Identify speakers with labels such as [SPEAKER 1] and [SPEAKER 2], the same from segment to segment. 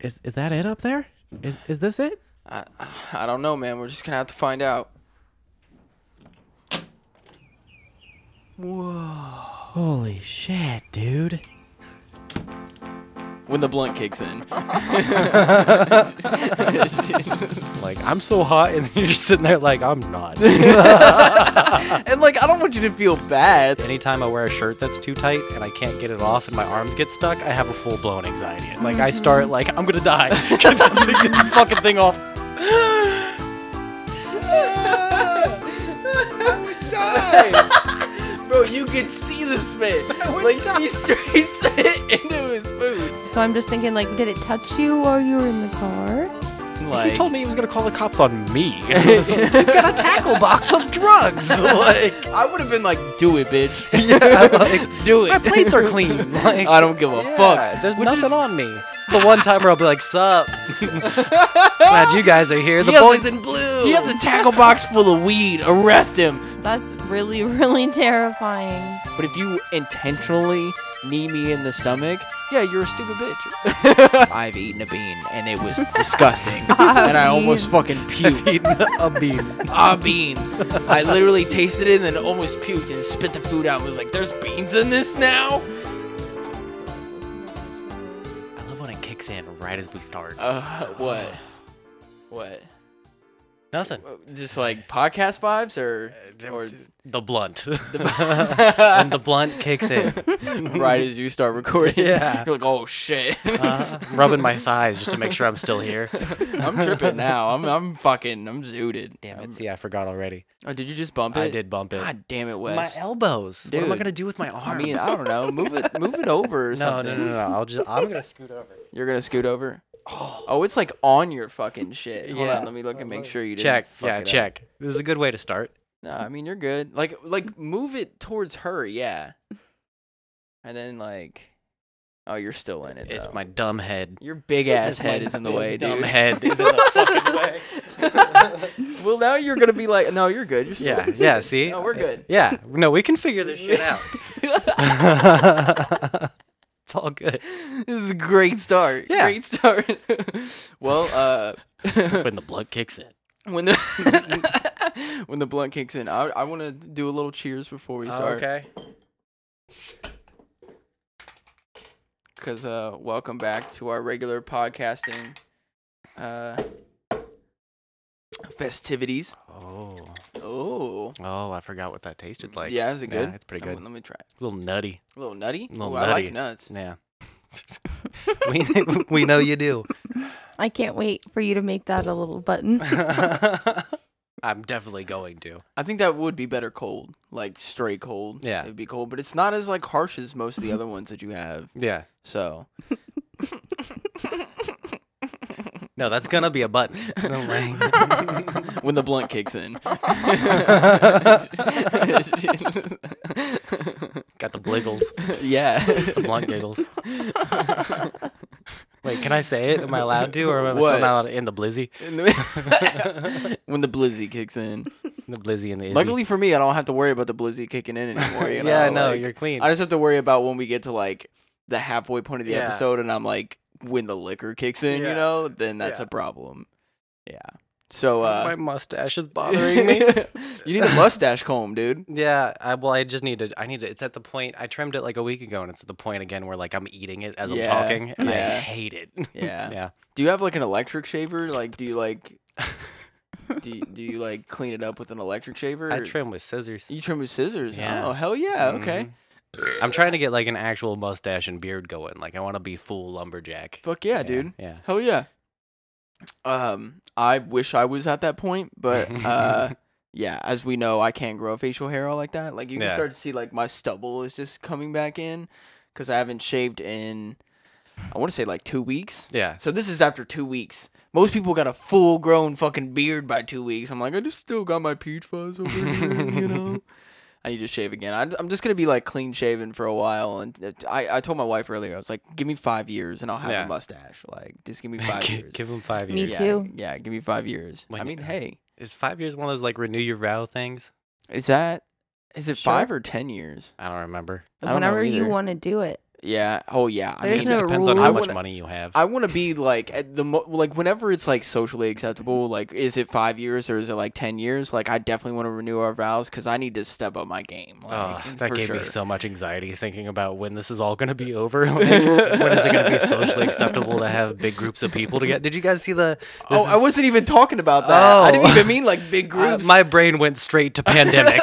[SPEAKER 1] Is is that it up there? Is is this it?
[SPEAKER 2] I, I don't know, man. We're just gonna have to find out.
[SPEAKER 1] Holy shit, dude.
[SPEAKER 2] When the blunt kicks in.
[SPEAKER 1] Like I'm so hot and you're sitting there like I'm not.
[SPEAKER 2] and like, I don't want you to feel bad.
[SPEAKER 1] Anytime I wear a shirt that's too tight and I can't get it off and my arms get stuck, I have a full blown anxiety. Like I start like I'm gonna die. Get this- get this fucking thing off.
[SPEAKER 2] Bro, you could see this man. Like, she straight, straight into his food.
[SPEAKER 3] So I'm just thinking, like, did it touch you while you were in the car?
[SPEAKER 2] Like,
[SPEAKER 1] He told me he was gonna call the cops on me. It was like, You've got a tackle box of drugs. Like,
[SPEAKER 2] I would have been like, do it, bitch.
[SPEAKER 1] yeah, like
[SPEAKER 2] Do it.
[SPEAKER 1] my plates are clean. Like,
[SPEAKER 2] I don't give a
[SPEAKER 1] yeah,
[SPEAKER 2] fuck.
[SPEAKER 1] There's
[SPEAKER 2] Which
[SPEAKER 1] nothing
[SPEAKER 2] is-
[SPEAKER 1] on me. The one time where I'll be like, "Sup? Glad you guys are here." The
[SPEAKER 2] He has
[SPEAKER 1] boys
[SPEAKER 2] a-
[SPEAKER 1] in blue.
[SPEAKER 2] He has a tackle box full of weed. Arrest him.
[SPEAKER 3] That's really, really terrifying.
[SPEAKER 2] But if you intentionally knee me in the stomach, yeah, you're a stupid bitch. I've eaten a bean and it was disgusting. and I almost fucking puked.
[SPEAKER 1] a bean.
[SPEAKER 2] ah bean. I literally tasted it and then almost puked and spit the food out and was like, there's beans in this now?
[SPEAKER 1] I love when it kicks in right as we start.
[SPEAKER 2] Uh, what? What?
[SPEAKER 1] Nothing.
[SPEAKER 2] Just like podcast vibes or, or
[SPEAKER 1] The blunt. and the blunt kicks in.
[SPEAKER 2] right as you start recording?
[SPEAKER 1] Yeah.
[SPEAKER 2] You're like, oh shit. Uh-huh.
[SPEAKER 1] Uh, rubbing my thighs just to make sure I'm still here.
[SPEAKER 2] I'm tripping now. I'm, I'm fucking, I'm zooted.
[SPEAKER 1] Damn
[SPEAKER 2] I'm-
[SPEAKER 1] it. See, I forgot already.
[SPEAKER 2] Oh, did you just bump it?
[SPEAKER 1] I did bump it.
[SPEAKER 2] God damn it, Wes.
[SPEAKER 1] my elbows. What am I
[SPEAKER 2] Dude.
[SPEAKER 1] gonna do with my
[SPEAKER 2] I
[SPEAKER 1] arms?
[SPEAKER 2] mean, I don't know. Move it, move it over
[SPEAKER 1] no,
[SPEAKER 2] or something.
[SPEAKER 1] no, no, no. I'll just. I'm gonna scoot over.
[SPEAKER 2] You're gonna scoot over. Oh, it's like on your fucking shit. Hold
[SPEAKER 1] Yeah.
[SPEAKER 2] on, let me look and make sure you didn't
[SPEAKER 1] Check.
[SPEAKER 2] Fuck
[SPEAKER 1] Yeah,
[SPEAKER 2] it up.
[SPEAKER 1] check. This is a good way to start.
[SPEAKER 2] No, I mean you're good. Like, like move it towards her. Yeah. And then like, oh, you're still in it.
[SPEAKER 1] It's
[SPEAKER 2] though.
[SPEAKER 1] my dumb head.
[SPEAKER 2] Your big ass
[SPEAKER 1] It's my
[SPEAKER 2] head is in the
[SPEAKER 1] big
[SPEAKER 2] way,
[SPEAKER 1] dumb
[SPEAKER 2] dude.
[SPEAKER 1] head is in the fucking way.
[SPEAKER 2] well, now you're gonna be like, no, you're good. You're still
[SPEAKER 1] Yeah, yeah. See.
[SPEAKER 2] No, we're good.
[SPEAKER 1] Yeah. No, we can figure this shit out. it's all good.
[SPEAKER 2] This is a great start.
[SPEAKER 1] Yeah.
[SPEAKER 2] Great start. well, uh.
[SPEAKER 1] When the blood kicks in.
[SPEAKER 2] when the when the blunt kicks in. I I want to do a little cheers before we start.
[SPEAKER 1] Oh, okay.
[SPEAKER 2] Cause uh, welcome back to our regular podcasting, uh, festivities.
[SPEAKER 1] Oh.
[SPEAKER 2] Oh,
[SPEAKER 1] Oh, I forgot what that tasted like.
[SPEAKER 2] yeah, is it good?
[SPEAKER 1] it's pretty
[SPEAKER 2] Let me-
[SPEAKER 1] good.
[SPEAKER 2] Let me try. it.
[SPEAKER 1] It's a little nutty.
[SPEAKER 2] A little nutty.
[SPEAKER 1] Little
[SPEAKER 2] Ooh, I
[SPEAKER 1] nutty.
[SPEAKER 2] like nuts.
[SPEAKER 1] Yeah. we we know you do.
[SPEAKER 3] I can't wait for you to make that a little button.
[SPEAKER 1] I'm definitely going to.
[SPEAKER 2] I think that would be better cold, like straight cold.
[SPEAKER 1] Yeah.
[SPEAKER 2] it'd be cold, but it's not as like harsh as most of the other ones that you have.
[SPEAKER 1] Yeah.
[SPEAKER 2] So
[SPEAKER 1] No, that's gonna be a button.
[SPEAKER 2] when the blunt kicks in.
[SPEAKER 1] Got the bliggles,
[SPEAKER 2] yeah.
[SPEAKER 1] the blunt giggles. Wait, can I say it? Am I allowed to, or am I
[SPEAKER 2] What?
[SPEAKER 1] still not allowed to? In the blizzy,
[SPEAKER 2] In the- when the blizzy kicks in.
[SPEAKER 1] the blizzy and the izzy.
[SPEAKER 2] Luckily for me, I don't have to worry about the blizzy kicking in anymore. You know?
[SPEAKER 1] yeah, no,
[SPEAKER 2] like,
[SPEAKER 1] you're clean.
[SPEAKER 2] I just have to worry about when we get to like the halfway point of the
[SPEAKER 1] Yeah.
[SPEAKER 2] episode, and I'm like, when the liquor kicks in, you
[SPEAKER 1] Yeah.
[SPEAKER 2] know, then that's
[SPEAKER 1] Yeah.
[SPEAKER 2] a problem. Yeah. So uh,
[SPEAKER 1] My mustache is bothering me.
[SPEAKER 2] you need a mustache comb, dude.
[SPEAKER 1] yeah, I, well, I just need to. I need to. It's at the point. I trimmed it like a week ago, and it's at the point again where like I'm eating it as
[SPEAKER 2] Yeah,
[SPEAKER 1] I'm talking, and I
[SPEAKER 2] yeah.
[SPEAKER 1] hate it.
[SPEAKER 2] Yeah.
[SPEAKER 1] yeah.
[SPEAKER 2] Do you have like an electric shaver? Like, do you like? do, you, do you like clean it up with an electric shaver?
[SPEAKER 1] I
[SPEAKER 2] or-
[SPEAKER 1] trim with scissors.
[SPEAKER 2] You trim with scissors.
[SPEAKER 1] Yeah.
[SPEAKER 2] Oh hell yeah! Okay.
[SPEAKER 1] Mhm. I'm trying to get like an actual mustache and beard going. Like I want to be full lumberjack.
[SPEAKER 2] Fuck yeah,
[SPEAKER 1] Yeah,
[SPEAKER 2] dude.
[SPEAKER 1] yeah.
[SPEAKER 2] Hell yeah. Um, I wish I was at that point, but uh, yeah, as we know, I can't grow facial hair all like that. Like you can
[SPEAKER 1] Yeah.
[SPEAKER 2] start to see like my stubble is just coming back in because I haven't shaved in, I want to say like two weeks.
[SPEAKER 1] Yeah.
[SPEAKER 2] So this is after two weeks. Most people got a full grown fucking beard by two weeks. I'm like, I just still got my peach fuzz over here, you know. I need to shave again. I, I'm just gonna be like clean shaven for a while, and it- I, I told my wife earlier I was like, give me five years and I'll have
[SPEAKER 1] Yeah.
[SPEAKER 2] a mustache. Like, just give me five
[SPEAKER 1] Gi-
[SPEAKER 2] years.
[SPEAKER 1] Give him five
[SPEAKER 3] Me
[SPEAKER 1] years.
[SPEAKER 2] yeah,
[SPEAKER 3] too.
[SPEAKER 2] Yeah, give me five years.
[SPEAKER 1] When
[SPEAKER 2] I
[SPEAKER 1] you-
[SPEAKER 2] mean, hey,
[SPEAKER 1] Is five years one of those like renew your vow things?
[SPEAKER 2] is that is it
[SPEAKER 1] Sure.
[SPEAKER 2] five or ten years?
[SPEAKER 1] I don't remember.
[SPEAKER 2] I don't know
[SPEAKER 3] Whenever you
[SPEAKER 2] either.
[SPEAKER 3] want to do it.
[SPEAKER 2] Yeah. Oh yeah. I
[SPEAKER 1] I guess
[SPEAKER 3] There's
[SPEAKER 1] it
[SPEAKER 3] no
[SPEAKER 1] depends on how
[SPEAKER 2] rules.
[SPEAKER 1] much
[SPEAKER 2] I wanna-
[SPEAKER 1] money you have.
[SPEAKER 2] I want to be like at the mo- like whenever it's like socially acceptable. Like, is it five years or is it like ten years? Like, I definitely want to renew our vows because I need to step up my game.
[SPEAKER 1] Ugh,
[SPEAKER 2] Like,
[SPEAKER 1] Ah, that
[SPEAKER 2] for
[SPEAKER 1] gave
[SPEAKER 2] sure.
[SPEAKER 1] me so much anxiety thinking about when this is all going to be over. Like, when is it going to be socially acceptable to have big groups of people to get? Did you guys see the?
[SPEAKER 2] Oh,
[SPEAKER 1] this
[SPEAKER 2] I
[SPEAKER 1] is-
[SPEAKER 2] wasn't even talking about that. I didn't
[SPEAKER 1] Oh.
[SPEAKER 2] even mean like big
[SPEAKER 1] I-
[SPEAKER 2] groups.
[SPEAKER 1] my brain went straight to pandemic.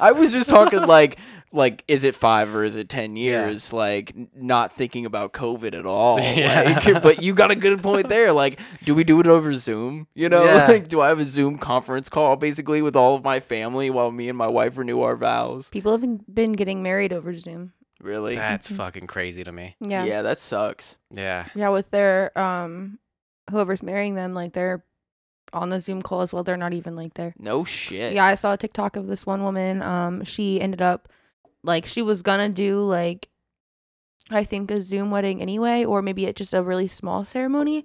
[SPEAKER 2] I was just talking like like is it five or is it ten years? Like n- not thinking about COVID at all.
[SPEAKER 1] Yeah.
[SPEAKER 2] Like, but you got a good point there. Like, do we do it over Zoom? You know,
[SPEAKER 1] Yeah.
[SPEAKER 2] like do I have a Zoom conference call basically with all of my family while me and my wife renew our vows?
[SPEAKER 3] People have been- been getting married over Zoom.
[SPEAKER 2] Really?
[SPEAKER 1] That's fucking crazy to me.
[SPEAKER 3] Yeah. yeah.
[SPEAKER 2] yeah, that sucks.
[SPEAKER 1] Yeah.
[SPEAKER 3] with their um whoever's marrying them, like they're on the Zoom call as well. They're not even like there.
[SPEAKER 2] No shit.
[SPEAKER 3] Yeah, I saw a TikTok of this one woman. Um, she ended up like she was gonna do like I think a Zoom wedding anyway, or maybe it just a really small ceremony.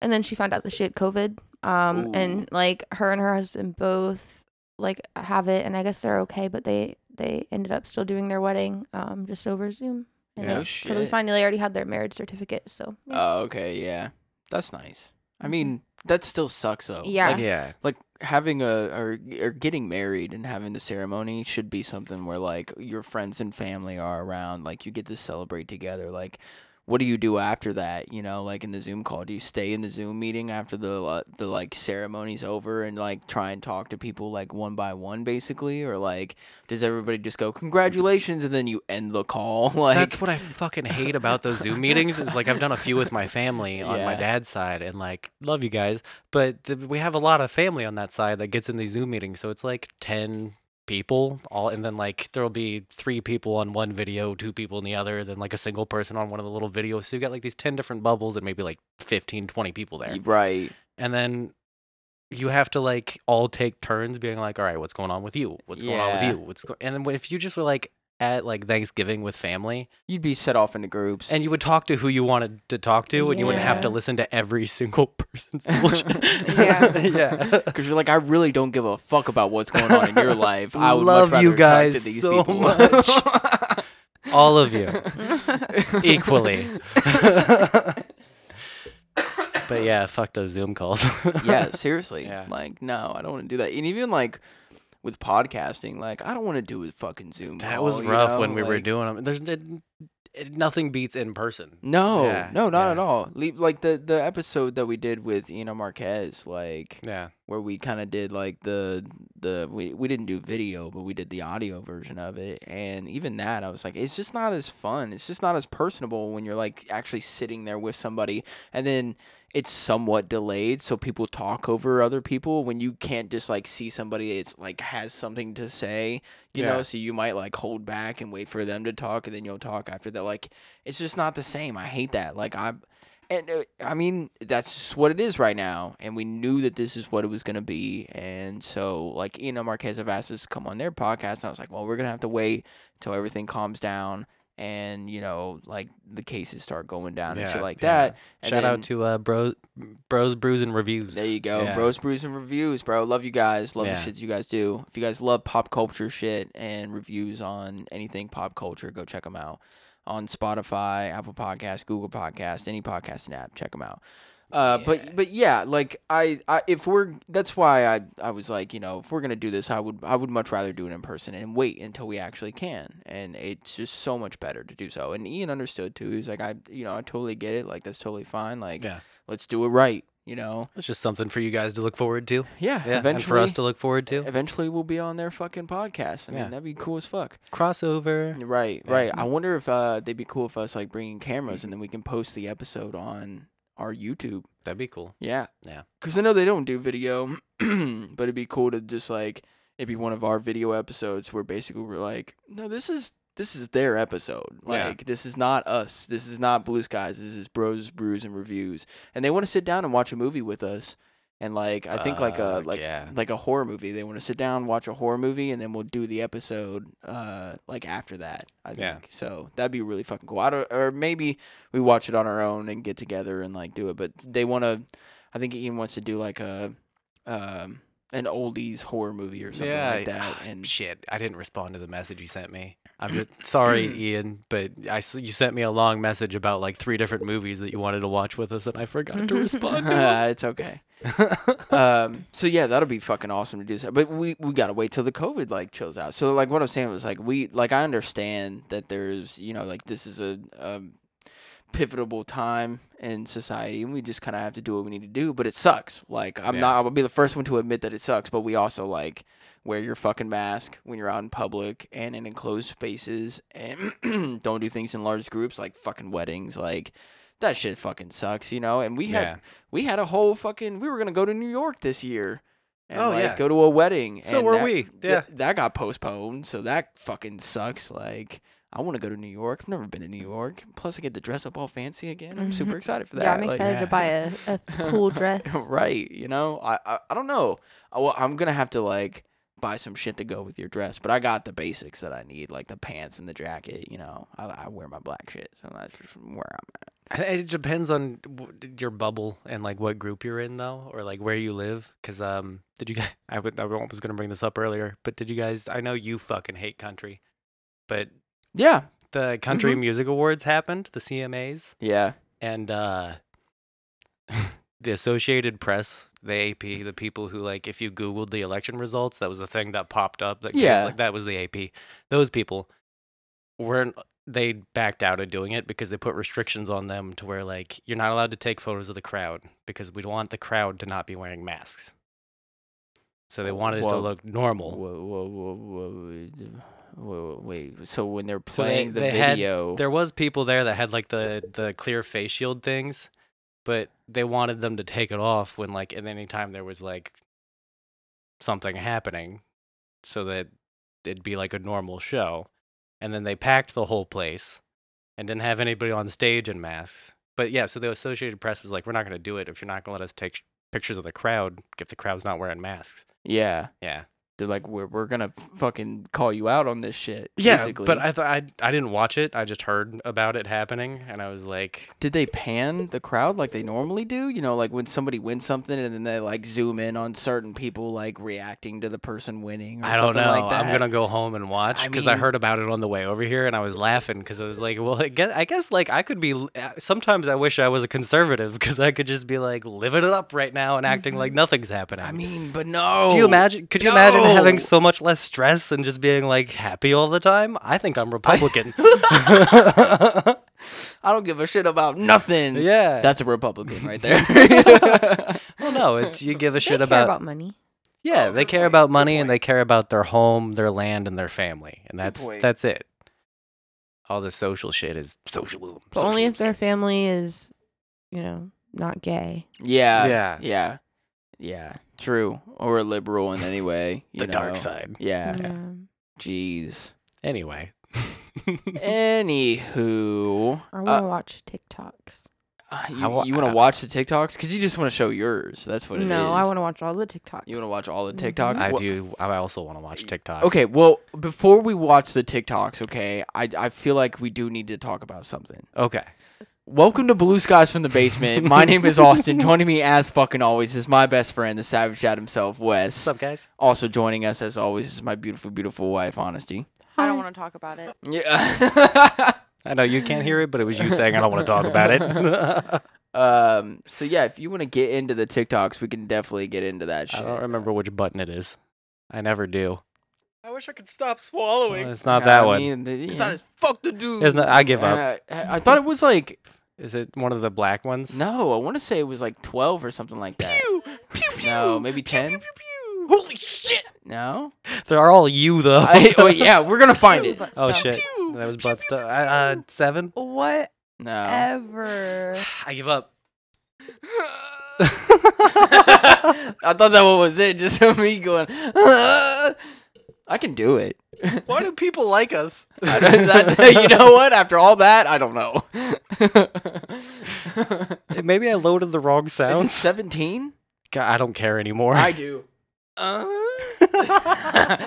[SPEAKER 3] And then she found out that she had COVID. Um,
[SPEAKER 2] Ooh.
[SPEAKER 3] and like her and her husband both like have it, and I guess they're okay, but they they ended up still doing their wedding um just over Zoom. And
[SPEAKER 1] Yeah.
[SPEAKER 3] yeah,
[SPEAKER 1] No
[SPEAKER 3] it's totally
[SPEAKER 2] Oh, shit.
[SPEAKER 3] fine. They already had their marriage certificate, so yeah.
[SPEAKER 2] Oh, okay. Yeah, that's nice. I
[SPEAKER 3] Mhm.
[SPEAKER 2] mean, that still sucks though.
[SPEAKER 3] Yeah.
[SPEAKER 2] Like,
[SPEAKER 1] Yeah.
[SPEAKER 2] like having a or, or getting married and having the ceremony should be something where like your friends and family are around like you get to celebrate together like what do you do after that you know like in the zoom call do you stay in the zoom meeting after the uh, the like ceremony's over and like try and talk to people like one by one basically or like does everybody just go congratulations and then you end the call like
[SPEAKER 1] That's what I fucking hate about those Zoom meetings. Is like I've done a few with my family on my
[SPEAKER 2] Yeah.
[SPEAKER 1] dad's side, and like love you guys, but th- we have a lot of family on that side that gets in these Zoom meetings. So it's like ten people all, and then like there'll be three people on one video, two people in the other, then like a single person on one of the little videos. So you got like these ten different bubbles, and maybe like 15, 20 people there,
[SPEAKER 2] right
[SPEAKER 1] and then. You have to like all take turns being like, all right, what's going on with you? What's going on with
[SPEAKER 2] Yeah.
[SPEAKER 1] you? What's go-? and then if you just were like at like Thanksgiving with family,
[SPEAKER 2] you'd be set off into groups
[SPEAKER 1] and you would talk to who you wanted to talk to, and you wouldn't have
[SPEAKER 3] Yeah.
[SPEAKER 1] to listen to every single person's bullshit.
[SPEAKER 3] Yeah.
[SPEAKER 1] yeah.
[SPEAKER 2] Because you're like, I really don't give a fuck about what's going on in your life. I would
[SPEAKER 1] Love
[SPEAKER 2] much
[SPEAKER 1] you
[SPEAKER 2] rather talk
[SPEAKER 1] guys
[SPEAKER 2] to these
[SPEAKER 1] so
[SPEAKER 2] people.
[SPEAKER 1] much. All of you equally. but yeah, fuck those Zoom calls.
[SPEAKER 2] yeah, seriously.
[SPEAKER 1] Yeah.
[SPEAKER 2] Like, no, I don't want to do that. And even like with podcasting, like, I don't want to do a fucking Zoom.
[SPEAKER 1] that
[SPEAKER 2] call,
[SPEAKER 1] was
[SPEAKER 2] you
[SPEAKER 1] rough
[SPEAKER 2] know?
[SPEAKER 1] when we were
[SPEAKER 2] Oh, Like,
[SPEAKER 1] doing them. There's it, it- nothing beats in person.
[SPEAKER 2] No,
[SPEAKER 1] Yeah,
[SPEAKER 2] no, not
[SPEAKER 1] yeah.
[SPEAKER 2] at all. Le- Like the the episode that we did with Ina Marquez, like
[SPEAKER 1] Yeah.
[SPEAKER 2] where we kind of did like the the we, we didn't do video but we did the audio version of it and even that i was like it's just not as fun it's just not as personable when you're like actually sitting there with somebody and then it's somewhat delayed so people talk over other people when you can't just like see somebody it's like has something to say you
[SPEAKER 1] Yeah.
[SPEAKER 2] know so you might like hold back and wait for them to talk and then you'll talk after that like it's just not the same i hate that like i and uh, I mean, that's just what it is right now. And we knew that this is what it was going to be. And so, like, Ina Marquez have asked us to come on their podcast. And I was like, well, we're going to have to wait till everything calms down and, you know, like the cases start going down and
[SPEAKER 1] Yeah,
[SPEAKER 2] shit like
[SPEAKER 1] yeah.
[SPEAKER 2] that. And
[SPEAKER 1] Shout
[SPEAKER 2] then-
[SPEAKER 1] out to uh, bros, bros, brews, and reviews.
[SPEAKER 2] there you go.
[SPEAKER 1] Yeah.
[SPEAKER 2] Bros, brews, and reviews, bro. Love you guys. Love
[SPEAKER 1] Yeah.
[SPEAKER 2] the shit you guys do. If you guys love pop culture shit and reviews on anything pop culture, go check them out on Spotify, Apple Podcasts, Google Podcasts, any podcasting app. Check them out. Uh,
[SPEAKER 1] Yeah.
[SPEAKER 2] but but yeah, like I, I if we're that's why I I was like you know if we're gonna do this I would I would much rather do it in person and wait until we actually can and it's just so much better to do so and Ian understood too he was like I you know I totally get it like that's totally fine like
[SPEAKER 1] Yeah.
[SPEAKER 2] let's do it right you know
[SPEAKER 1] It's just something for you guys to look forward to.
[SPEAKER 2] yeah,
[SPEAKER 1] Yeah.
[SPEAKER 2] eventually.
[SPEAKER 1] And for us to look forward to.
[SPEAKER 2] Eventually, we'll be on their fucking podcast. I mean,
[SPEAKER 1] Yeah.
[SPEAKER 2] that'd be cool as fuck.
[SPEAKER 1] Crossover.
[SPEAKER 2] Right,
[SPEAKER 1] Yeah.
[SPEAKER 2] right. I wonder if uh, they'd be cool if us like bringing cameras and then we can post the episode on our YouTube.
[SPEAKER 1] That'd be cool.
[SPEAKER 2] Yeah,
[SPEAKER 1] Yeah.
[SPEAKER 2] Because I know they don't do video, but it'd be cool to just like it'd be one of our video episodes where basically we're like, no, this is this is their episode.
[SPEAKER 1] Yeah.
[SPEAKER 2] Like this is not us. This is not Blue Skies. This is Bros, Brews, and Reviews. And they want to sit down and watch a movie with us. And like I think like a
[SPEAKER 1] Fuck
[SPEAKER 2] like
[SPEAKER 1] yeah.
[SPEAKER 2] like a horror movie. They want to sit down, watch a horror movie, and then we'll do the episode uh like after that. I think
[SPEAKER 1] Yeah.
[SPEAKER 2] so. That'd be really fucking cool. I don't, or maybe we watch it on our own and get together and like do it. But they want to. I think Ian wants to do like a um an oldies horror movie or something like
[SPEAKER 1] I-
[SPEAKER 2] that. And
[SPEAKER 1] shit, I didn't respond to the message you sent me. I'm just sorry, Ian, but I s- you sent me a long message about like three different movies that you wanted to watch with us, and I forgot to respond. to
[SPEAKER 2] it's okay.
[SPEAKER 1] it.
[SPEAKER 2] Um, so yeah, that'll be fucking awesome to do. So, but we we gotta wait till the COVID like chills out. So like what I'm saying was like we like I understand that there's you know like this is a, a pivotal time in society, and we just kind of have to do what we need to do. But it sucks. Like I'm
[SPEAKER 1] Yeah.
[SPEAKER 2] not. I'll be the first one to admit that it sucks. But we also like wear your fucking mask when you're out in public and in enclosed spaces, and don't do things in large groups like fucking weddings. Like that shit fucking sucks, you know. And we had
[SPEAKER 1] yeah.
[SPEAKER 2] we had a whole fucking we were gonna go to New York this year. And
[SPEAKER 1] Oh,
[SPEAKER 2] like,
[SPEAKER 1] yeah.
[SPEAKER 2] go to a wedding.
[SPEAKER 1] So
[SPEAKER 2] and
[SPEAKER 1] were
[SPEAKER 2] that-
[SPEAKER 1] we.
[SPEAKER 2] th-
[SPEAKER 1] Yeah.
[SPEAKER 2] that got postponed. So that fucking sucks. Like, I want to go to New York. I've never been to New York. Plus, I get to dress up all fancy again. I'm super
[SPEAKER 3] Mhm.
[SPEAKER 2] excited for that.
[SPEAKER 3] yeah, I'm
[SPEAKER 2] Like,
[SPEAKER 3] excited to buy a, a cool dress.
[SPEAKER 2] right. You know, I I, I don't know. I, well, I'm gonna have to like buy some shit to go with your dress, but I got the basics that I need, like the pants and the jacket. You know, I, I wear my black shit, so that's just where I'm at.
[SPEAKER 1] I- It depends on w- d- your bubble and like what group you're in though, or like where you live. Cause um, did you guys? I, would, I was gonna bring this up earlier, but did you guys? I know you fucking hate country, but
[SPEAKER 2] Yeah,
[SPEAKER 1] the Country
[SPEAKER 2] Mhm.
[SPEAKER 1] Music Awards happened, the CMAs,
[SPEAKER 2] yeah,
[SPEAKER 1] and uh, the Associated Press, the AP, the people who like if you Googled the election results, that was the thing that popped up. That came-
[SPEAKER 2] Yeah.
[SPEAKER 1] like, that was the AP. Those people weren't. They backed out of doing it because they put restrictions on them to where like you're not allowed to take photos of the crowd because we don't want the crowd to not be wearing masks. So they wanted it to
[SPEAKER 2] Well,
[SPEAKER 1] look normal.
[SPEAKER 2] Whoa, whoa, whoa, whoa, whoa, whoa, wait. So when they're
[SPEAKER 1] So they-
[SPEAKER 2] playing
[SPEAKER 1] they
[SPEAKER 2] the
[SPEAKER 1] had
[SPEAKER 2] video,
[SPEAKER 1] there was people there that had like the the clear face shield things, but they wanted them to take it off when like at any time there was like something happening, so that it'd be like a normal show. And then they packed the whole place and didn't have anybody on stage in masks. But yeah, so the Associated Press was like, "We're not going to do it if you're not going to let us take sh- pictures of the crowd if the crowd's not wearing masks."
[SPEAKER 2] yeah,
[SPEAKER 1] Yeah,
[SPEAKER 2] they're like, we're we're gonna fucking call you out on this shit. basically.
[SPEAKER 1] But I thought I I didn't watch it. I just heard about it happening, and I was like,
[SPEAKER 2] did they pan the crowd like they normally do? You know, like when somebody wins something and then they like zoom in on certain people like reacting to the person winning. Or
[SPEAKER 1] I don't
[SPEAKER 2] something
[SPEAKER 1] know.
[SPEAKER 2] Like that.
[SPEAKER 1] I'm gonna go home and watch
[SPEAKER 2] I
[SPEAKER 1] because I,
[SPEAKER 2] mean-
[SPEAKER 1] heard about it on the way over here, and I was laughing because I was like, "Well, I guess, I guess like I could be." l- uh, Sometimes I wish I was a conservative because I could just be like living it up right now and acting like nothing's happening.
[SPEAKER 2] I mean, but no.
[SPEAKER 1] Mm-hmm. do you imagine? Could you imagine having
[SPEAKER 2] Oh, no.
[SPEAKER 1] so much less stress and just being like happy all the time? I think I'm Republican.
[SPEAKER 2] I don't give a shit about nothing.
[SPEAKER 1] yeah.
[SPEAKER 2] That's a Republican right there.
[SPEAKER 1] well, no, it's you give a
[SPEAKER 3] They
[SPEAKER 1] shit
[SPEAKER 3] care
[SPEAKER 1] about,
[SPEAKER 3] about, money.
[SPEAKER 1] yeah.
[SPEAKER 2] Oh,
[SPEAKER 1] they
[SPEAKER 2] good
[SPEAKER 1] care
[SPEAKER 2] point,
[SPEAKER 1] about
[SPEAKER 2] good
[SPEAKER 1] money and
[SPEAKER 2] point.
[SPEAKER 1] they care about their home, their land, and their family, and that's
[SPEAKER 2] point.
[SPEAKER 1] that's it. All the social shit is socialism.
[SPEAKER 3] But only if
[SPEAKER 1] socialism.
[SPEAKER 3] their family is, you know, not gay.
[SPEAKER 2] yeah.
[SPEAKER 1] Yeah.
[SPEAKER 2] Yeah. Yeah. True. Or a liberal in any way. You
[SPEAKER 1] the
[SPEAKER 2] know.
[SPEAKER 1] dark side.
[SPEAKER 2] Yeah.
[SPEAKER 1] Yeah.
[SPEAKER 3] um,
[SPEAKER 2] Jeez.
[SPEAKER 1] Anyway.
[SPEAKER 2] Anywho,
[SPEAKER 3] I
[SPEAKER 2] Uh,
[SPEAKER 3] want to watch TikToks.
[SPEAKER 2] uh,
[SPEAKER 1] I
[SPEAKER 2] you,
[SPEAKER 1] wa-
[SPEAKER 2] you want
[SPEAKER 1] I-
[SPEAKER 2] to watch the TikToks because you just want to show yours. That's what it is.
[SPEAKER 3] No, I want to watch all the TikToks.
[SPEAKER 2] You want to watch all
[SPEAKER 4] Mm-hmm.
[SPEAKER 2] the
[SPEAKER 3] Mhm.
[SPEAKER 2] TikToks.
[SPEAKER 1] I
[SPEAKER 2] Wha-
[SPEAKER 1] do. I also want to watch TikTok.
[SPEAKER 2] Okay, well, before we watch the TikToks, okay, I I feel like we do need to talk about something.
[SPEAKER 1] Okay.
[SPEAKER 2] Welcome to Blue Skies from the Basement. my name is Austin. Joining me as fucking always is my best friend, the Savage Dad himself, Wes.
[SPEAKER 1] What's up, guys?
[SPEAKER 2] Also joining us as always is my beautiful, beautiful wife, Honesty.
[SPEAKER 4] I don't want to talk about it.
[SPEAKER 2] Yeah.
[SPEAKER 1] I know you can't hear it, but it was you saying I don't want to talk about it.
[SPEAKER 2] Um. So yeah, if you want to get into the TikToks, we can definitely get into that shit.
[SPEAKER 1] I don't remember which button it is. I never do.
[SPEAKER 4] I wish I could stop
[SPEAKER 1] Well,
[SPEAKER 4] swallowing.
[SPEAKER 1] it's not that
[SPEAKER 2] I
[SPEAKER 1] one.
[SPEAKER 2] mean, the-
[SPEAKER 4] It's
[SPEAKER 2] yeah.
[SPEAKER 4] not as fuck the dude.
[SPEAKER 1] It's not, I give up.
[SPEAKER 2] Uh, I, I thought it was like
[SPEAKER 1] Is it one of the black ones?
[SPEAKER 2] no. I want to say it was like twelve or something like that.
[SPEAKER 4] pew, pew, pew.
[SPEAKER 2] No, maybe
[SPEAKER 4] pew,
[SPEAKER 2] 10?
[SPEAKER 4] Pew, pew, pew. Holy shit.
[SPEAKER 2] No.
[SPEAKER 1] They're all you though.
[SPEAKER 2] I, oh yeah, we're gonna find
[SPEAKER 3] Ew,
[SPEAKER 2] it.
[SPEAKER 3] but
[SPEAKER 1] oh
[SPEAKER 3] stop.
[SPEAKER 1] shit.
[SPEAKER 4] Pew,
[SPEAKER 1] That was
[SPEAKER 4] pew,
[SPEAKER 1] butt
[SPEAKER 4] pew,
[SPEAKER 1] stuff.
[SPEAKER 4] pew,
[SPEAKER 1] Uh,
[SPEAKER 4] pew.
[SPEAKER 1] seven.
[SPEAKER 2] No.
[SPEAKER 3] Whatever.
[SPEAKER 1] I give up.
[SPEAKER 2] I thought that one was it. Just me going. I can do it.
[SPEAKER 4] Why do people like us?
[SPEAKER 2] I don't- that's- you know what? After all that, I don't know.
[SPEAKER 1] Maybe I loaded the wrong sounds.
[SPEAKER 2] Seventeen.
[SPEAKER 1] God, I don't care anymore.
[SPEAKER 2] I do.
[SPEAKER 4] Uh?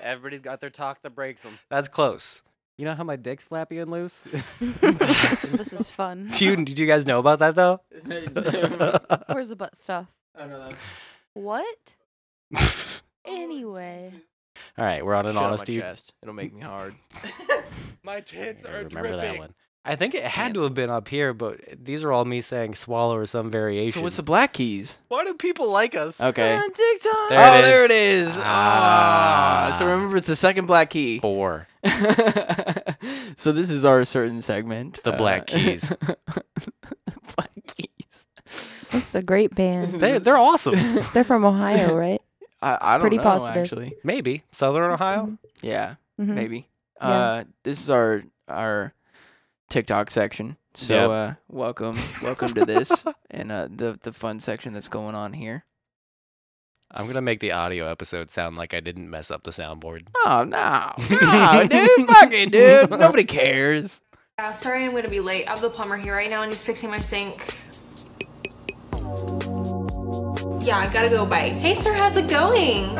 [SPEAKER 1] Everybody's got their talk that breaks them. That's close. You know how my dick's flappy and loose?
[SPEAKER 3] this is fun.
[SPEAKER 1] Do you, did you guys know about that though?
[SPEAKER 2] I
[SPEAKER 3] Where's the butt stuff?
[SPEAKER 2] don't know.
[SPEAKER 4] What?
[SPEAKER 3] Anyway.
[SPEAKER 1] All right, we're on
[SPEAKER 2] Shit
[SPEAKER 1] an
[SPEAKER 2] on my
[SPEAKER 1] honesty.
[SPEAKER 2] chest. It'll make me hard.
[SPEAKER 4] My tits
[SPEAKER 1] I
[SPEAKER 4] are
[SPEAKER 1] remember
[SPEAKER 4] dripping.
[SPEAKER 1] that one. I think it had to
[SPEAKER 2] Cancel.
[SPEAKER 1] have been up here, but these are all me saying swallow or some variation.
[SPEAKER 2] So what's the black keys?
[SPEAKER 4] Why do people like us?
[SPEAKER 2] Okay.
[SPEAKER 3] On TikTok.
[SPEAKER 1] There
[SPEAKER 2] oh,
[SPEAKER 1] it
[SPEAKER 2] there
[SPEAKER 1] is.
[SPEAKER 2] it is. Ah.
[SPEAKER 1] Ah.
[SPEAKER 2] So
[SPEAKER 1] Oh.
[SPEAKER 2] remember, it's the second black key.
[SPEAKER 1] four?
[SPEAKER 2] so this is our certain segment. uh,
[SPEAKER 1] The Black Keys.
[SPEAKER 2] black Keys.
[SPEAKER 3] That's a great band.
[SPEAKER 1] They, they're awesome.
[SPEAKER 3] They're from Ohio, right?
[SPEAKER 2] I, I don't
[SPEAKER 3] Pretty
[SPEAKER 2] know
[SPEAKER 3] positive.
[SPEAKER 2] actually.
[SPEAKER 1] Maybe Southern Ohio.
[SPEAKER 2] Yeah,
[SPEAKER 3] Mhm.
[SPEAKER 2] maybe.
[SPEAKER 3] Yeah.
[SPEAKER 2] Uh, this is our our TikTok section. So
[SPEAKER 1] Yep.
[SPEAKER 2] uh, welcome, welcome to this and uh, the the fun section that's going on here.
[SPEAKER 1] I'm gonna make the audio episode sound like I didn't mess up the soundboard.
[SPEAKER 2] Oh no, no, dude, fuck it, dude. Nobody cares.
[SPEAKER 5] Uh, sorry, I'm gonna be late. I have the plumber here right now, and he's fixing my sink. Yeah, I gotta go. Bye. Hey, sir, how's it going?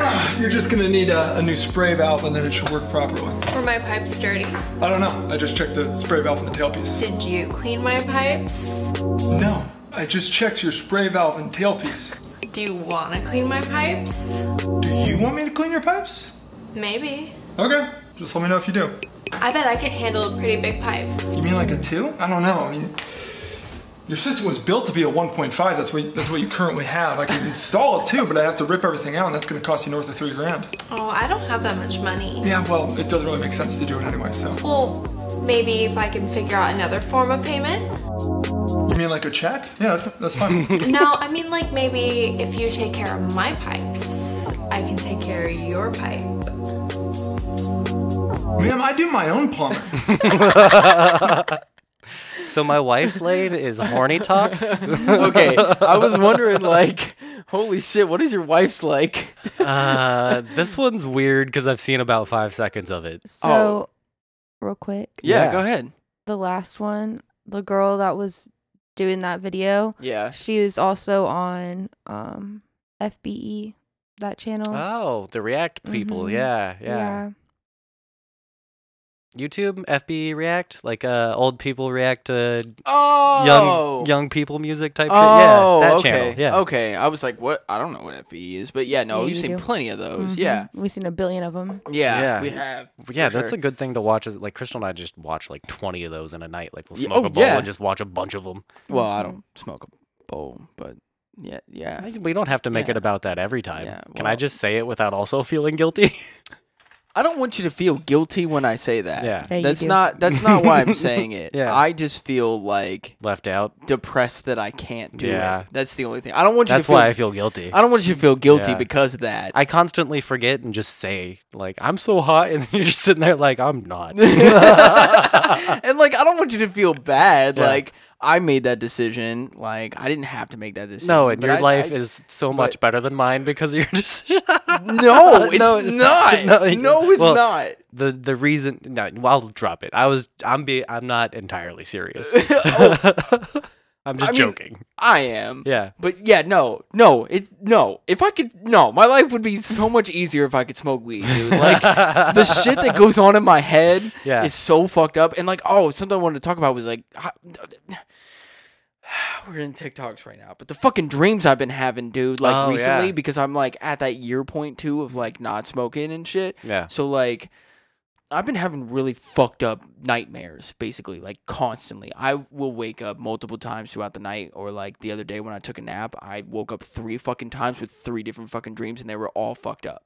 [SPEAKER 6] You're just gonna need a, a new spray valve and then it should work properly.
[SPEAKER 5] Were my pipes dirty?
[SPEAKER 6] I don't know. I just checked the spray valve and the tailpiece.
[SPEAKER 5] Did you clean my pipes?
[SPEAKER 6] No, I just checked your spray valve and tailpiece.
[SPEAKER 5] Do you wanna clean my pipes?
[SPEAKER 6] Do you want me to clean your pipes?
[SPEAKER 5] Maybe.
[SPEAKER 6] Okay, just let me know if you do.
[SPEAKER 5] I bet I could handle a pretty big pipe.
[SPEAKER 6] You mean like a two? I don't know. I mean, your system was built to be a 1.5. That's what that's what you currently have. I could install a two, but I have to rip everything out, and that's gonna cost you north of three grand.
[SPEAKER 5] Oh, I don't have that much money.
[SPEAKER 6] Yeah, well, it doesn't really make sense to do it anyway. So,
[SPEAKER 5] Well, maybe if I can figure out another form of payment.
[SPEAKER 6] you mean like a check? Yeah, that's, that's fine.
[SPEAKER 5] no, I mean like maybe if you take care of my pipes, I can take care of your pipe.
[SPEAKER 6] Ma'am, I do my own plumbing.
[SPEAKER 1] So my wife's lane is horny talks.
[SPEAKER 2] okay, I was wondering like, holy shit, what is your wife's like?
[SPEAKER 1] Uh, this one's weird because I've seen about five seconds of it.
[SPEAKER 3] So,
[SPEAKER 2] Oh.
[SPEAKER 3] real quick,
[SPEAKER 2] Yeah,
[SPEAKER 1] Yeah.
[SPEAKER 2] go ahead.
[SPEAKER 3] the last one, the girl that was doing that video,
[SPEAKER 2] Yeah.
[SPEAKER 3] she was also on um FBE, that channel.
[SPEAKER 1] Oh, the React people.
[SPEAKER 3] Mhm.
[SPEAKER 1] Yeah, yeah, YouTube, FB React, like uh, old people react to
[SPEAKER 2] Oh.
[SPEAKER 1] young young people music type
[SPEAKER 2] Oh,
[SPEAKER 1] shit. Yeah, that
[SPEAKER 2] okay. Oh,
[SPEAKER 1] channel. Yeah.
[SPEAKER 2] Okay. I was like, what? I don't know what FBE is, but yeah, no,
[SPEAKER 3] Yeah,
[SPEAKER 2] we've
[SPEAKER 3] you
[SPEAKER 2] seen
[SPEAKER 3] do.
[SPEAKER 2] plenty of those.
[SPEAKER 3] Mhm.
[SPEAKER 2] Yeah.
[SPEAKER 3] We've seen a billion of them.
[SPEAKER 2] Yeah.
[SPEAKER 1] Yeah.
[SPEAKER 2] We have.
[SPEAKER 1] Yeah,
[SPEAKER 2] for
[SPEAKER 1] that's
[SPEAKER 2] sure.
[SPEAKER 1] a good thing to watch. Is like Crystal and I just watch like twenty of those in a night. Like we'll
[SPEAKER 2] Yeah,
[SPEAKER 1] smoke
[SPEAKER 2] oh,
[SPEAKER 1] a bowl
[SPEAKER 2] yeah.
[SPEAKER 1] and just watch a bunch of them.
[SPEAKER 3] Mm-hmm.
[SPEAKER 2] Well, I don't smoke a bowl, but yeah, yeah.
[SPEAKER 1] We don't have to make
[SPEAKER 2] Yeah.
[SPEAKER 1] it about that every time.
[SPEAKER 2] Yeah,
[SPEAKER 1] Can I
[SPEAKER 2] well-
[SPEAKER 1] just say it without also feeling guilty?
[SPEAKER 2] I don't want you to feel guilty when I say that.
[SPEAKER 1] yeah,
[SPEAKER 3] Yeah, you
[SPEAKER 2] That's
[SPEAKER 3] do.
[SPEAKER 2] not. That's not why I'm saying it.
[SPEAKER 1] Yeah.
[SPEAKER 2] I just feel like
[SPEAKER 1] left out.
[SPEAKER 2] depressed that I can't do
[SPEAKER 1] Yeah.
[SPEAKER 2] it. That's the only thing. I don't want you.
[SPEAKER 1] That's
[SPEAKER 2] to feel,
[SPEAKER 1] why I feel guilty.
[SPEAKER 2] I don't want you to feel guilty
[SPEAKER 1] Yeah.
[SPEAKER 2] because of that.
[SPEAKER 1] I constantly forget and just say like I'm so hot, and you're just sitting there like I'm not.
[SPEAKER 2] and like I don't want you to feel bad.
[SPEAKER 1] Yeah.
[SPEAKER 2] Like I made that decision. Like I didn't have to make that decision.
[SPEAKER 1] no, and
[SPEAKER 2] but
[SPEAKER 1] your
[SPEAKER 2] I-
[SPEAKER 1] life
[SPEAKER 2] I-
[SPEAKER 1] is so much better than mine because you're just
[SPEAKER 2] no, it's
[SPEAKER 1] No,
[SPEAKER 2] not.
[SPEAKER 1] no,
[SPEAKER 2] No,
[SPEAKER 1] it-
[SPEAKER 2] it's
[SPEAKER 1] well-
[SPEAKER 2] not.
[SPEAKER 1] the the reason. No, I'll drop it. I was I'm be I'm not entirely serious. I'm just
[SPEAKER 2] Oh. I mean-
[SPEAKER 1] joking.
[SPEAKER 2] I am.
[SPEAKER 1] yeah.
[SPEAKER 2] But yeah, no, no, it no. If I could, no, my life would be so much easier if I could smoke weed, dude. Like the shit that goes on in my head
[SPEAKER 1] Yeah.
[SPEAKER 2] is so fucked up. And like, oh, something I wanted to talk about was like, how- we're in TikToks right now, but the fucking dreams I've been having, dude. Like
[SPEAKER 1] Oh,
[SPEAKER 2] recently,
[SPEAKER 1] yeah.
[SPEAKER 2] because I'm like at that year point too of like not smoking and shit.
[SPEAKER 1] Yeah.
[SPEAKER 2] So like I've been having really fucked up nightmares basically, like constantly. I will wake up multiple times throughout the night or like the other day when I took a nap, I woke up 3 fucking times with 3 different fucking dreams and they were all fucked up.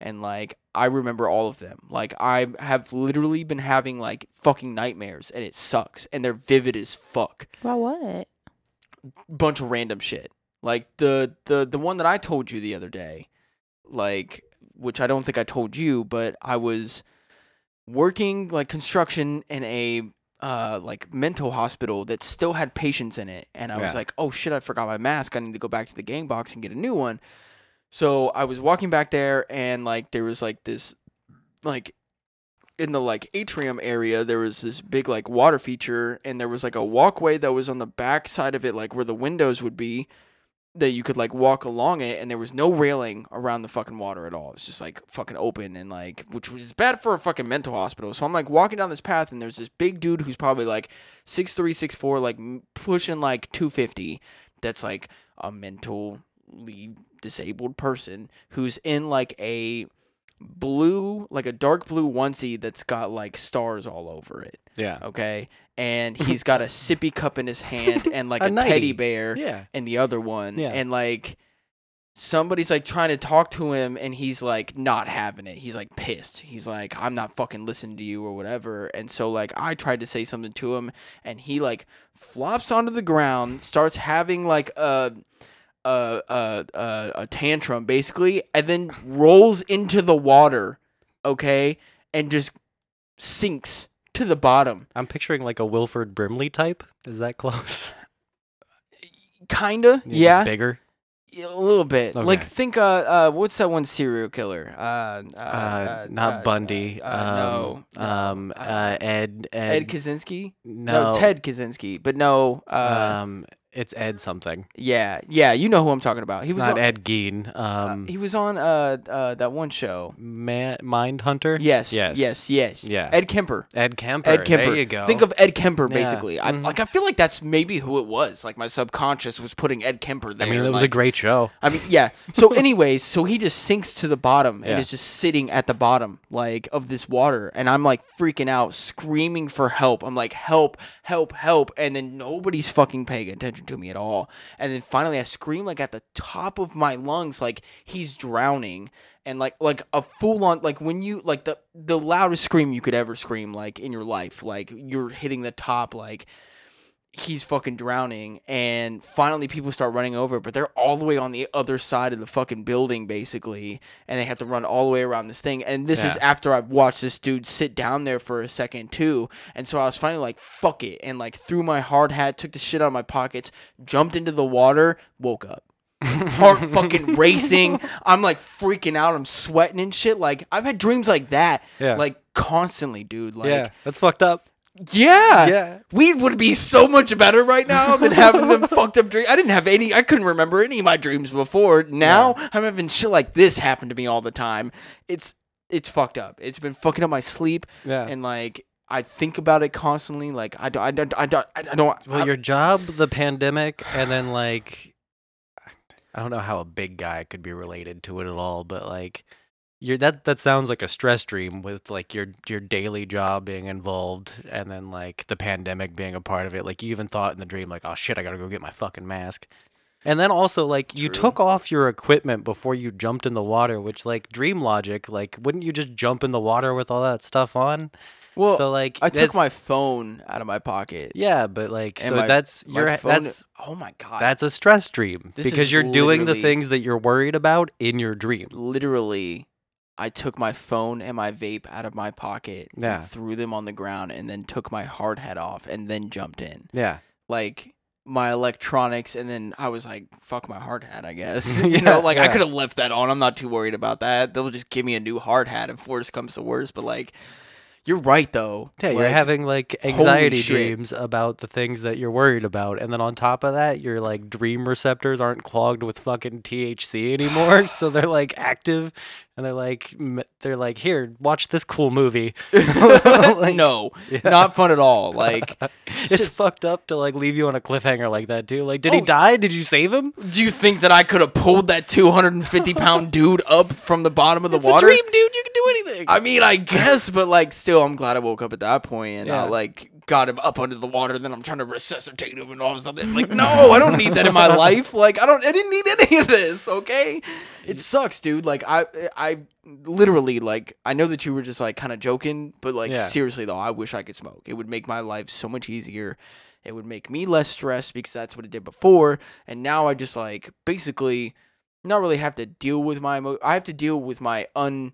[SPEAKER 2] And like I remember all of them. Like I have literally been having like fucking nightmares and it sucks and they're vivid as fuck
[SPEAKER 3] About what?
[SPEAKER 2] bunch of random shit. Like the the the one that I told you the other day, like which I don't think I told you, but I was working like construction in a uh like mental hospital that still had patients in it and I was
[SPEAKER 1] Yeah.
[SPEAKER 2] like, "Oh shit, I forgot my mask. I need to go back to the gang box and get a new one." So, I was walking back there and like there was like this like in the like atrium area there was this big like water feature and there was like a walkway that was on the back side of it like where the windows would be that you could like walk along it and there was no railing around the fucking water at all it's just like fucking open and like which was bad for a fucking mental hospital so i'm like walking down this path and there's this big dude who's probably like six three six four like m- pushing like 250 that's like a mental mentally disabled person who's in like a blue, like a dark blue onesie that's got like stars all over it.
[SPEAKER 1] Yeah.
[SPEAKER 2] Okay. And he's got a sippy cup in his hand and like
[SPEAKER 1] A
[SPEAKER 2] a,
[SPEAKER 1] nightie.
[SPEAKER 2] teddy bear
[SPEAKER 1] Yeah.
[SPEAKER 2] and the other one.
[SPEAKER 1] Yeah.
[SPEAKER 2] And like somebody's like trying to talk to him and he's like not having it. He's like pissed. He's like, I'm not fucking listening to you or whatever. And so like I tried to say something to him and he like flops onto the ground, starts having like a a a a, a tantrum basically, and then rolls into the water, okay, and just sinks to the bottom.
[SPEAKER 1] I'm picturing like a Wilford Brimley type. Is that close?
[SPEAKER 2] Kinda,
[SPEAKER 1] He's just
[SPEAKER 2] yeah.
[SPEAKER 1] Bigger.
[SPEAKER 2] Yeah, a little bit. Like
[SPEAKER 1] Okay.
[SPEAKER 2] think, uh, uh, what's that one serial killer? Uh, uh,
[SPEAKER 1] Uh,
[SPEAKER 2] uh,
[SPEAKER 1] not
[SPEAKER 2] uh,
[SPEAKER 1] Bundy.
[SPEAKER 2] Uh, uh, no,
[SPEAKER 1] um, Um.
[SPEAKER 2] no,
[SPEAKER 1] Uh, Ed. Ed.
[SPEAKER 2] Ed Kaczynski.
[SPEAKER 1] no.
[SPEAKER 2] No. Ted Kaczynski. But no, uh,
[SPEAKER 1] um. It's Ed something.
[SPEAKER 2] yeah, yeah, you know who I'm talking about. He
[SPEAKER 1] It's
[SPEAKER 2] was
[SPEAKER 1] not
[SPEAKER 2] on,
[SPEAKER 1] Ed Gein. Um.
[SPEAKER 2] uh, he was on uh, uh that one show.
[SPEAKER 1] Ma- Mind Hunter.
[SPEAKER 2] Yes,
[SPEAKER 1] Yes.
[SPEAKER 2] yes, yes, yes.
[SPEAKER 1] Yeah.
[SPEAKER 2] Ed Kemper.
[SPEAKER 1] Ed Kemper.
[SPEAKER 2] Ed Kemper.
[SPEAKER 1] There you go.
[SPEAKER 2] Think of Ed Kemper,
[SPEAKER 1] Yeah.
[SPEAKER 2] basically. I,
[SPEAKER 1] Mhm.
[SPEAKER 2] like I feel like that's maybe who it was. Like my subconscious was putting Ed Kemper
[SPEAKER 1] I
[SPEAKER 2] there.
[SPEAKER 1] mean, it was a
[SPEAKER 2] like-
[SPEAKER 1] great show.
[SPEAKER 2] I mean, yeah. So, anyways, so he just sinks to the bottom and
[SPEAKER 1] Yeah.
[SPEAKER 2] is just sitting at the bottom, like, of this water. And I'm like freaking out, screaming for help. I'm like, help, help, help. And then nobody's fucking paying attention to me at all. And then finally, I scream, like, at the top of my lungs, like, he's drowning. And like, like a full on, like, when you, like, the, the loudest scream you could ever scream, like, in your life, like, you're hitting the top, like, he's fucking drowning and finally people start running over but they're all the way on the other side of the fucking building basically and they have to run all the way around this thing and this is
[SPEAKER 1] Yeah.
[SPEAKER 2] after i've watched this dude sit down there for a second too and so i was finally like fuck it and like threw my hard hat took the shit out of my pockets jumped into the water woke up heart fucking racing i'm like freaking out i'm sweating and shit like i've had dreams like that
[SPEAKER 1] Yeah.
[SPEAKER 2] like constantly dude like
[SPEAKER 1] yeah. That's fucked up.
[SPEAKER 2] yeah.
[SPEAKER 1] Yeah.
[SPEAKER 2] We would be so much better right now than having them fucked up dreams. I didn't have any, I couldn't remember any of my dreams before. Now I'm having shit like this happen to me all the time. It's, it's fucked up. It's been fucking up my sleep.
[SPEAKER 1] Yeah.
[SPEAKER 2] And like, I think about it constantly. Like, I don't, I don't, I don't, I don't,
[SPEAKER 1] Well,
[SPEAKER 2] I-
[SPEAKER 1] your job, the pandemic, and then like, I don't know how a big guy could be related to it at all, but like, your that that sounds like a stress dream with like your your daily job being involved, and then like the pandemic being a part of it. Like you even thought in the dream, like, oh shit, I gotta go get my fucking mask. And then also like you
[SPEAKER 2] True.
[SPEAKER 1] took off your equipment before you jumped in the water, which like dream logic, like wouldn't you just jump in the water with all that stuff on?
[SPEAKER 2] well,
[SPEAKER 1] so like
[SPEAKER 2] I took
[SPEAKER 1] that's-
[SPEAKER 2] my phone out of my pocket.
[SPEAKER 1] yeah, but like
[SPEAKER 2] and
[SPEAKER 1] so
[SPEAKER 2] my-
[SPEAKER 1] that's
[SPEAKER 2] my
[SPEAKER 1] your
[SPEAKER 2] phone-
[SPEAKER 1] that's
[SPEAKER 2] oh my God.
[SPEAKER 1] that's a stress dream
[SPEAKER 2] This is
[SPEAKER 1] because you're doing the
[SPEAKER 2] literally-
[SPEAKER 1] things that you're worried about in your dream.
[SPEAKER 2] literally I took my phone and my vape out of my pocket, and
[SPEAKER 1] Yeah.
[SPEAKER 2] threw them on the ground, and then took my hard hat off and then jumped in.
[SPEAKER 1] Yeah.
[SPEAKER 2] Like my electronics, and then I was like, fuck my hard hat, I guess. you
[SPEAKER 1] Yeah,
[SPEAKER 2] know, like I
[SPEAKER 1] yeah.
[SPEAKER 2] could have left that on. I'm not too worried about that. They'll just give me a new hard hat if worse comes to worse. But like, you're right, though.
[SPEAKER 1] Yeah, you're
[SPEAKER 2] Like,
[SPEAKER 1] having like
[SPEAKER 2] holy
[SPEAKER 1] anxiety
[SPEAKER 2] shit.
[SPEAKER 1] dreams about the things that you're worried about. And then on top of that, your like dream receptors aren't clogged with fucking THC anymore. so they're like active and they're like, m- they're like, here, watch this cool movie. Like,
[SPEAKER 2] no,
[SPEAKER 1] yeah.
[SPEAKER 2] not fun at all. Like,
[SPEAKER 1] It's
[SPEAKER 2] just-
[SPEAKER 1] fucked up to like leave you on a cliffhanger like that, too. Like, did he
[SPEAKER 2] Oh.
[SPEAKER 1] die? Did you save him?
[SPEAKER 2] do you think that I could have pulled that 250 pound dude up from the bottom of the
[SPEAKER 1] It's
[SPEAKER 2] water?
[SPEAKER 1] a dream, dude. You can do anything.
[SPEAKER 2] I mean, I guess, but like, still, I'm glad I woke up at that point and
[SPEAKER 1] Yeah.
[SPEAKER 2] I like got him up under the water. Then I'm trying to resuscitate him and all of a sudden, like, no, I don't need that in my life. Like, I don't, I didn't need any of this. Okay, it sucks, dude. Like, I, I literally, like, I know that you were just like kind of joking, but like,
[SPEAKER 1] Yeah.
[SPEAKER 2] seriously though, I wish I could smoke. It would make my life so much easier. It would make me less stressed because that's what it did before, and now I just like basically not really have to deal with my emo- I have to deal with my un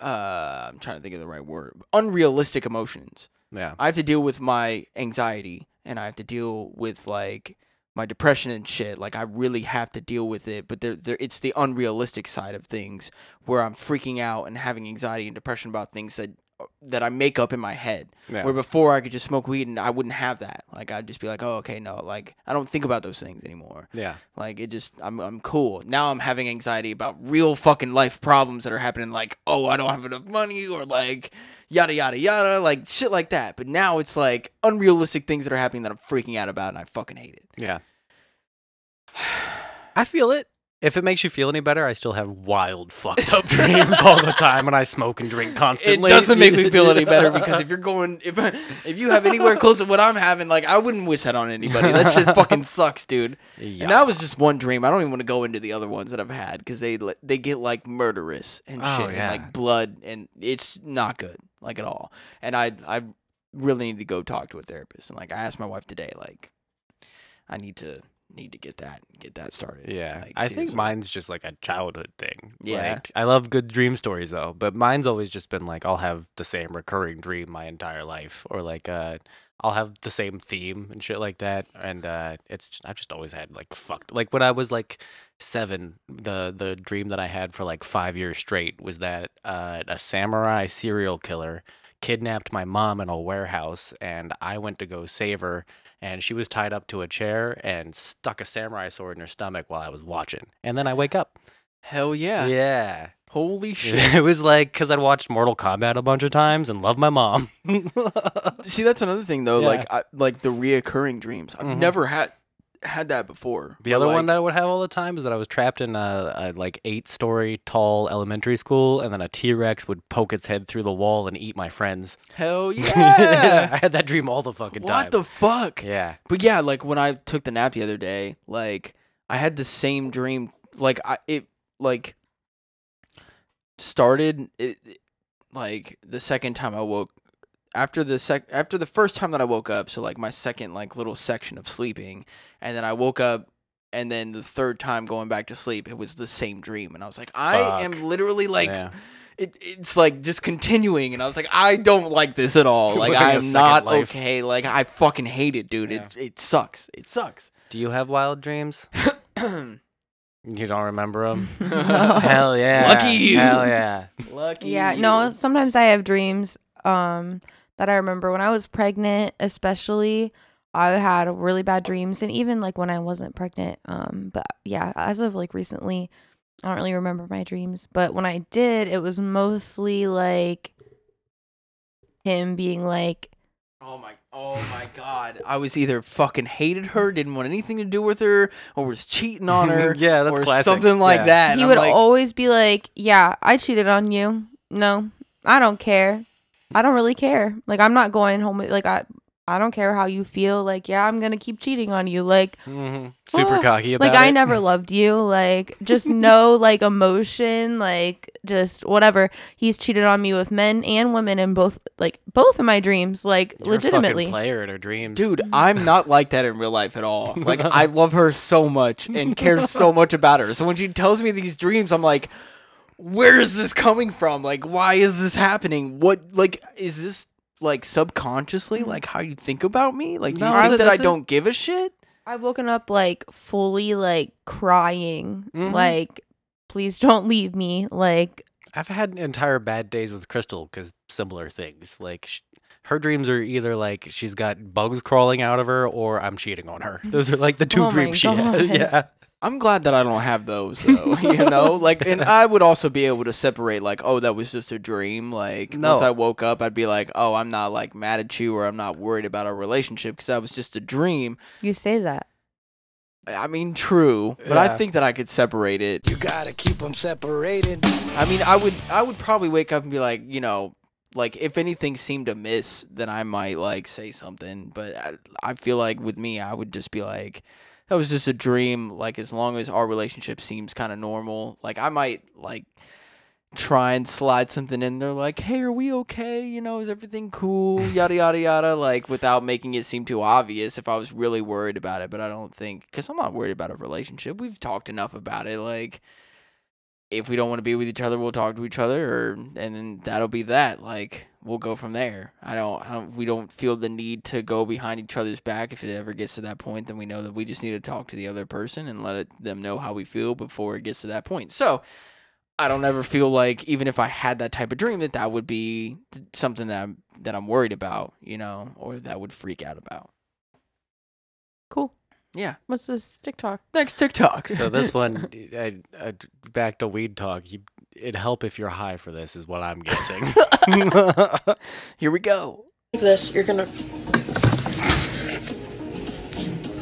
[SPEAKER 2] uh I'm trying to think of the right word. Unrealistic emotions.
[SPEAKER 1] yeah.
[SPEAKER 2] I have to deal with my anxiety and I have to deal with like my depression and shit. Like I really have to deal with it, but there there it's the unrealistic side of things where I'm freaking out and having anxiety and depression about things that that I make up in my head.
[SPEAKER 1] Yeah.
[SPEAKER 2] Where before I could just smoke weed and I wouldn't have that. Like I'd just be like, "Oh, okay, no. Like I don't think about those things anymore."
[SPEAKER 1] Yeah.
[SPEAKER 2] Like it just I'm I'm cool. Now I'm having anxiety about real fucking life problems that are happening like, oh, I don't have enough money or like yada yada yada, like shit like that. But now it's like unrealistic things that are happening that I'm freaking out about and I fucking hate it.
[SPEAKER 1] Yeah. I feel it. If it makes you feel any better, I still have wild fucked up dreams all the time and I smoke and drink
[SPEAKER 2] It
[SPEAKER 1] constantly.
[SPEAKER 2] doesn't make me feel any better because if you're going, if if you have anywhere close to what I'm having, like I wouldn't wish that on anybody. That shit fucking sucks, dude.
[SPEAKER 1] Yeah.
[SPEAKER 2] And that was just one dream. I don't even want to go into the other ones that I've had because they li- they get like murderous and shit,
[SPEAKER 1] Oh,
[SPEAKER 2] and,
[SPEAKER 1] yeah.
[SPEAKER 2] like blood, and it's not good like at all. And I I really need to go talk to a therapist. And like I asked my wife today, like I need to need to get that get that started.
[SPEAKER 1] Yeah,
[SPEAKER 2] Like,
[SPEAKER 1] I think
[SPEAKER 2] seriously.
[SPEAKER 1] mine's just like a childhood thing.
[SPEAKER 2] Yeah.
[SPEAKER 1] like, I love good dream stories though, but mine's always just been like I'll have the same recurring dream my entire life, or like uh, I'll have the same theme and shit like that. And uh, it's j- I've just always had like fucked. Like when I was like seven, the the dream that I had for like five years straight was that uh, a samurai serial killer kidnapped my mom in a warehouse, and I went to go save her and she was tied up to a chair and stuck a samurai sword in her stomach while I was watching. And then I wake up.
[SPEAKER 2] Hell yeah!
[SPEAKER 1] Yeah.
[SPEAKER 2] Holy shit!
[SPEAKER 1] It was like because I'd watched Mortal Kombat a bunch of times and loved my mom.
[SPEAKER 2] See, that's another thing though.
[SPEAKER 1] Yeah.
[SPEAKER 2] Like, I, like the reoccurring dreams. I've
[SPEAKER 1] Mhm.
[SPEAKER 2] never had had that before.
[SPEAKER 1] The
[SPEAKER 2] where,
[SPEAKER 1] other one
[SPEAKER 2] like-
[SPEAKER 1] that I would have all the time is that I was trapped in a, a like eight story tall elementary school, and then a T Rex would poke its head through the wall and eat my friends.
[SPEAKER 2] hell yeah!
[SPEAKER 1] I had that dream all the fucking time.
[SPEAKER 2] what the fuck?
[SPEAKER 1] yeah.
[SPEAKER 2] But yeah, like when I took the nap the other day, like I had the same dream. Like I it like started it, it- like the second time I woke after the sec after the first time that I woke up, so like my second like little section of sleeping, and then I woke up and then the third time going back to sleep, it was the same dream and I was like, I
[SPEAKER 1] Fuck.
[SPEAKER 2] am literally like
[SPEAKER 1] Yeah.
[SPEAKER 2] it, it's like just continuing and i was like i don't like this at all like
[SPEAKER 1] Living a
[SPEAKER 2] i'm
[SPEAKER 1] second
[SPEAKER 2] not
[SPEAKER 1] life.
[SPEAKER 2] okay like i fucking hate it dude it, it sucks it sucks
[SPEAKER 1] Do you have wild dreams? you don't remember them?
[SPEAKER 2] lucky
[SPEAKER 1] Hell yeah.
[SPEAKER 2] Lucky you.
[SPEAKER 1] Hell yeah.
[SPEAKER 3] Yeah, no, sometimes I have dreams um that I remember when I was pregnant, especially I had really bad dreams and even like when I wasn't pregnant. Um but yeah, as of like recently, I don't really remember my dreams, but when I did, it was mostly like him being like
[SPEAKER 2] oh my oh my god i was either fucking hated her didn't want anything to do with her or was cheating on her
[SPEAKER 1] Yeah, that's
[SPEAKER 2] or
[SPEAKER 1] classic.
[SPEAKER 2] something like
[SPEAKER 1] Yeah.
[SPEAKER 2] that and
[SPEAKER 3] he
[SPEAKER 2] I'm
[SPEAKER 3] would
[SPEAKER 2] like,
[SPEAKER 3] always be like, "Yeah, I cheated on you. No, I don't care. I don't really care. Like I'm not going home. with- Like I, I don't care how you feel. Like yeah, I'm gonna keep cheating on you. Like
[SPEAKER 1] Mhm. Super
[SPEAKER 3] "Oh,
[SPEAKER 1] cocky about
[SPEAKER 3] Like I
[SPEAKER 1] it.
[SPEAKER 3] never loved you. Like just no like emotion. Like just whatever. He's cheated on me with men and women in both like both of my dreams. Like
[SPEAKER 1] You're a fucking
[SPEAKER 3] legitimately.
[SPEAKER 1] player in her dreams,
[SPEAKER 2] Dude, I'm not like that in real life at all. Like, I love her so much and care so much about her. So when she tells me these dreams, I'm like, where is this coming from? Like, why is this happening? What, like, is this like subconsciously like how you think about me? Like, do you
[SPEAKER 1] No,
[SPEAKER 2] think
[SPEAKER 1] that-
[SPEAKER 2] that I
[SPEAKER 1] that's a-
[SPEAKER 2] don't give a shit?
[SPEAKER 3] I've woken up like fully like crying.
[SPEAKER 1] Mhm.
[SPEAKER 3] Like please don't leave me. Like
[SPEAKER 1] I've had entire bad days with Crystal because similar things. Like sh- her dreams are either like she's got bugs crawling out of her, or I'm cheating on her. Those are like the two
[SPEAKER 3] Oh my
[SPEAKER 1] dreams she has.
[SPEAKER 3] God.
[SPEAKER 1] Yeah,
[SPEAKER 2] I'm glad that I don't have those, though. you know, like, and I would also be able to separate, like, oh, that was just a dream. Like,
[SPEAKER 1] No.
[SPEAKER 2] once I woke up, I'd be like, oh, I'm not like mad at you, or I'm not worried about our relationship because that was just a dream.
[SPEAKER 3] You say that.
[SPEAKER 2] I mean, true, but I
[SPEAKER 1] Yeah.
[SPEAKER 2] think that I could separate it.
[SPEAKER 4] You gotta keep them separated.
[SPEAKER 2] I mean, I would, I would probably wake up and be like, you know, like if anything seemed amiss, then I might like say something. But I, I feel like with me, I would just be like, that was just a dream. Like as long as our relationship seems kind of normal, like I might like try and slide something in there, like, hey, are we okay? You know, is everything cool? Yada yada yada. Like without making it seem too obvious, if I was really worried about it. But I don't think, cause I'm not worried about a relationship. We've talked enough about it. Like if we don't want to be with each other, we'll talk to each other, or and then that'll be that. Like we'll go from there. I don't, I don't. We don't feel the need to go behind each other's back. If it ever gets to that point, then we know that we just need to talk to the other person and let it, them know how we feel before it gets to that point. So I don't ever feel like even if I had that type of dream that that would be th- something that I'm that I'm worried about, you know, or that would freak out about.
[SPEAKER 3] Cool.
[SPEAKER 2] Yeah.
[SPEAKER 3] What's this TikTok?
[SPEAKER 2] Next TikTok.
[SPEAKER 1] So this one, I, I, back to weed talk. You, it'd help if you're high for this, is what I'm guessing.
[SPEAKER 2] Here we go.
[SPEAKER 7] like this, you're gonna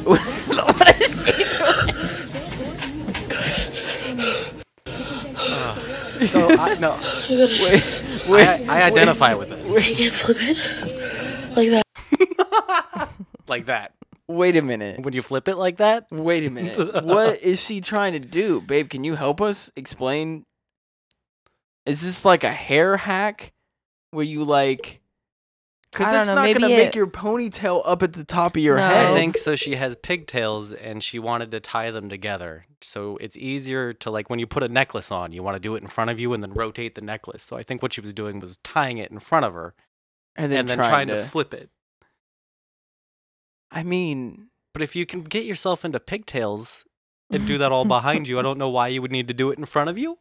[SPEAKER 2] what is he doing?
[SPEAKER 1] So I, no,
[SPEAKER 2] Wait,
[SPEAKER 1] I, I identify with this
[SPEAKER 7] Take it, flip it, like that.
[SPEAKER 1] like that.
[SPEAKER 2] wait a minute.
[SPEAKER 1] When you flip it like that,
[SPEAKER 2] Wait a minute. what is she trying to do, babe? Can you help us explain? Is this like a hair hack where you like?
[SPEAKER 3] I
[SPEAKER 2] Because
[SPEAKER 3] don't
[SPEAKER 2] it's
[SPEAKER 3] know,
[SPEAKER 2] not gonna
[SPEAKER 3] maybe
[SPEAKER 2] make
[SPEAKER 3] it-
[SPEAKER 2] your ponytail up at the top of your
[SPEAKER 3] No.
[SPEAKER 1] I
[SPEAKER 2] head.
[SPEAKER 1] think so. She has pigtails and she wanted to tie them together. So it's easier to, like, when you put a necklace on, you want to do it in front of you and then rotate the necklace. So I think what she was doing was tying it in front of her
[SPEAKER 2] and
[SPEAKER 1] and,
[SPEAKER 2] then,
[SPEAKER 1] then
[SPEAKER 2] trying, to.
[SPEAKER 1] flip it.
[SPEAKER 2] I mean,
[SPEAKER 1] But if you can get yourself into pigtails and do that all behind you, I don't know why you would need to do it in front of you.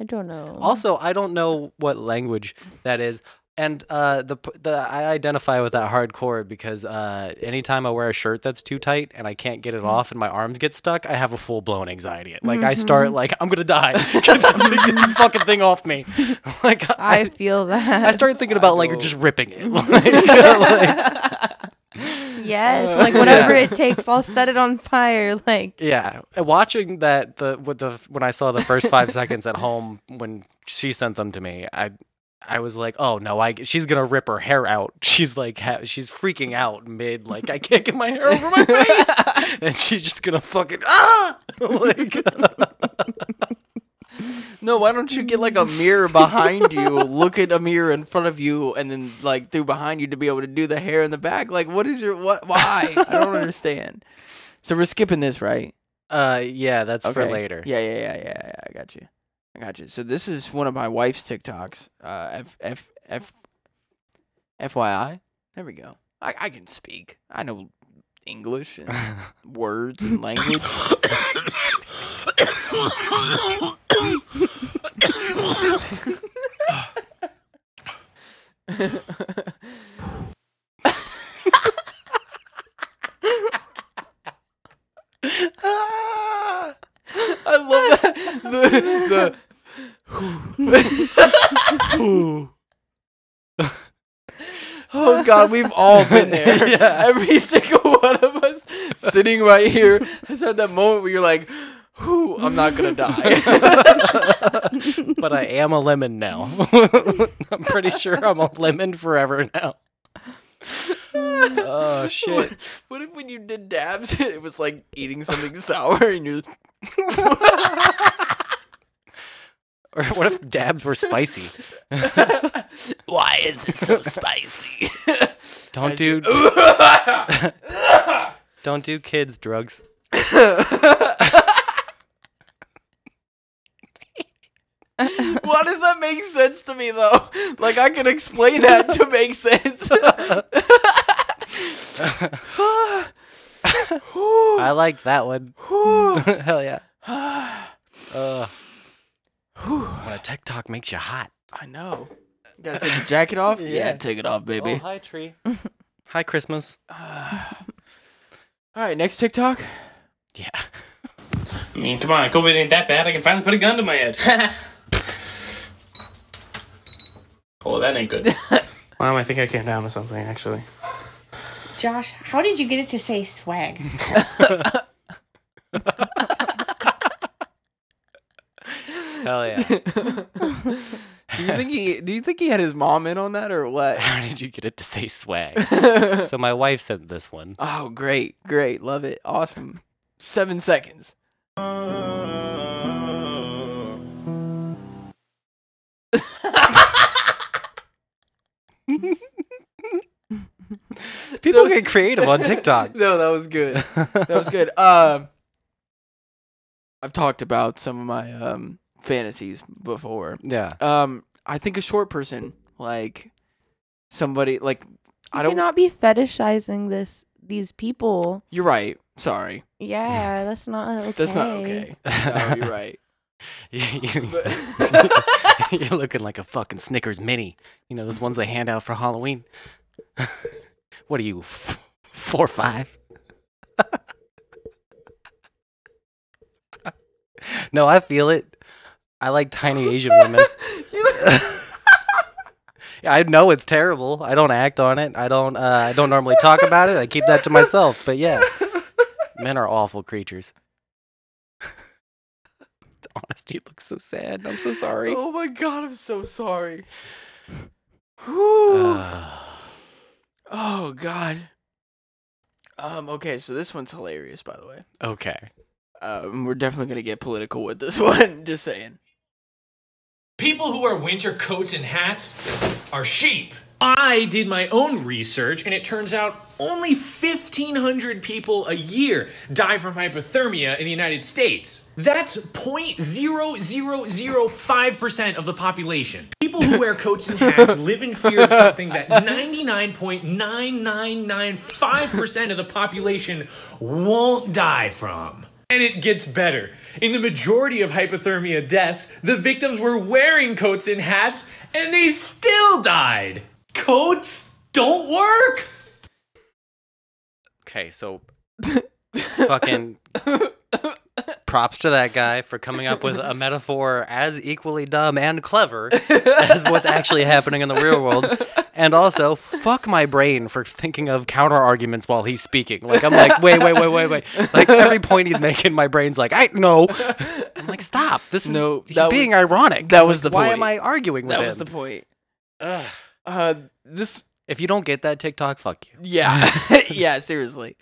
[SPEAKER 3] I don't know.
[SPEAKER 1] Also, I don't know what language that is. And uh, the p- the I identify with that hardcore because uh, anytime I wear a shirt that's too tight and I can't get it off and my arms get stuck, I have a full blown anxiety. Like I start like I'm gonna die. Get this fucking thing off me. Like
[SPEAKER 3] I
[SPEAKER 1] I,
[SPEAKER 3] feel that.
[SPEAKER 1] I started thinking
[SPEAKER 2] I
[SPEAKER 1] about like
[SPEAKER 2] know.
[SPEAKER 1] just ripping it. Like,
[SPEAKER 3] Yes,
[SPEAKER 2] Uh,
[SPEAKER 3] like whatever
[SPEAKER 1] Yeah.
[SPEAKER 3] it takes, I'll set it on fire. Like
[SPEAKER 1] Yeah, and watching that the with the when I saw the first five seconds at home when she sent them to me, I I was like, oh no, I she's gonna rip her hair out. She's like, ha- she's freaking out mid, like I can't get my hair over my face, and she's just gonna fucking ah, like
[SPEAKER 2] no. Why don't you get like a mirror behind you? look at a mirror in front of you, and then like through behind you to be able to do the hair in the back. Like, what is your what? Why? I don't understand. So we're skipping this, right?
[SPEAKER 1] uh yeah, that's for later.
[SPEAKER 2] Yeah, yeah, yeah, yeah, yeah. I got you. I got you. So this is one of my wife's TikToks. Uh, F F F FYI. There we go. I I can speak. I know English and words and language. Ah! I love that. The, the oh God, we've all been there.
[SPEAKER 1] Yeah.
[SPEAKER 2] Every single one of us sitting right here has had that moment where you're like, "Whew, I'm not gonna die."
[SPEAKER 1] but I am a lemon now. I'm pretty sure I'm a lemon forever now. oh shit.
[SPEAKER 2] what, what if when you did dabs, it was like eating something sour and you're
[SPEAKER 1] Or what if dabs were spicy?
[SPEAKER 2] Why is it so spicy?
[SPEAKER 1] Don't do don't do kids drugs.
[SPEAKER 2] Why does that make sense to me though? Like I can explain that to make sense.
[SPEAKER 1] I liked that one. Hell yeah. Ugh. when a tech talk makes you hot.
[SPEAKER 2] I know. Gotta take the jacket off? Yeah, Oh, take it off, baby.
[SPEAKER 1] hi tree. hi Christmas.
[SPEAKER 2] All right, next TikTok.
[SPEAKER 1] Yeah.
[SPEAKER 8] I mean, come on, COVID ain't that bad. I can finally put a gun to my head. oh, that ain't good. Mom, I think I came down with something, actually.
[SPEAKER 9] Josh, how did you get it to say swag?
[SPEAKER 1] Hell yeah.
[SPEAKER 2] Do you think he? Do you think he had his mom in on that or what?
[SPEAKER 1] How did you get it to say swag? so my wife sent this one.
[SPEAKER 2] Oh, great, great, love it, awesome. Seven seconds.
[SPEAKER 1] People get creative on TikTok.
[SPEAKER 2] No, that was good. that was good. Um, I've talked about some of my um fantasies before.
[SPEAKER 1] Yeah.
[SPEAKER 2] Um, I think a short person, like somebody, like I
[SPEAKER 3] I
[SPEAKER 2] don't.
[SPEAKER 3] cannot be fetishizing this these people.
[SPEAKER 2] you're right. Sorry,
[SPEAKER 3] Yeah, that's not okay.
[SPEAKER 2] that's not okay. No, you're right. But-
[SPEAKER 1] You're looking like a fucking Snickers mini. You know, those ones they hand out for Halloween. what are you, f- four or five? no, I feel it. I like tiny Asian women. I know it's terrible. I don't act on it. I don't. Uh, I don't normally talk about it. I keep that to myself. But yeah, men are awful creatures. honesty. It looks so sad. I'm so sorry.
[SPEAKER 2] Oh my god, I'm so sorry. Whew.
[SPEAKER 1] Uh,
[SPEAKER 2] oh god. Um. Okay, so this one's hilarious, by the way.
[SPEAKER 1] okay.
[SPEAKER 2] Um, we're definitely gonna get political with this one. Just saying.
[SPEAKER 10] People who wear winter coats and hats are sheep. I did my own research, and it turns out only 1,500 people a year die from hypothermia in the United States. That's 0.0005% of the population. People who wear coats and hats live in fear of something that 99.9995% of the population won't die from. And it gets better. In the majority of hypothermia deaths, the victims were wearing coats and hats and they still died. Coats don't work?
[SPEAKER 1] Okay, so fucking props to that guy for coming up with a metaphor as equally dumb and clever as what's actually happening in the real world. And also, fuck my brain for thinking of counter arguments while he's speaking. Like I'm like, wait, wait, wait, wait, wait. Like every point he's making, my brain's like, I no. I'm like, stop. This is
[SPEAKER 2] No,
[SPEAKER 1] he's
[SPEAKER 2] that
[SPEAKER 1] being
[SPEAKER 2] was-
[SPEAKER 1] ironic.
[SPEAKER 2] that was the
[SPEAKER 1] why
[SPEAKER 2] point.
[SPEAKER 1] am I arguing with
[SPEAKER 2] That
[SPEAKER 1] him?
[SPEAKER 2] was the point.
[SPEAKER 1] Ugh.
[SPEAKER 2] Uh, this.
[SPEAKER 1] If you don't get that TikTok, fuck you.
[SPEAKER 2] Yeah. yeah. Seriously.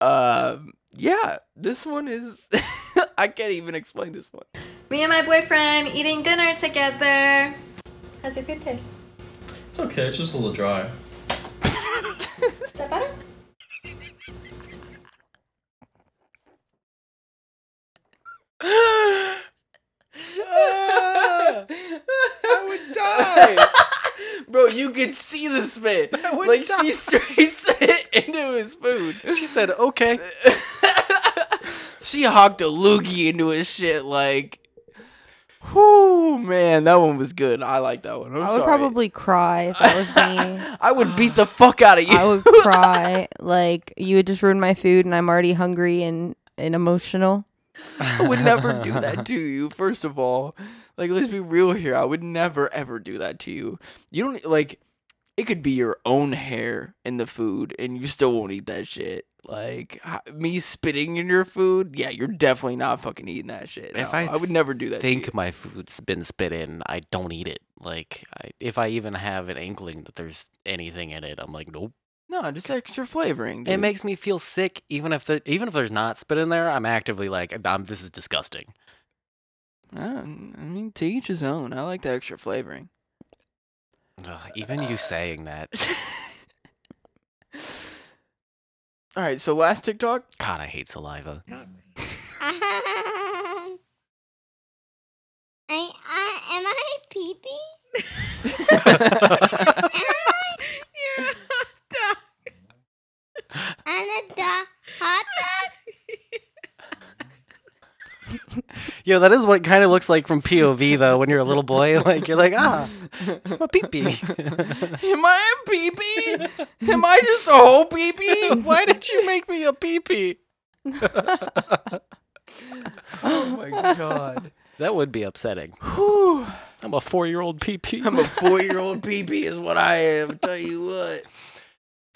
[SPEAKER 2] Um. Yeah. This one is. I can't even explain this one.
[SPEAKER 5] Me and my boyfriend eating dinner together. How's your food taste?
[SPEAKER 11] It's okay, it's just a little dry.
[SPEAKER 5] Is that better?
[SPEAKER 2] I would die. Bro, you could see this man. Like she straight straight into his food.
[SPEAKER 1] She said, okay.
[SPEAKER 2] She hocked a loogie into his shit like Whoo man, that one was good. I like that one. I'm
[SPEAKER 3] I would
[SPEAKER 2] sorry.
[SPEAKER 3] probably cry if that was me.
[SPEAKER 2] I would beat the fuck out of you.
[SPEAKER 3] I would cry. Like you would just ruin my food, and I'm already hungry and and emotional.
[SPEAKER 2] I would never do that to you, first of all. Like, let's be real here. I would never, ever do that to you. You don't, like, it could be your own hair in the food and you still won't eat that shit. Like, h- me spitting in your food, yeah, you're definitely not fucking eating that shit.
[SPEAKER 1] If
[SPEAKER 2] No,
[SPEAKER 1] I
[SPEAKER 2] I, would never do that.
[SPEAKER 1] think
[SPEAKER 2] to
[SPEAKER 1] my food's been spit in, I don't eat it. Like, I, if I even have an inkling that there's anything in it, I'm like, nope.
[SPEAKER 2] you. No, just extra flavoring. Dude.
[SPEAKER 1] It makes me feel sick, even if the even if there's not spit in there. I'm actively like, i this is disgusting.
[SPEAKER 2] I don't- I mean, to each his own. I like the extra flavoring.
[SPEAKER 1] Ugh, even you saying that,
[SPEAKER 2] All right, so last TikTok.
[SPEAKER 1] God, I hate saliva.
[SPEAKER 12] I, I, am I peeping? You're a hot dog. I'm a dog. Hot dog?
[SPEAKER 1] Yo, that is what it kind of looks like from POV though. When you're a little boy, like you're like, ah, it's my pee pee.
[SPEAKER 2] Am I a peepee? Am I just a whole peepee?
[SPEAKER 1] Why did you make me a pee pee?
[SPEAKER 2] Oh my god.
[SPEAKER 1] That would be upsetting.
[SPEAKER 2] Whew.
[SPEAKER 1] I'm a four year old pee pee.
[SPEAKER 2] I'm a four year old peepee is what I am. Tell you what.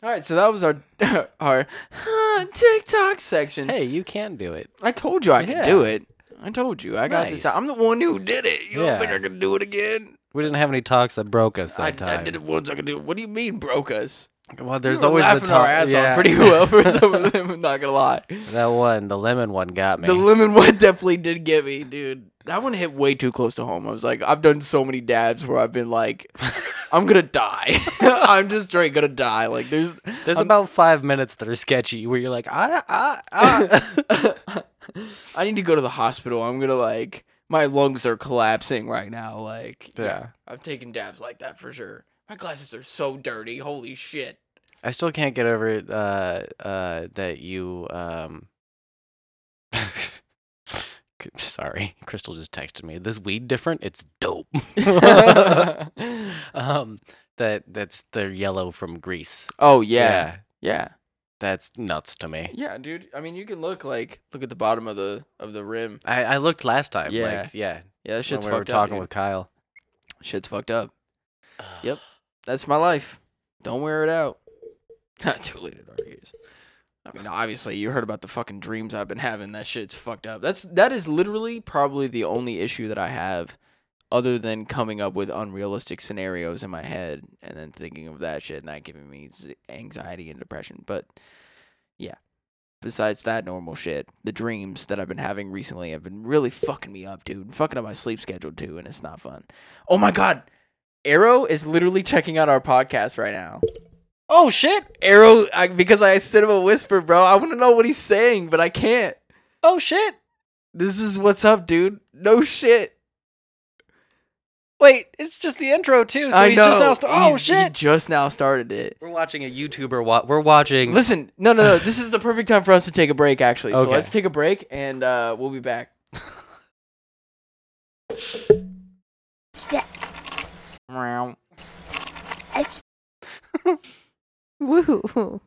[SPEAKER 2] All right, so that was our our huh, TikTok section.
[SPEAKER 1] Hey, you can do it.
[SPEAKER 2] I told you I could
[SPEAKER 1] Yeah.
[SPEAKER 2] do it. I told you I got this.
[SPEAKER 1] Nice.
[SPEAKER 2] I'm the one who did it. You
[SPEAKER 1] Yeah.
[SPEAKER 2] don't think I can do it again?
[SPEAKER 1] We didn't have any talks that broke us that
[SPEAKER 2] I,
[SPEAKER 1] time.
[SPEAKER 2] I did it once. I can do it. What do you mean broke us?
[SPEAKER 1] Well, there's
[SPEAKER 2] we were
[SPEAKER 1] always the
[SPEAKER 2] laughing
[SPEAKER 1] talk.
[SPEAKER 2] our ass off pretty well for some of them. I'm not gonna lie.
[SPEAKER 1] that one, the lemon one, got me.
[SPEAKER 2] The lemon one definitely did get me, dude. That one hit way too close to home. I was like, I've done so many dabs where I've been like, I'm gonna die. I'm just straight gonna die. Like there's
[SPEAKER 1] there's
[SPEAKER 2] I'm-
[SPEAKER 1] about five minutes that are sketchy where you're like, ah, ah, ah.
[SPEAKER 2] I need to go to the hospital. I'm gonna like my lungs are collapsing right now. Like
[SPEAKER 1] Yeah.
[SPEAKER 2] I've taken dabs like that for sure. My glasses are so dirty. Holy shit.
[SPEAKER 1] I still can't get over it, uh, uh, that you. Um... Sorry, Crystal just texted me. This weed different? It's dope. um, that that's the yellow from Greece.
[SPEAKER 2] Oh yeah. Yeah.
[SPEAKER 1] that's nuts to me.
[SPEAKER 2] Yeah, dude. I mean you can look like look at the bottom of the of the rim.
[SPEAKER 1] I, I looked last time.
[SPEAKER 2] Yeah.
[SPEAKER 1] like, yeah.
[SPEAKER 2] Yeah, that shit's
[SPEAKER 1] when we were
[SPEAKER 2] fucked up.
[SPEAKER 1] talking
[SPEAKER 2] Dude.
[SPEAKER 1] with Kyle.
[SPEAKER 2] Shit's fucked up. Yep. That's my life. Don't wear it out. Not too late at our years. I mean, obviously, you heard about the fucking dreams I've been having. That shit's fucked up. That's that is literally probably the only issue that I have, other than coming up with unrealistic scenarios in my head and then thinking of that shit and that giving me z- anxiety and depression. But yeah, besides that normal shit, the dreams that I've been having recently have been really fucking me up, dude. Fucking up my sleep schedule too, and it's not fun. Oh my god, Arrow is literally checking out our podcast right now.
[SPEAKER 1] Oh shit!
[SPEAKER 2] Arrow, I, because I sent him a whisper, bro. I want to know what he's saying, but I can't.
[SPEAKER 1] Oh shit!
[SPEAKER 2] This is what's up, dude. No shit.
[SPEAKER 1] Wait, it's just the intro too. So
[SPEAKER 2] I
[SPEAKER 1] he's
[SPEAKER 2] know.
[SPEAKER 1] just now. St- oh
[SPEAKER 2] He's- He
[SPEAKER 1] shit!
[SPEAKER 2] just now started it.
[SPEAKER 1] We're watching a YouTuber. Wa- we're watching.
[SPEAKER 2] Listen, no, no, no. this is the perfect time for us to take a break, actually. So
[SPEAKER 1] Okay.
[SPEAKER 2] let's take a break, and uh, we'll be back. Meow.
[SPEAKER 3] Woo.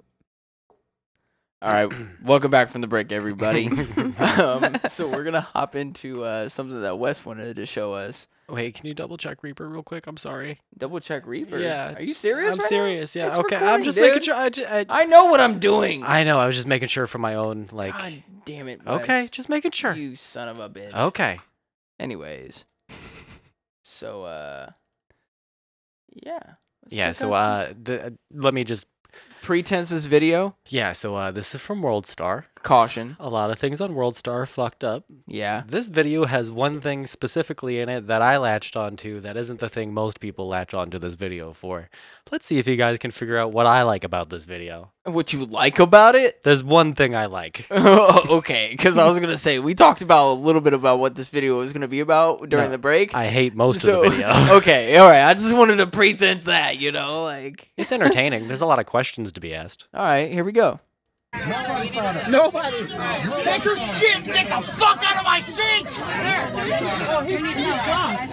[SPEAKER 2] All right, welcome back from the break, everybody. um, so we're gonna hop into uh, something that Wes wanted to show us.
[SPEAKER 1] Wait, can you double check Reaper real quick? I'm sorry.
[SPEAKER 2] Double check Reaper.
[SPEAKER 1] Yeah.
[SPEAKER 2] Are you serious?
[SPEAKER 1] I'm
[SPEAKER 2] right now?
[SPEAKER 1] serious. Yeah.
[SPEAKER 2] It's
[SPEAKER 1] okay. I'm
[SPEAKER 2] recording,
[SPEAKER 1] just
[SPEAKER 2] dude.
[SPEAKER 1] making sure. I, ju- I,
[SPEAKER 2] I know what I'm doing.
[SPEAKER 1] I know. I was just making sure for my own like.
[SPEAKER 2] God damn it.
[SPEAKER 1] Okay,
[SPEAKER 2] Wes.
[SPEAKER 1] just making sure. Oh,
[SPEAKER 2] You son of a bitch.
[SPEAKER 1] Okay.
[SPEAKER 2] Anyways. So uh yeah. let's
[SPEAKER 1] Yeah.
[SPEAKER 2] check
[SPEAKER 1] So
[SPEAKER 2] out
[SPEAKER 1] uh,
[SPEAKER 2] this
[SPEAKER 1] the, uh, let me just.
[SPEAKER 2] pretenses video
[SPEAKER 1] Yeah. So uh, this is from World Star.
[SPEAKER 2] caution.
[SPEAKER 1] A lot of things on World Star fucked up.
[SPEAKER 2] Yeah.
[SPEAKER 1] This video has one thing specifically in it that I latched onto that isn't the thing most people latch onto this video for. Let's see if you guys can figure out what I like about this video.
[SPEAKER 2] What you like about it?
[SPEAKER 1] There's one thing I like.
[SPEAKER 2] okay, cuz I was going to say we talked about a little bit about what this video was going to be about during
[SPEAKER 1] No,
[SPEAKER 2] the break.
[SPEAKER 1] I hate most
[SPEAKER 2] so,
[SPEAKER 1] of the video.
[SPEAKER 2] okay, all right. I just wanted to pretense that, you know, like
[SPEAKER 1] It's entertaining. There's a lot of questions to be asked.
[SPEAKER 2] All right, here we go.
[SPEAKER 13] Nobody. Take your shit and get the fuck out of my seat. Oh, he needs a job.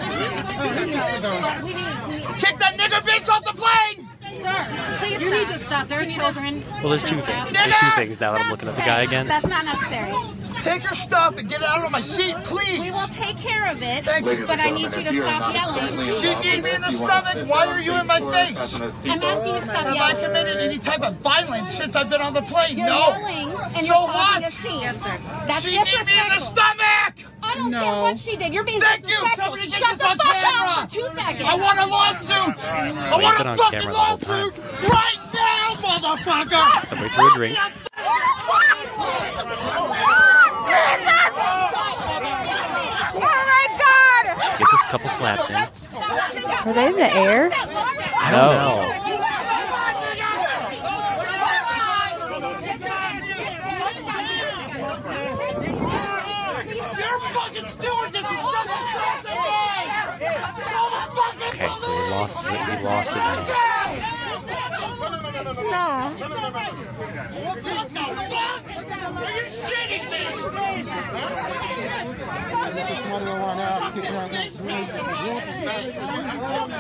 [SPEAKER 13] Kick that nigger bitch off the plane. Sir, please you need to stop. There are children.
[SPEAKER 1] Well, there's two things. There's two things now that I'm looking at the guy again.
[SPEAKER 12] That's not necessary.
[SPEAKER 13] Take your stuff and get out of my seat, please.
[SPEAKER 12] We will take care of it,
[SPEAKER 13] Thank you.
[SPEAKER 12] but I need you to stop yelling.
[SPEAKER 13] She gave me in the stomach. Why are you in my face?
[SPEAKER 12] I'm asking you to stop
[SPEAKER 13] Have I
[SPEAKER 12] yelling.
[SPEAKER 13] committed any type of violence since I've been on the plane?
[SPEAKER 12] You're
[SPEAKER 13] no.
[SPEAKER 12] yelling and
[SPEAKER 13] so
[SPEAKER 12] you're
[SPEAKER 13] what?
[SPEAKER 12] causing a scene. Yes, sir. That's
[SPEAKER 13] she gave me in the
[SPEAKER 12] disrespectful.
[SPEAKER 13] stomach.
[SPEAKER 12] I don't care what she did. You're being
[SPEAKER 13] Thank you.
[SPEAKER 12] disrespectful.
[SPEAKER 13] Somebody get
[SPEAKER 12] Shut
[SPEAKER 13] this
[SPEAKER 12] the
[SPEAKER 13] on
[SPEAKER 12] fuck
[SPEAKER 13] camera.
[SPEAKER 12] up for two seconds.
[SPEAKER 13] I want a lawsuit. I
[SPEAKER 1] You've
[SPEAKER 13] want
[SPEAKER 1] been
[SPEAKER 13] a
[SPEAKER 1] on
[SPEAKER 13] fucking
[SPEAKER 1] camera the whole time.
[SPEAKER 13] lawsuit right now, motherfucker.
[SPEAKER 1] Somebody threw a drink. Gets a couple slaps in.
[SPEAKER 3] Are they in the air?
[SPEAKER 1] I don't know.
[SPEAKER 13] You're fucking stewardess is not assaulting me. Motherfucking
[SPEAKER 1] Okay, so we lost. We lost his hand.
[SPEAKER 13] No. What the fuck? Are you shitting me?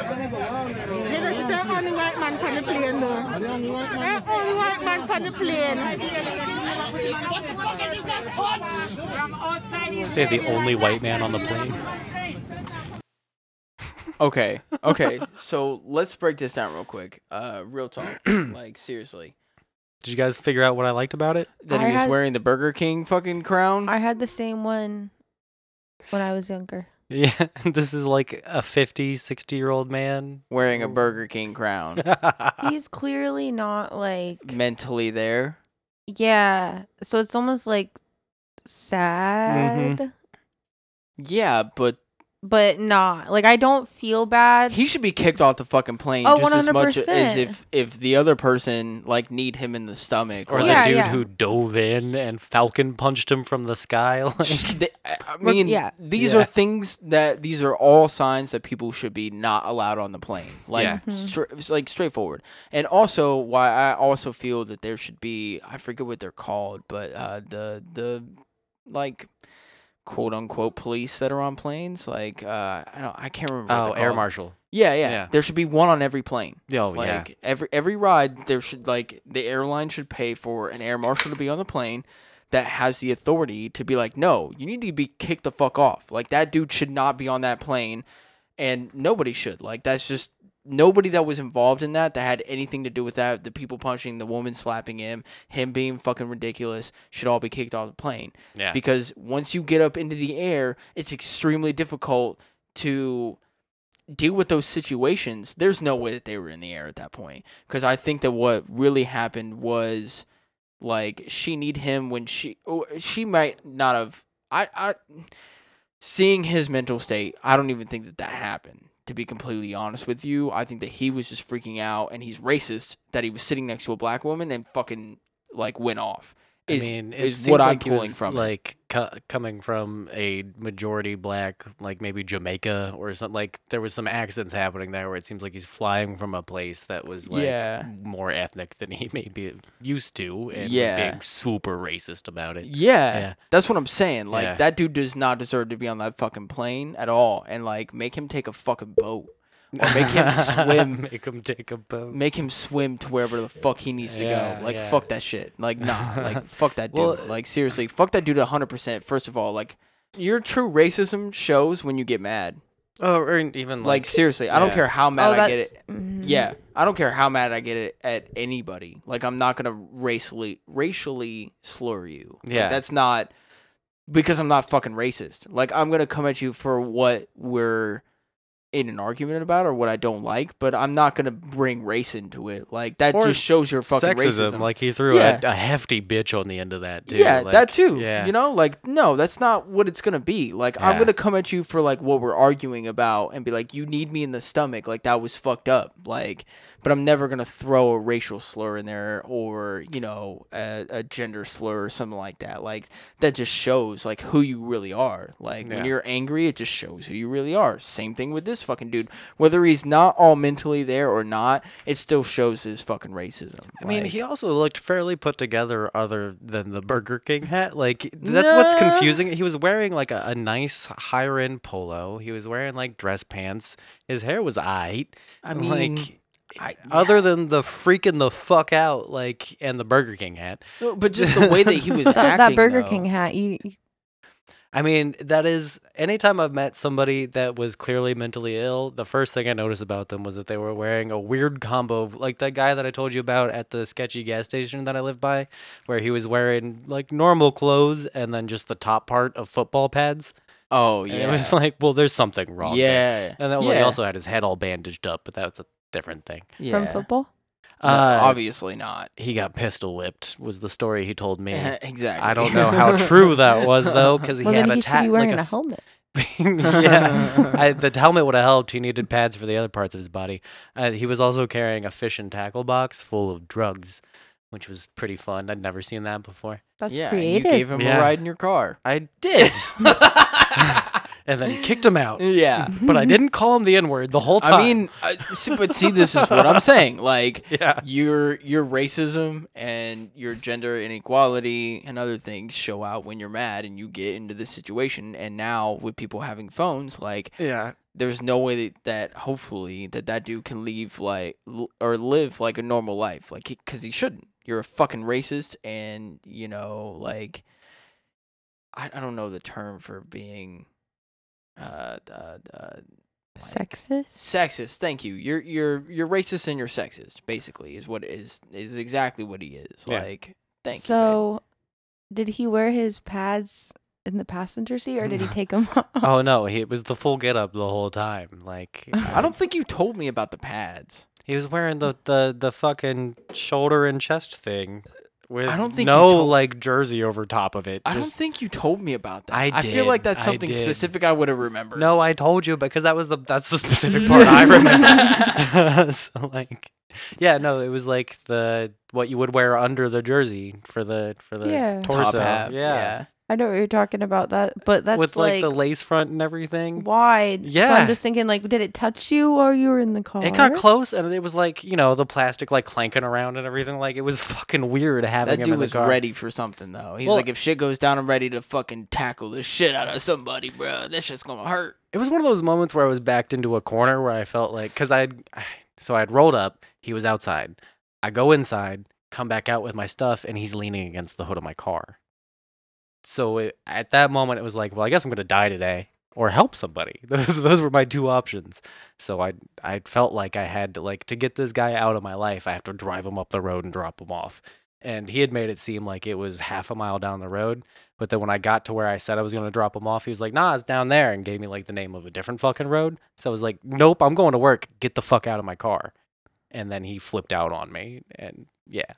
[SPEAKER 12] This is the only white man on the plane, though. The only white man on the plane.
[SPEAKER 13] What the fuck? I just got punched.
[SPEAKER 1] Say the only white man on the plane.
[SPEAKER 2] Okay. Okay. so let's break this down real quick. Uh, real talk. like seriously.
[SPEAKER 1] Did you guys figure out what I liked about it?
[SPEAKER 2] That
[SPEAKER 3] I
[SPEAKER 2] he was
[SPEAKER 3] had-
[SPEAKER 2] wearing the Burger King fucking crown.
[SPEAKER 3] I had the same one when I was younger.
[SPEAKER 1] Yeah, this is like a 50, 60 year old man.
[SPEAKER 2] wearing a Burger King crown.
[SPEAKER 1] Ah.
[SPEAKER 3] He's clearly not like
[SPEAKER 2] Mentally there.
[SPEAKER 3] yeah. So it's almost like sad,
[SPEAKER 2] Yeah, but
[SPEAKER 3] but not like I don't feel bad.
[SPEAKER 2] he should be kicked off the fucking plane
[SPEAKER 3] Oh,
[SPEAKER 2] just as much as
[SPEAKER 3] 100%.
[SPEAKER 2] if if the other person like need him in the stomach.
[SPEAKER 1] Or
[SPEAKER 2] like,
[SPEAKER 3] Yeah,
[SPEAKER 1] the dude
[SPEAKER 3] yeah.
[SPEAKER 1] who dove in and Falcon punched him from the sky. Like,
[SPEAKER 2] sh- they- I I
[SPEAKER 3] Reg-
[SPEAKER 2] mean,
[SPEAKER 3] yeah.
[SPEAKER 2] these
[SPEAKER 1] Yeah.
[SPEAKER 2] are things that these are all signs that people should be not allowed on the plane. Like,
[SPEAKER 1] Yeah. Mm-hmm.
[SPEAKER 2] stra- it's like straightforward. And also, why I also feel that there should be I forget what they're called, but uh, the the like quote unquote police that are on planes. Like, uh, I don't, I can't remember. what
[SPEAKER 1] oh,
[SPEAKER 2] they're
[SPEAKER 1] air
[SPEAKER 2] called.
[SPEAKER 1] marshal.
[SPEAKER 2] Yeah, yeah,
[SPEAKER 1] Yeah.
[SPEAKER 2] There should be one on every plane.
[SPEAKER 1] Oh, yeah.
[SPEAKER 2] Like every every ride, there should like the airline should pay for an air marshal to be on the plane that has the authority to be like, no, you need to be kicked the fuck off. Like that dude should not be on that plane, and nobody should. Like that's just nobody that was involved in that that had anything to do with that the people punching the woman slapping him him being fucking ridiculous should all be kicked off the plane
[SPEAKER 1] Yeah.
[SPEAKER 2] because once you get up into the air it's extremely difficult to deal with those situations there's no way that they were in the air at that point because i think that what really happened was like she need him when she or she might not have i i seeing his mental state, I don't even think that that happened. To be completely honest with you, I think that he was just freaking out and he's racist that he was sitting next to a black woman and fucking like went off.
[SPEAKER 1] I
[SPEAKER 2] Is,
[SPEAKER 1] mean, it
[SPEAKER 2] is
[SPEAKER 1] seemed
[SPEAKER 2] what I'm
[SPEAKER 1] like it
[SPEAKER 2] pulling
[SPEAKER 1] was,
[SPEAKER 2] from. it.
[SPEAKER 1] like co- coming from a majority black, like maybe Jamaica or something. Like there was some accents happening there where it seems like he's flying from a place that was like
[SPEAKER 2] Yeah.
[SPEAKER 1] more ethnic than he may be used to, and was
[SPEAKER 2] Yeah.
[SPEAKER 1] being super racist about it.
[SPEAKER 2] Yeah, that's what I'm saying. Like
[SPEAKER 1] Yeah.
[SPEAKER 2] that dude does not deserve to be on that fucking plane at all. And like make him take a fucking boat or make him swim.
[SPEAKER 1] Make him take a boat.
[SPEAKER 2] Make him swim to wherever the fuck he needs to
[SPEAKER 1] Yeah,
[SPEAKER 2] go. Like
[SPEAKER 1] yeah.
[SPEAKER 2] fuck that shit. Like nah. Like fuck that dude.
[SPEAKER 1] Well-
[SPEAKER 2] like seriously, fuck that dude 100. percent First of all, like your true racism shows when you get mad.
[SPEAKER 1] Oh, or even
[SPEAKER 2] Like,
[SPEAKER 1] like,
[SPEAKER 2] seriously, I don't
[SPEAKER 1] yeah.
[SPEAKER 2] care how mad
[SPEAKER 3] Oh,
[SPEAKER 2] I get
[SPEAKER 3] that's-
[SPEAKER 2] it.
[SPEAKER 3] mhm.
[SPEAKER 2] Yeah, I don't care how mad I get it at anybody. Like I'm not gonna racially racially slur you. Like,
[SPEAKER 1] Yeah.
[SPEAKER 2] that's not because I'm not fucking racist. Like I'm gonna come at you for what we're in an argument about or what I don't like, but I'm not gonna bring race into it. Like that
[SPEAKER 1] Or
[SPEAKER 2] just shows your fucking
[SPEAKER 1] sexism.
[SPEAKER 2] racism.
[SPEAKER 1] Like he threw
[SPEAKER 2] Yeah.
[SPEAKER 1] a, a hefty bitch on the end of that. Too.
[SPEAKER 2] Yeah,
[SPEAKER 1] like,
[SPEAKER 2] that too.
[SPEAKER 1] Yeah,
[SPEAKER 2] You know, like no, that's not what it's gonna be. Like I'm
[SPEAKER 1] Yeah.
[SPEAKER 2] gonna come at you for like what we're arguing about and be like, you need me in the stomach. Like that was fucked up. Like, but I'm never gonna throw a racial slur in there or you know a, a gender slur or something like that. Like that just shows like who you really are. Like when
[SPEAKER 1] Yeah.
[SPEAKER 2] you're angry, it just shows who you really are. Same thing with this fucking dude. Whether he's not all mentally there or not, it still shows his fucking racism.
[SPEAKER 1] I mean,
[SPEAKER 2] Like-
[SPEAKER 1] he also looked fairly put together, other than the Burger King hat. Like that's what's
[SPEAKER 2] Nah.
[SPEAKER 1] confusing. He was wearing like a, a nice higher end polo. He was wearing like dress pants. His hair was aight.
[SPEAKER 2] I
[SPEAKER 1] like
[SPEAKER 2] mean, I-
[SPEAKER 1] other than the freaking the fuck out, like and the Burger King hat.
[SPEAKER 2] No, but just the way that he was
[SPEAKER 3] That-
[SPEAKER 2] acting.
[SPEAKER 3] that Burger
[SPEAKER 2] though.
[SPEAKER 3] King hat. You, you-
[SPEAKER 1] I mean, that is anytime I've met somebody that was clearly mentally ill, the first thing I noticed about them was that they were wearing a weird combo of, like that guy that I told you about at the sketchy gas station that I live by, where he was wearing like normal clothes and then just the top part of football pads.
[SPEAKER 2] Oh
[SPEAKER 1] And
[SPEAKER 2] yeah,
[SPEAKER 1] it was like, well, there's something wrong. there.
[SPEAKER 2] Yeah,
[SPEAKER 1] And then well, he
[SPEAKER 2] yeah.
[SPEAKER 1] also had his head all bandaged up, but that was a different thing.
[SPEAKER 3] from
[SPEAKER 2] Yeah.
[SPEAKER 3] football.
[SPEAKER 2] No,
[SPEAKER 1] Uh,
[SPEAKER 2] obviously not.
[SPEAKER 1] he got pistol whipped was the story he told me.
[SPEAKER 2] Exactly.
[SPEAKER 1] I don't know how true that was though, because he
[SPEAKER 3] well,
[SPEAKER 1] had
[SPEAKER 3] then
[SPEAKER 1] a
[SPEAKER 3] he should
[SPEAKER 1] tat
[SPEAKER 3] be
[SPEAKER 1] like
[SPEAKER 3] wearing
[SPEAKER 1] a
[SPEAKER 3] a helmet.
[SPEAKER 1] yeah, I, the helmet would have helped. He needed pads for the other parts of his body. Uh, he was also carrying a fish and tackle box full of drugs, which was pretty fun. I'd never seen that before.
[SPEAKER 3] That's
[SPEAKER 2] yeah, and
[SPEAKER 3] creative.
[SPEAKER 2] you gave him
[SPEAKER 1] Yeah.
[SPEAKER 2] a ride in your car.
[SPEAKER 1] I did, and then kicked him out.
[SPEAKER 2] Yeah.
[SPEAKER 1] But I didn't call him the N word the whole time.
[SPEAKER 2] I mean, I, see, but see, this is what I'm saying. Like,
[SPEAKER 1] Yeah.
[SPEAKER 2] your your racism and your gender inequality and other things show out when you're mad and you get into this situation. And now with people having phones, like,
[SPEAKER 1] yeah,
[SPEAKER 2] there's no way that, that hopefully that that dude can leave like l- or live like a normal life like because he, shouldn't you're a fucking racist and you know like i, I don't know the term for being uh, uh, uh
[SPEAKER 3] Sexist.
[SPEAKER 2] sexist thank you you're you're you're racist and you're sexist basically is what is is exactly what he is
[SPEAKER 1] Yeah.
[SPEAKER 2] like thank you
[SPEAKER 3] so, did he wear his pads in the passenger seat, or did he take them off?
[SPEAKER 1] oh no, he, it was the full get up the whole time. Like
[SPEAKER 2] babe. i don't think you told me about the pads
[SPEAKER 1] he was wearing the the the fucking shoulder and chest thing with
[SPEAKER 2] I don't think you
[SPEAKER 1] no
[SPEAKER 2] told-
[SPEAKER 1] like jersey over top of it.
[SPEAKER 2] i don't
[SPEAKER 1] just-
[SPEAKER 2] think you told me about that
[SPEAKER 1] I
[SPEAKER 2] feel like
[SPEAKER 1] did,
[SPEAKER 2] that's
[SPEAKER 1] I
[SPEAKER 2] something
[SPEAKER 1] did.
[SPEAKER 2] specific i would have remembered
[SPEAKER 1] No, I told you because that was the that's the specific part I remember. so like, yeah, no, it was like the what you would wear under the jersey for the for the
[SPEAKER 3] Yeah. Top
[SPEAKER 1] torso.
[SPEAKER 2] half,
[SPEAKER 1] yeah.
[SPEAKER 2] yeah.
[SPEAKER 3] I know what you're talking about that, but that's
[SPEAKER 1] with
[SPEAKER 3] like,
[SPEAKER 1] like, the lace front and everything.
[SPEAKER 3] wide. So
[SPEAKER 1] Yeah.
[SPEAKER 3] I'm just thinking, like, did it touch you while you were in the car?
[SPEAKER 1] It got close, and it was like you know the plastic like clanking around and everything. Like it was fucking weird having
[SPEAKER 2] That
[SPEAKER 1] him
[SPEAKER 2] dude
[SPEAKER 1] in the
[SPEAKER 2] was
[SPEAKER 1] car.
[SPEAKER 2] ready for something though. He's
[SPEAKER 1] Well-
[SPEAKER 2] like, if shit goes down, I'm ready to fucking tackle the shit out of somebody, bro. That shit's gonna hurt.
[SPEAKER 1] it was one of those moments where I was backed into a corner where I felt like because I had so I had rolled up, he was outside. I go inside, come back out with my stuff, and he's leaning against the hood of my car. So it, at that moment, it was like, well, I guess I'm gonna die today. or help somebody. Those those were my two options. So I I felt like I had to like to get this guy out of my life. I have to drive him up the road and drop him off. And he had made it seem like it was half a mile down the road, but then when I got to where I said I was going to drop him off, he was like, "Nah, it's down there," and gave me like the name of a different fucking road. So I was like, "Nope, I'm going to work. Get the fuck out of my car." And then he flipped out on me, and yeah.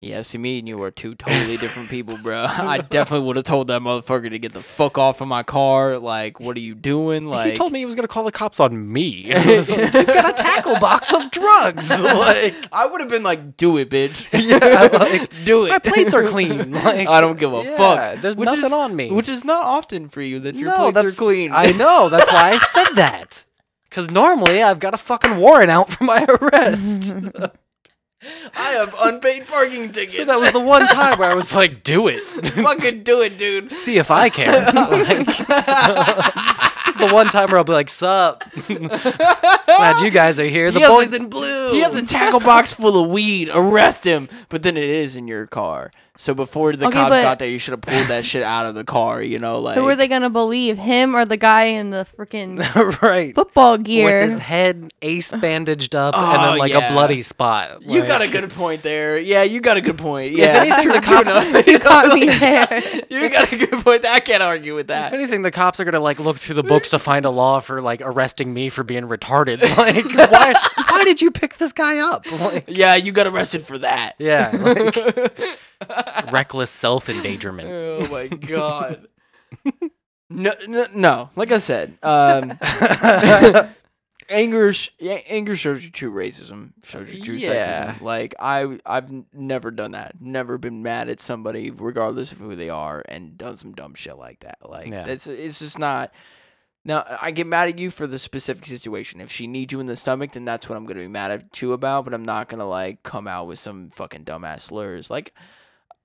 [SPEAKER 2] Yeah, see, me and you are two totally different people, bro. I definitely would have told that motherfucker to get the fuck off of my car. Like, what are you doing? Like,
[SPEAKER 1] he told me he was gonna call the cops on me. I was like, You've got a tackle box of drugs. Like,
[SPEAKER 2] I would have been like, "Do it, bitch.
[SPEAKER 1] Yeah, like,
[SPEAKER 2] Do it.
[SPEAKER 1] my plates are clean. Like,
[SPEAKER 2] I don't give a
[SPEAKER 1] yeah,
[SPEAKER 2] fuck.
[SPEAKER 1] there's
[SPEAKER 2] Which
[SPEAKER 1] nothing
[SPEAKER 2] is-
[SPEAKER 1] on me.
[SPEAKER 2] Which is not often for you that your plates
[SPEAKER 1] that's
[SPEAKER 2] are clean.
[SPEAKER 1] I know. That's why I said that. Because normally I've got a fucking warrant out for my arrest.
[SPEAKER 2] I have unpaid parking tickets.
[SPEAKER 1] so that was the one time where I was like, "Do it."
[SPEAKER 2] fucking do it, dude.
[SPEAKER 1] See if I can. Like, it's the one time where I'll be like, "Sup? Glad you guys are here." The
[SPEAKER 2] He has
[SPEAKER 1] boys
[SPEAKER 2] a-
[SPEAKER 1] in blue.
[SPEAKER 2] He has a tackle box full of weed. Arrest him. But then it is in your car. So before the
[SPEAKER 3] Okay,
[SPEAKER 2] cops
[SPEAKER 3] but-
[SPEAKER 2] got there, you should have pulled that shit out of the car. You know, like
[SPEAKER 3] Who are they gonna believe? Him or the guy in the freaking
[SPEAKER 1] right.
[SPEAKER 3] football gear?
[SPEAKER 1] With his head ace bandaged up and
[SPEAKER 2] Oh,
[SPEAKER 1] then like
[SPEAKER 2] yeah.
[SPEAKER 1] a bloody spot.
[SPEAKER 2] You
[SPEAKER 1] Like-
[SPEAKER 2] got a good point there. Yeah, you got a good point. Yeah,
[SPEAKER 1] If anything, the
[SPEAKER 2] True
[SPEAKER 1] cops-
[SPEAKER 2] enough.
[SPEAKER 3] you got me there.
[SPEAKER 2] you got a good point. I can't argue with
[SPEAKER 1] If
[SPEAKER 2] that.
[SPEAKER 1] anything, the cops are gonna like look through the books to find a law for like arresting me for being retarded. Like, why? Why did you pick this guy up? Like,
[SPEAKER 2] Yeah, you got arrested for that.
[SPEAKER 1] yeah, like, reckless self endangerment.
[SPEAKER 2] Oh my god. No, no, no. Like I said, um, anger, sh- yeah, anger shows you true racism, shows you true
[SPEAKER 1] Yeah.
[SPEAKER 2] sexism. Like I, I've n- never done that. Never been mad at somebody, regardless of who they are, and done some dumb shit like that. Like
[SPEAKER 1] Yeah.
[SPEAKER 2] it's, it's just not. Now I get mad at you for the specific situation. If she needs you in the stomach, then that's what I'm gonna be mad at you about. But I'm not gonna like come out with some fucking dumbass slurs. Like,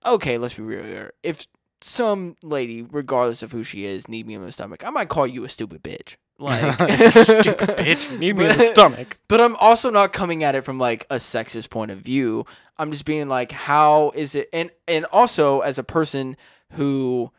[SPEAKER 2] okay, let's be real here. If some lady, regardless of who she is, need me in the stomach, I might call you a stupid bitch. Like
[SPEAKER 1] Stupid bitch, need me in the
[SPEAKER 2] But-
[SPEAKER 1] stomach.
[SPEAKER 2] But I'm also not coming at it from like a sexist point of view. I'm just being like, how is it? And and also as a person who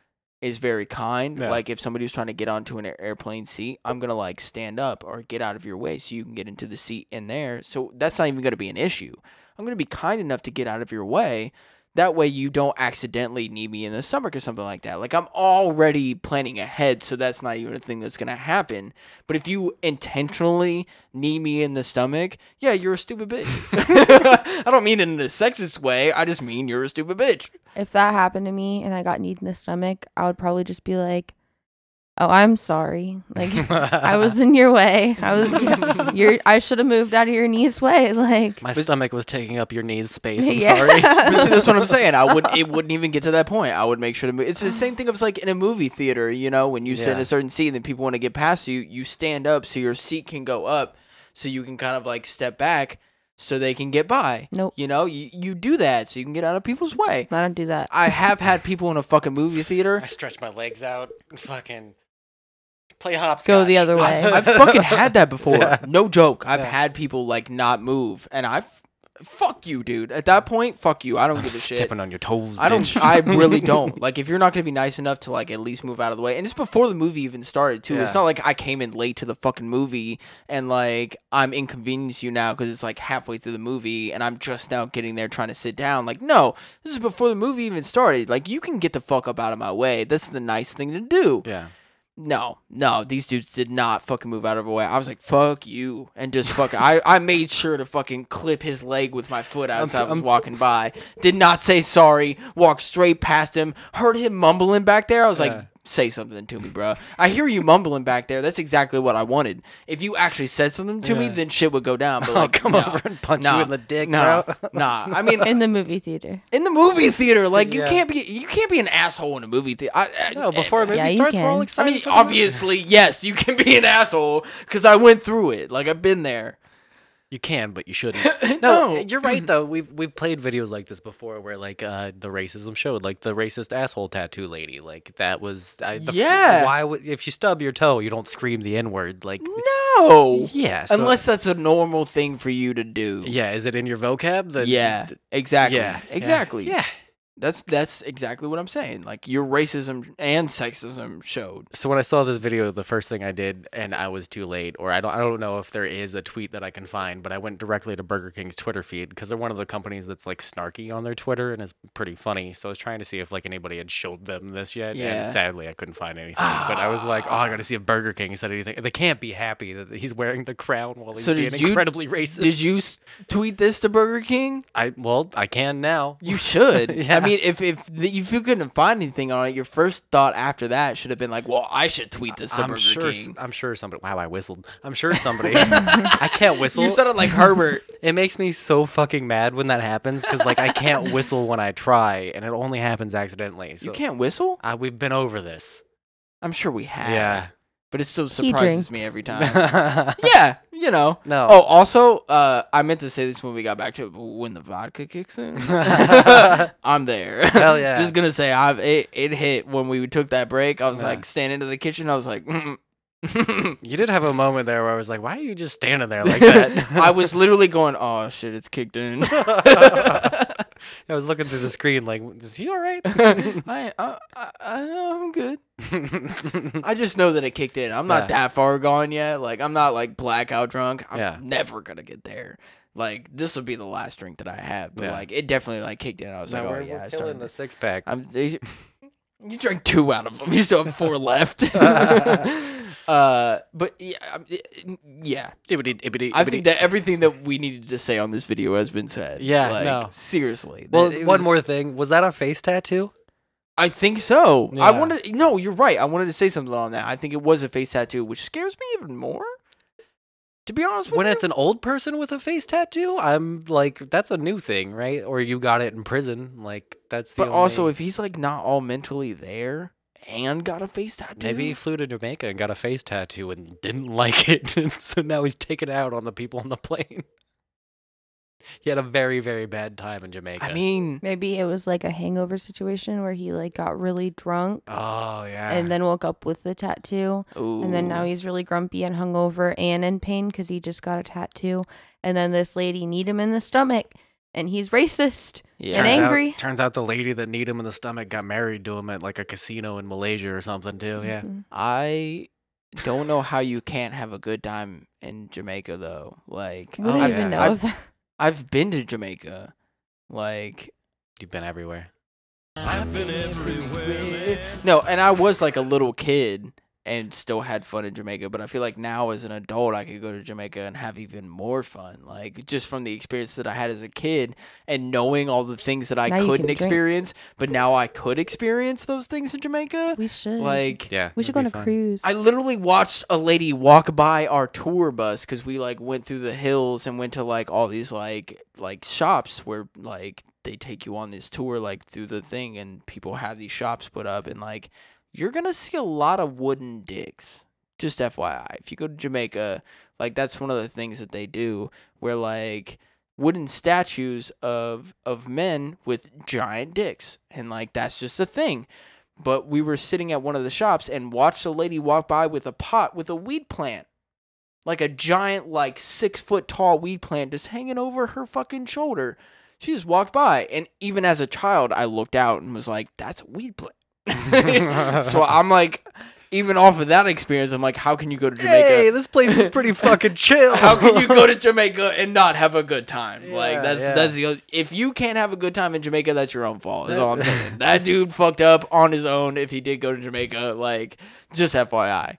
[SPEAKER 2] is very kind,
[SPEAKER 1] Yeah.
[SPEAKER 2] like if somebody was trying to get onto an air- airplane seat, I'm gonna like stand up or get out of your way so you can get into the seat in there. So that's not even gonna be an issue. I'm gonna be kind enough to get out of your way. That way you don't accidentally need me in the stomach or something like that. Like I'm already planning ahead, so that's not even a thing that's gonna happen. But if you intentionally knee me in the stomach, yeah, you're a stupid bitch. I don't mean it in a sexist way. I just mean you're a stupid bitch.
[SPEAKER 3] if that happened to me and I got kneed in the stomach, I would probably just be like, "Oh, I'm sorry. Like I was in your way. I was you're I should have moved out of your knees way." Like
[SPEAKER 1] My stomach was taking up your knees space. I'm
[SPEAKER 3] Yeah.
[SPEAKER 1] sorry.
[SPEAKER 2] But see, that's what I'm saying. I would. It wouldn't even get to that point. I would make sure to. Move. It's the same thing as like in a movie theater. You know, when you sit in
[SPEAKER 1] Yeah.
[SPEAKER 2] a certain seat and then people want to get past you, you stand up so your seat can go up, so you can kind of like step back so they can get by.
[SPEAKER 3] Nope.
[SPEAKER 2] You know, you, you do that so you can get out of people's way.
[SPEAKER 3] I don't do that.
[SPEAKER 2] I have had people in a fucking movie theater.
[SPEAKER 1] I stretch my legs out. Fucking play hops.
[SPEAKER 3] Go the other way.
[SPEAKER 2] I've fucking had that before.
[SPEAKER 1] Yeah.
[SPEAKER 2] No joke. I've
[SPEAKER 1] Yeah.
[SPEAKER 2] had people like not move, and I've fuck you, dude. At that point, fuck you. I don't
[SPEAKER 1] I'm
[SPEAKER 2] give a shit.
[SPEAKER 1] stepping on your toes.
[SPEAKER 2] I don't.
[SPEAKER 1] bitch.
[SPEAKER 2] I really don't. Like, if you're not gonna be nice enough to like at least move out of the way, and it's before the movie even started too. It's
[SPEAKER 1] Yeah.
[SPEAKER 2] not like I came in late to the fucking movie and like I'm inconveniencing you now because it's like halfway through the movie and I'm just now getting there trying to sit down. Like, no, this is before the movie even started. Like, you can get the fuck up out of my way. That's the nice thing to do.
[SPEAKER 1] Yeah.
[SPEAKER 2] No, no, these dudes did not fucking move out of the way. I was like, fuck you. And just fuck. I, I made sure to fucking clip his leg with my foot as I was walking by. Did not say sorry. Walked straight past him. Heard him mumbling back there. I was
[SPEAKER 1] Yeah.
[SPEAKER 2] like, say something to me, bro. I hear you mumbling back there. That's exactly what I wanted. If you actually said something to me,
[SPEAKER 1] Yeah.
[SPEAKER 2] then shit would go down. But
[SPEAKER 1] I'll
[SPEAKER 2] like,
[SPEAKER 1] come
[SPEAKER 2] nah,
[SPEAKER 1] over and punch
[SPEAKER 2] nah,
[SPEAKER 1] you in the dick,
[SPEAKER 2] nah,
[SPEAKER 1] bro.
[SPEAKER 2] Nah, I mean,
[SPEAKER 3] in the movie theater.
[SPEAKER 2] in the movie theater, like you
[SPEAKER 1] Yeah.
[SPEAKER 2] can't be you can't be an asshole in a movie theater. I, I-
[SPEAKER 1] No, Oh, before a movie
[SPEAKER 3] Yeah, you
[SPEAKER 1] starts, we're all
[SPEAKER 3] can.
[SPEAKER 2] I
[SPEAKER 1] excited.
[SPEAKER 2] mean,
[SPEAKER 1] for the movie.
[SPEAKER 2] obviously, yes, you can be an asshole because I went through it. Like I've been there.
[SPEAKER 1] You can, but you shouldn't.
[SPEAKER 2] No.
[SPEAKER 1] no, you're right though. We've we've played videos like this before, where like uh, the racism showed, like the racist asshole tattoo lady. Like that was I, the,
[SPEAKER 2] Yeah.
[SPEAKER 1] Why would if you stub your toe, you don't scream the n word? Like
[SPEAKER 2] No.
[SPEAKER 1] yeah, so-
[SPEAKER 2] Unless that's a normal thing for you to do.
[SPEAKER 1] yeah, is it in your vocab? That
[SPEAKER 2] Yeah. Exactly.
[SPEAKER 1] yeah, yeah.
[SPEAKER 2] Exactly.
[SPEAKER 1] Yeah,
[SPEAKER 2] That's that's exactly what I'm saying. Like your racism and sexism showed.
[SPEAKER 1] So when I saw this video, the first thing I did, and I was too late, or I don't, I don't know if there is a tweet that I can find, but I went directly to Burger King's Twitter feed because they're one of the companies that's like snarky on their Twitter and is pretty funny. So I was trying to see if like anybody had showed them this yet,
[SPEAKER 2] Yeah.
[SPEAKER 1] and sadly I couldn't find anything. but I was like, oh, I gotta see if Burger King said anything. They can't be happy that he's wearing the crown while he's
[SPEAKER 2] So
[SPEAKER 1] being
[SPEAKER 2] did you-
[SPEAKER 1] incredibly racist.
[SPEAKER 2] Did you s- tweet this to Burger King?
[SPEAKER 1] I well, I can now.
[SPEAKER 2] You should. I
[SPEAKER 1] Yeah.
[SPEAKER 2] mean, if if the, if you couldn't find anything on it, your first thought after that should have been like, "Well, I should tweet this to
[SPEAKER 1] I'm
[SPEAKER 2] Burger
[SPEAKER 1] sure.
[SPEAKER 2] King."
[SPEAKER 1] I'm sure somebody. Wow, I whistled. I'm sure somebody. I can't whistle.
[SPEAKER 2] You sounded like Herbert.
[SPEAKER 1] It makes me so fucking mad when that happens because like I can't whistle when I try, and it only happens accidentally. So
[SPEAKER 2] You can't whistle.
[SPEAKER 1] I, we've been over this.
[SPEAKER 2] I'm sure we have.
[SPEAKER 1] Yeah.
[SPEAKER 2] But it still
[SPEAKER 1] He
[SPEAKER 2] surprises me
[SPEAKER 1] drinks.
[SPEAKER 2] every time. yeah, you know.
[SPEAKER 1] No.
[SPEAKER 2] Oh, also, uh, I meant to say this when we got back to it, but when the vodka kicks in, I'm there.
[SPEAKER 1] Hell yeah.
[SPEAKER 2] Just gonna say, I've it, it hit when we took that break. I was like standing to the kitchen. I was like,
[SPEAKER 1] You did have a moment there where I was like, "Why are you just standing there like that?"
[SPEAKER 2] I was literally going, oh shit, it's kicked in.
[SPEAKER 1] I was looking through the screen like, "Is he all right?"
[SPEAKER 2] I, I, I, I'm good. I just know that it kicked in. I'm not
[SPEAKER 1] Yeah.
[SPEAKER 2] that far gone yet. Like I'm not like blackout drunk. I'm
[SPEAKER 1] Yeah.
[SPEAKER 2] never gonna get there. Like this will be the last drink that I have. But
[SPEAKER 1] Yeah.
[SPEAKER 2] like it definitely like kicked in. I was
[SPEAKER 1] No,
[SPEAKER 2] like,
[SPEAKER 1] we're-
[SPEAKER 2] oh yeah,
[SPEAKER 1] we're
[SPEAKER 2] I
[SPEAKER 1] killing
[SPEAKER 2] started-
[SPEAKER 1] the six pack.
[SPEAKER 2] I'm. You drank two out of them. You still have four left. uh, but yeah, I'm- yeah.
[SPEAKER 1] Ibbity, ibbity,
[SPEAKER 2] I
[SPEAKER 1] ibbity.
[SPEAKER 2] think that everything that we needed to say on this video has been said.
[SPEAKER 1] Yeah,
[SPEAKER 2] like,
[SPEAKER 1] no.
[SPEAKER 2] seriously.
[SPEAKER 1] Well,
[SPEAKER 2] It
[SPEAKER 1] one
[SPEAKER 2] was-
[SPEAKER 1] more thing. Was that a face tattoo?
[SPEAKER 2] I think so. I
[SPEAKER 1] Yeah.
[SPEAKER 2] wanted. No, you're right. I wanted to say something on that. I think it was a face tattoo, which scares me even more. To be honest with
[SPEAKER 1] When
[SPEAKER 2] you,
[SPEAKER 1] it's an old person with a face tattoo, I'm like, that's a new thing, right? Or you got it in prison, like that's the.
[SPEAKER 2] but
[SPEAKER 1] only...
[SPEAKER 2] also if he's like not all mentally there and got a face tattoo,
[SPEAKER 1] Maybe he flew to Jamaica and got a face tattoo and didn't like it. and so now he's taking out on the people on the plane. He had a very, very bad time in Jamaica.
[SPEAKER 2] I mean,
[SPEAKER 3] Maybe it was like a hangover situation where he like got really drunk
[SPEAKER 1] oh, yeah.
[SPEAKER 3] and then woke up with the tattoo. And then now
[SPEAKER 2] Ah. Ooh.
[SPEAKER 3] he's really grumpy and hungover and in pain because he just got a tattoo. And then this lady need him in the stomach and he's racist
[SPEAKER 2] Yeah.
[SPEAKER 3] and
[SPEAKER 1] Turns out-
[SPEAKER 3] angry.
[SPEAKER 1] turns out the lady that kneed him in the stomach got married to him at like a casino in Malaysia or something,
[SPEAKER 2] Oh,
[SPEAKER 1] too. Yeah.
[SPEAKER 3] Mhm.
[SPEAKER 2] I don't know how you can't have a good time in Jamaica though. Like
[SPEAKER 3] We don't
[SPEAKER 1] Oh,
[SPEAKER 2] I've,
[SPEAKER 3] even
[SPEAKER 1] yeah.
[SPEAKER 3] know
[SPEAKER 2] I've,
[SPEAKER 3] that.
[SPEAKER 2] I've been to Jamaica. Like
[SPEAKER 1] You've been everywhere.
[SPEAKER 2] no, and I was like a little kid and still had fun in Jamaica, but I feel like now as an adult I could go to Jamaica and have even more fun. Like just from the experience that I had as a kid and knowing all the things that I
[SPEAKER 3] Now you can
[SPEAKER 2] couldn't
[SPEAKER 3] drink.
[SPEAKER 2] experience, but now I could experience those things in Jamaica.
[SPEAKER 3] We should.
[SPEAKER 2] Like
[SPEAKER 1] Yeah.
[SPEAKER 3] we should go on a cruise.
[SPEAKER 2] I literally watched a lady walk by our tour bus because we like went through the hills and went to like all these like like shops where like they take you on this tour like through the thing and people have these shops put up and like you're gonna see a lot of wooden dicks. Just FYI, if you go to Jamaica, like that's one of the things that they do where like wooden statues of of men with giant dicks and like that's just a thing but we were sitting at one of the shops and watched a lady walk by with a pot with a weed plant like a giant like six foot tall weed plant just hanging over her fucking shoulder she just walked by and even as a child i looked out and was like that's a weed plant so i'm like even off of that experience i'm like how can you go to jamaica
[SPEAKER 1] Hey, this place is pretty fucking chill.
[SPEAKER 2] how can you go to Jamaica and not have a good time? like
[SPEAKER 1] Yeah,
[SPEAKER 2] that's
[SPEAKER 1] yeah.
[SPEAKER 2] that's the oth- if you can't have a good time in Jamaica, that's your own fault. That's all I'm saying. That dude fucked up on his own. If he did go to Jamaica, like just FYI.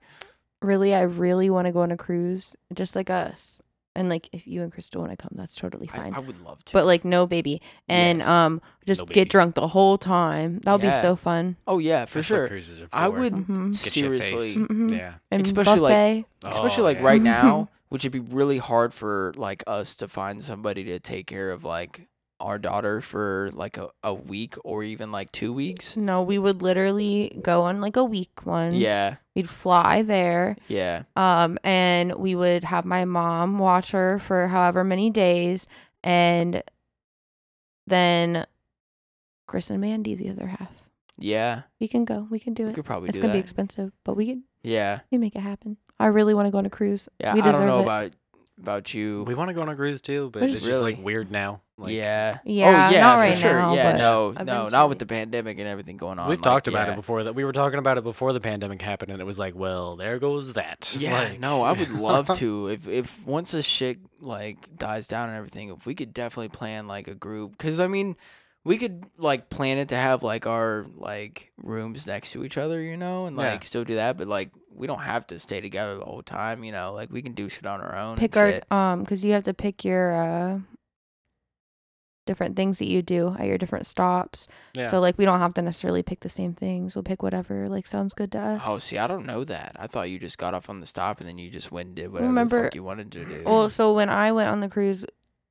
[SPEAKER 3] really, I really want to go on a cruise just like us. And like if you and Crystal want to come, that's totally
[SPEAKER 2] I,
[SPEAKER 3] fine.
[SPEAKER 2] I would love to.
[SPEAKER 3] but like no baby and
[SPEAKER 2] Yes.
[SPEAKER 3] um just
[SPEAKER 1] No baby.
[SPEAKER 3] get drunk the whole time. That would
[SPEAKER 2] Yeah.
[SPEAKER 3] be so fun.
[SPEAKER 2] oh yeah, for
[SPEAKER 1] That's what
[SPEAKER 2] sure.
[SPEAKER 1] cruises are
[SPEAKER 2] I
[SPEAKER 1] for.
[SPEAKER 2] would
[SPEAKER 3] Mhm.
[SPEAKER 1] Get shit faced.
[SPEAKER 2] seriously,
[SPEAKER 3] Mhm.
[SPEAKER 1] Yeah.
[SPEAKER 3] And
[SPEAKER 2] Especially, like,
[SPEAKER 3] buffet.
[SPEAKER 2] especially
[SPEAKER 1] Oh,
[SPEAKER 2] like
[SPEAKER 1] yeah.
[SPEAKER 2] right now, which would be really hard for like us to find somebody to take care of like our daughter for like a, a week or even like two weeks.
[SPEAKER 3] no, we would literally go on like a week one.
[SPEAKER 2] Yeah,
[SPEAKER 3] We'd fly there.
[SPEAKER 2] yeah.
[SPEAKER 3] Um, and we would have my mom watch her for however many days, and then Chris and Mandy the other half.
[SPEAKER 2] Yeah,
[SPEAKER 3] We can go. We can do
[SPEAKER 2] we
[SPEAKER 3] it.
[SPEAKER 2] could probably
[SPEAKER 3] It's
[SPEAKER 2] do
[SPEAKER 3] gonna
[SPEAKER 2] that.
[SPEAKER 3] be expensive, but we can
[SPEAKER 2] yeah,
[SPEAKER 3] we make it happen. I really want to go on a cruise.
[SPEAKER 2] yeah.
[SPEAKER 3] we
[SPEAKER 2] I
[SPEAKER 3] deserve
[SPEAKER 2] don't know
[SPEAKER 3] it.
[SPEAKER 2] about about you.
[SPEAKER 1] We want to go on a cruise too, but
[SPEAKER 2] There's
[SPEAKER 1] it's just like
[SPEAKER 2] really-
[SPEAKER 1] weird now. Like,
[SPEAKER 2] yeah.
[SPEAKER 3] Yeah,
[SPEAKER 2] Oh yeah,
[SPEAKER 3] not
[SPEAKER 2] for
[SPEAKER 3] right
[SPEAKER 2] sure.
[SPEAKER 3] now,
[SPEAKER 2] yeah,
[SPEAKER 3] but
[SPEAKER 2] no, no, not
[SPEAKER 3] eventually.
[SPEAKER 2] with the pandemic and everything going on.
[SPEAKER 1] We've
[SPEAKER 2] like,
[SPEAKER 1] talked about
[SPEAKER 2] yeah.
[SPEAKER 1] it before that we were talking about it before the pandemic happened, and it was like, well, there goes that.
[SPEAKER 2] Yeah,
[SPEAKER 1] Like-
[SPEAKER 2] no, I would love to. If if once this shit like dies down and everything, if we could definitely plan like a group, because I mean, we could like plan it to have like our like rooms next to each other, you know, and
[SPEAKER 1] Yeah.
[SPEAKER 2] like still do that, but like we don't have to stay together the whole time, you know. Like we can do shit on our own.
[SPEAKER 3] pick
[SPEAKER 2] and
[SPEAKER 3] our
[SPEAKER 2] shit.
[SPEAKER 3] um because you have to pick your uh different things that you do at your different stops
[SPEAKER 2] Yeah.
[SPEAKER 3] so like we don't have to necessarily pick the same things we'll pick whatever like sounds good to us
[SPEAKER 2] Oh, see, I don't know that. I thought you just got off on the stop and then you just went and did whatever the
[SPEAKER 3] Remember-
[SPEAKER 2] fuck you wanted to do.
[SPEAKER 3] well so when i went on the cruise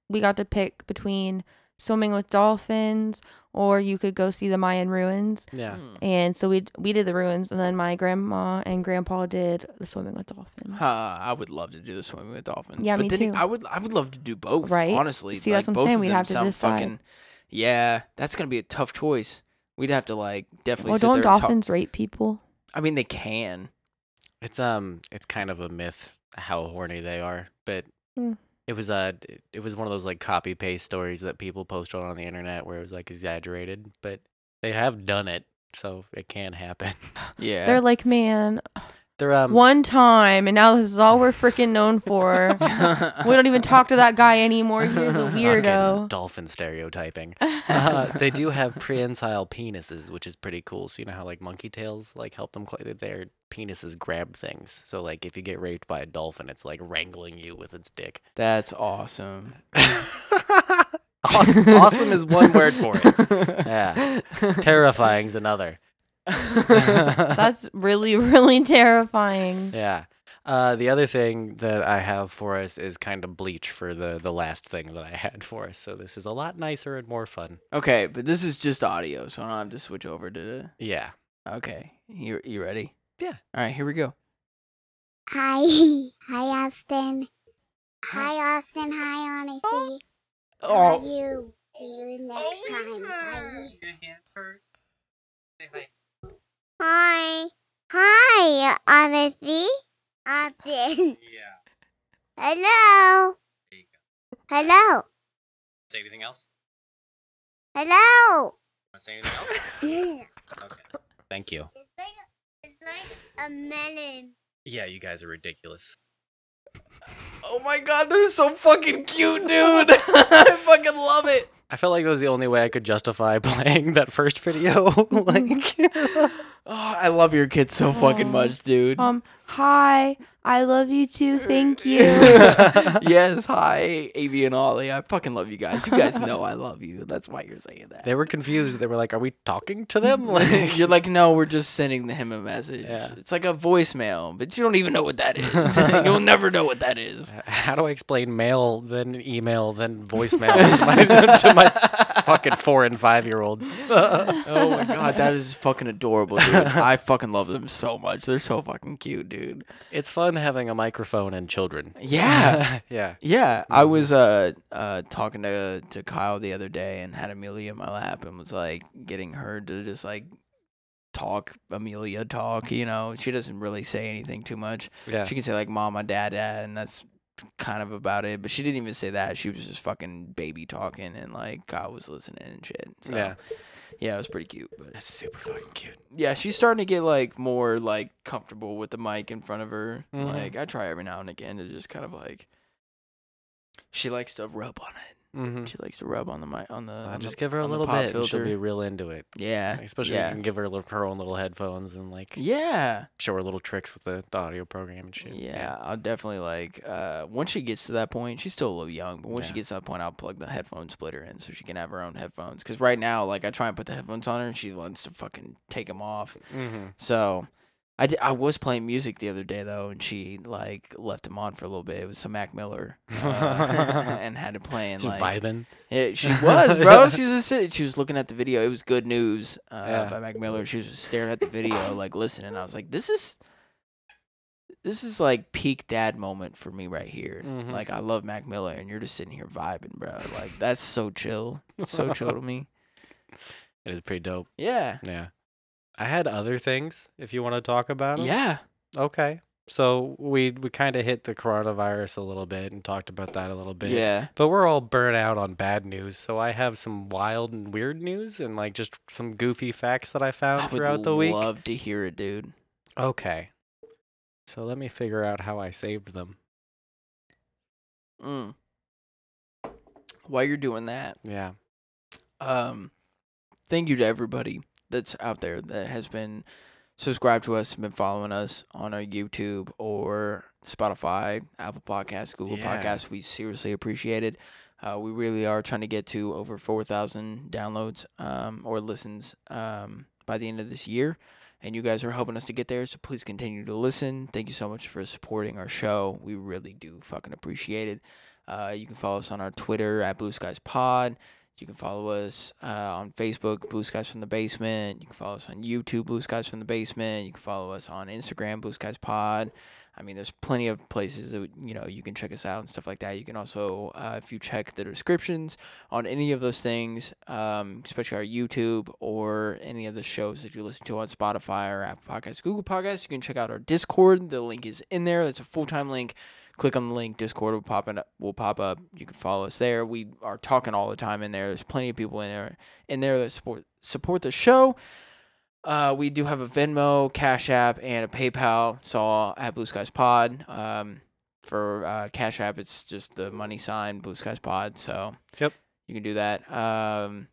[SPEAKER 3] we got to pick between swimming with dolphins or you could go see the mayan ruins
[SPEAKER 1] Yeah. Hmm.
[SPEAKER 3] and so we we did the ruins and then my grandma and grandpa did the swimming with dolphins
[SPEAKER 2] Huh, I would love to do the swimming with dolphins.
[SPEAKER 3] Yeah,
[SPEAKER 2] but
[SPEAKER 3] me
[SPEAKER 2] then
[SPEAKER 3] too.
[SPEAKER 2] I would I would love to do both.
[SPEAKER 3] Right?
[SPEAKER 2] Honestly,
[SPEAKER 3] See, that's
[SPEAKER 2] like,
[SPEAKER 3] what I'm
[SPEAKER 2] both
[SPEAKER 3] saying,
[SPEAKER 2] of
[SPEAKER 3] we
[SPEAKER 2] them
[SPEAKER 3] have to
[SPEAKER 2] sound
[SPEAKER 3] decide.
[SPEAKER 2] yeah, that's gonna be a tough choice. We'd have to like definitely.
[SPEAKER 3] well
[SPEAKER 2] sit
[SPEAKER 3] don't
[SPEAKER 2] there and talk-
[SPEAKER 3] dolphins rape people
[SPEAKER 2] I mean, they can.
[SPEAKER 1] It's um, it's kind of a myth how horny they are, but
[SPEAKER 3] Mm.
[SPEAKER 1] it was uh, it- it was one of those like copy paste stories that people post on the internet where it was like exaggerated, but they have done it, so it can happen.
[SPEAKER 2] Yeah,
[SPEAKER 3] they're like man
[SPEAKER 1] they're um,
[SPEAKER 3] one time, and now this is all we're freaking known for. we don't even talk to that guy anymore. He was a
[SPEAKER 1] fucking
[SPEAKER 3] weirdo.
[SPEAKER 1] dolphin stereotyping. uh, they do have prehensile penises, which is pretty cool. So you know how like monkey tails like help them cl- their penises grab things. So like if you get raped by a dolphin, it's like wrangling you with its dick.
[SPEAKER 2] That's awesome.
[SPEAKER 1] Awesome, awesome is one word for it. Yeah, terrifying's another.
[SPEAKER 3] That's really, really terrifying.
[SPEAKER 1] Yeah. Uh, the other thing that I have for us is kind of bleach for the the last thing that I had for us. So this is a lot nicer and more fun.
[SPEAKER 2] Okay, but this is just audio, so I don't have to switch over to
[SPEAKER 1] Yeah.
[SPEAKER 2] the. Okay, you you ready?
[SPEAKER 1] Yeah.
[SPEAKER 2] All right, here we go.
[SPEAKER 14] Hi. Hi, Austin. Hi, Austin. Hi, Honesty.
[SPEAKER 2] Oh,
[SPEAKER 14] Love you. See you next time. Bye. Hi. Hi, Honesty. Austin. Yeah. Hello. Hello.
[SPEAKER 1] Say anything else?
[SPEAKER 14] Hello.
[SPEAKER 1] Say anything else?
[SPEAKER 14] it's
[SPEAKER 1] Thank you.
[SPEAKER 14] like it's like a melon.
[SPEAKER 1] Yeah, you guys are ridiculous.
[SPEAKER 2] Oh my god, they're so fucking cute, dude. I fucking love it.
[SPEAKER 1] I felt like that was the only way I could justify playing that first video. like,
[SPEAKER 2] Oh, I love your kids so fucking much, dude.
[SPEAKER 3] Um, hi, I love you too. Thank you.
[SPEAKER 2] yes, hi, Avi and Ollie. I fucking love you guys. You guys know I love you. That's why you're saying that.
[SPEAKER 1] they were confused. They were like, "Are we talking to them?" Like,
[SPEAKER 2] you're like, no, we're just sending him a message.
[SPEAKER 1] Yeah.
[SPEAKER 2] It's like a voicemail, but you don't even know what that is. You'll never know what that is.
[SPEAKER 1] how do I explain mail, then email, then voicemail to my, to my fucking four and five year old?
[SPEAKER 2] Oh my god, that is fucking adorable, dude. I fucking love them so much. They're so fucking cute, dude.
[SPEAKER 1] It's fun having a microphone and children.
[SPEAKER 2] Yeah.
[SPEAKER 1] yeah.
[SPEAKER 2] Yeah, I
[SPEAKER 1] Mm-hmm.
[SPEAKER 2] was uh, uh talking to to Kyle the other day and had Amelia in my lap and was like getting her to just like talk Amelia talk. You know, she doesn't really say anything too much.
[SPEAKER 1] Yeah.
[SPEAKER 2] she can say like mom, my dad, dad, and that's kind of about it. But she didn't even say that. She was just fucking baby talking and like Kyle was listening and shit. So,
[SPEAKER 1] Yeah.
[SPEAKER 2] yeah, it was pretty cute. But
[SPEAKER 1] That's super fucking cute.
[SPEAKER 2] yeah, she's starting to get like more like comfortable with the mic in front of her.
[SPEAKER 1] Mhm.
[SPEAKER 2] Like I try every now and again to just kind of like. She likes to rub on it.
[SPEAKER 1] Mm-hmm.
[SPEAKER 2] She likes to rub on the mic on the.
[SPEAKER 1] Uh,
[SPEAKER 2] on the-
[SPEAKER 1] just give her a
[SPEAKER 2] on the
[SPEAKER 1] little
[SPEAKER 2] pop
[SPEAKER 1] bit, and she'll
[SPEAKER 2] filter.
[SPEAKER 1] be real into it.
[SPEAKER 2] Yeah,
[SPEAKER 1] Especially if
[SPEAKER 2] yeah.
[SPEAKER 1] you can give her li- her own little headphones and like
[SPEAKER 2] Yeah,
[SPEAKER 1] show her little tricks with the, the audio program and shit.
[SPEAKER 2] yeah. I'll definitely like. Uh, once she gets to that point, she's still a little young, but once she
[SPEAKER 1] Yeah.
[SPEAKER 2] gets to that point, I'll plug the headphone splitter in so she can have her own headphones. Because right now, like, I try and put the headphones on her, and she wants to fucking take them off.
[SPEAKER 3] Mm-hmm.
[SPEAKER 1] Mhm.
[SPEAKER 2] So I, di- I was playing music the other day though, and she like left him on for a little bit. It was some Mac Miller, uh, and had it playing
[SPEAKER 1] Just
[SPEAKER 2] like
[SPEAKER 1] vibing.
[SPEAKER 2] Yeah, she was, bro. She was just sitting. She was looking at the video. It was good news uh,
[SPEAKER 1] Yeah.
[SPEAKER 2] by Mac Miller. She was just staring at the video, like listening. I was like, this is. This is like peak dad moment for me right here.
[SPEAKER 1] Mhm.
[SPEAKER 2] Like I love Mac Miller, and you're just sitting here vibing, bro. Like that's so chill, so chill to me.
[SPEAKER 1] It is pretty dope.
[SPEAKER 2] Yeah,
[SPEAKER 1] Yeah. I had other things if you want to talk about 'em.
[SPEAKER 2] yeah.
[SPEAKER 1] Okay. So we we kind of hit the coronavirus a little bit and talked about that a little bit.
[SPEAKER 2] Yeah.
[SPEAKER 1] But we're all burnt out on bad news, so I have some wild and weird news and like just some goofy facts that I found
[SPEAKER 2] I would
[SPEAKER 1] throughout the week.
[SPEAKER 2] love to hear it, dude.
[SPEAKER 1] Okay. So let me figure out how I saved them.
[SPEAKER 2] Mm. While you're doing that,
[SPEAKER 1] Yeah.
[SPEAKER 2] um, thank you to everybody that's out there that has been subscribed to us, been following us on our YouTube or Spotify, Apple Podcasts, Google
[SPEAKER 1] Yeah.
[SPEAKER 2] Podcasts. We seriously appreciate it. Uh, we really are trying to get to over 4,000 downloads um, or listens um, by the end of this year. And you guys are helping us to get there, so please continue to listen. Thank you so much for supporting our show. We really do fucking appreciate it. Uh, you can follow us on our Twitter at Blue Skies Pod. You can follow us uh, on Facebook, Blue Skies from the Basement. You can follow us on YouTube, Blue Skies from the Basement. You can follow us on Instagram, Blue Skies Pod. I mean, there's plenty of places that you know you can check us out and stuff like that. You can also, uh, if you check the descriptions on any of those things, um, especially our YouTube or any of the shows that you listen to on Spotify or Apple Podcasts, Google Podcasts, you can check out our Discord. The link is in there. That's a full time link click on the link discord will pop it up will pop up you can follow us there we are talking all the time in there there's plenty of people in there in there that support support the show uh, we do have a venmo cash app and a paypal it's all at blue skies pod um, for uh, cash app it's just the money sign blue skies pod so
[SPEAKER 1] Yep.
[SPEAKER 2] you can do that um,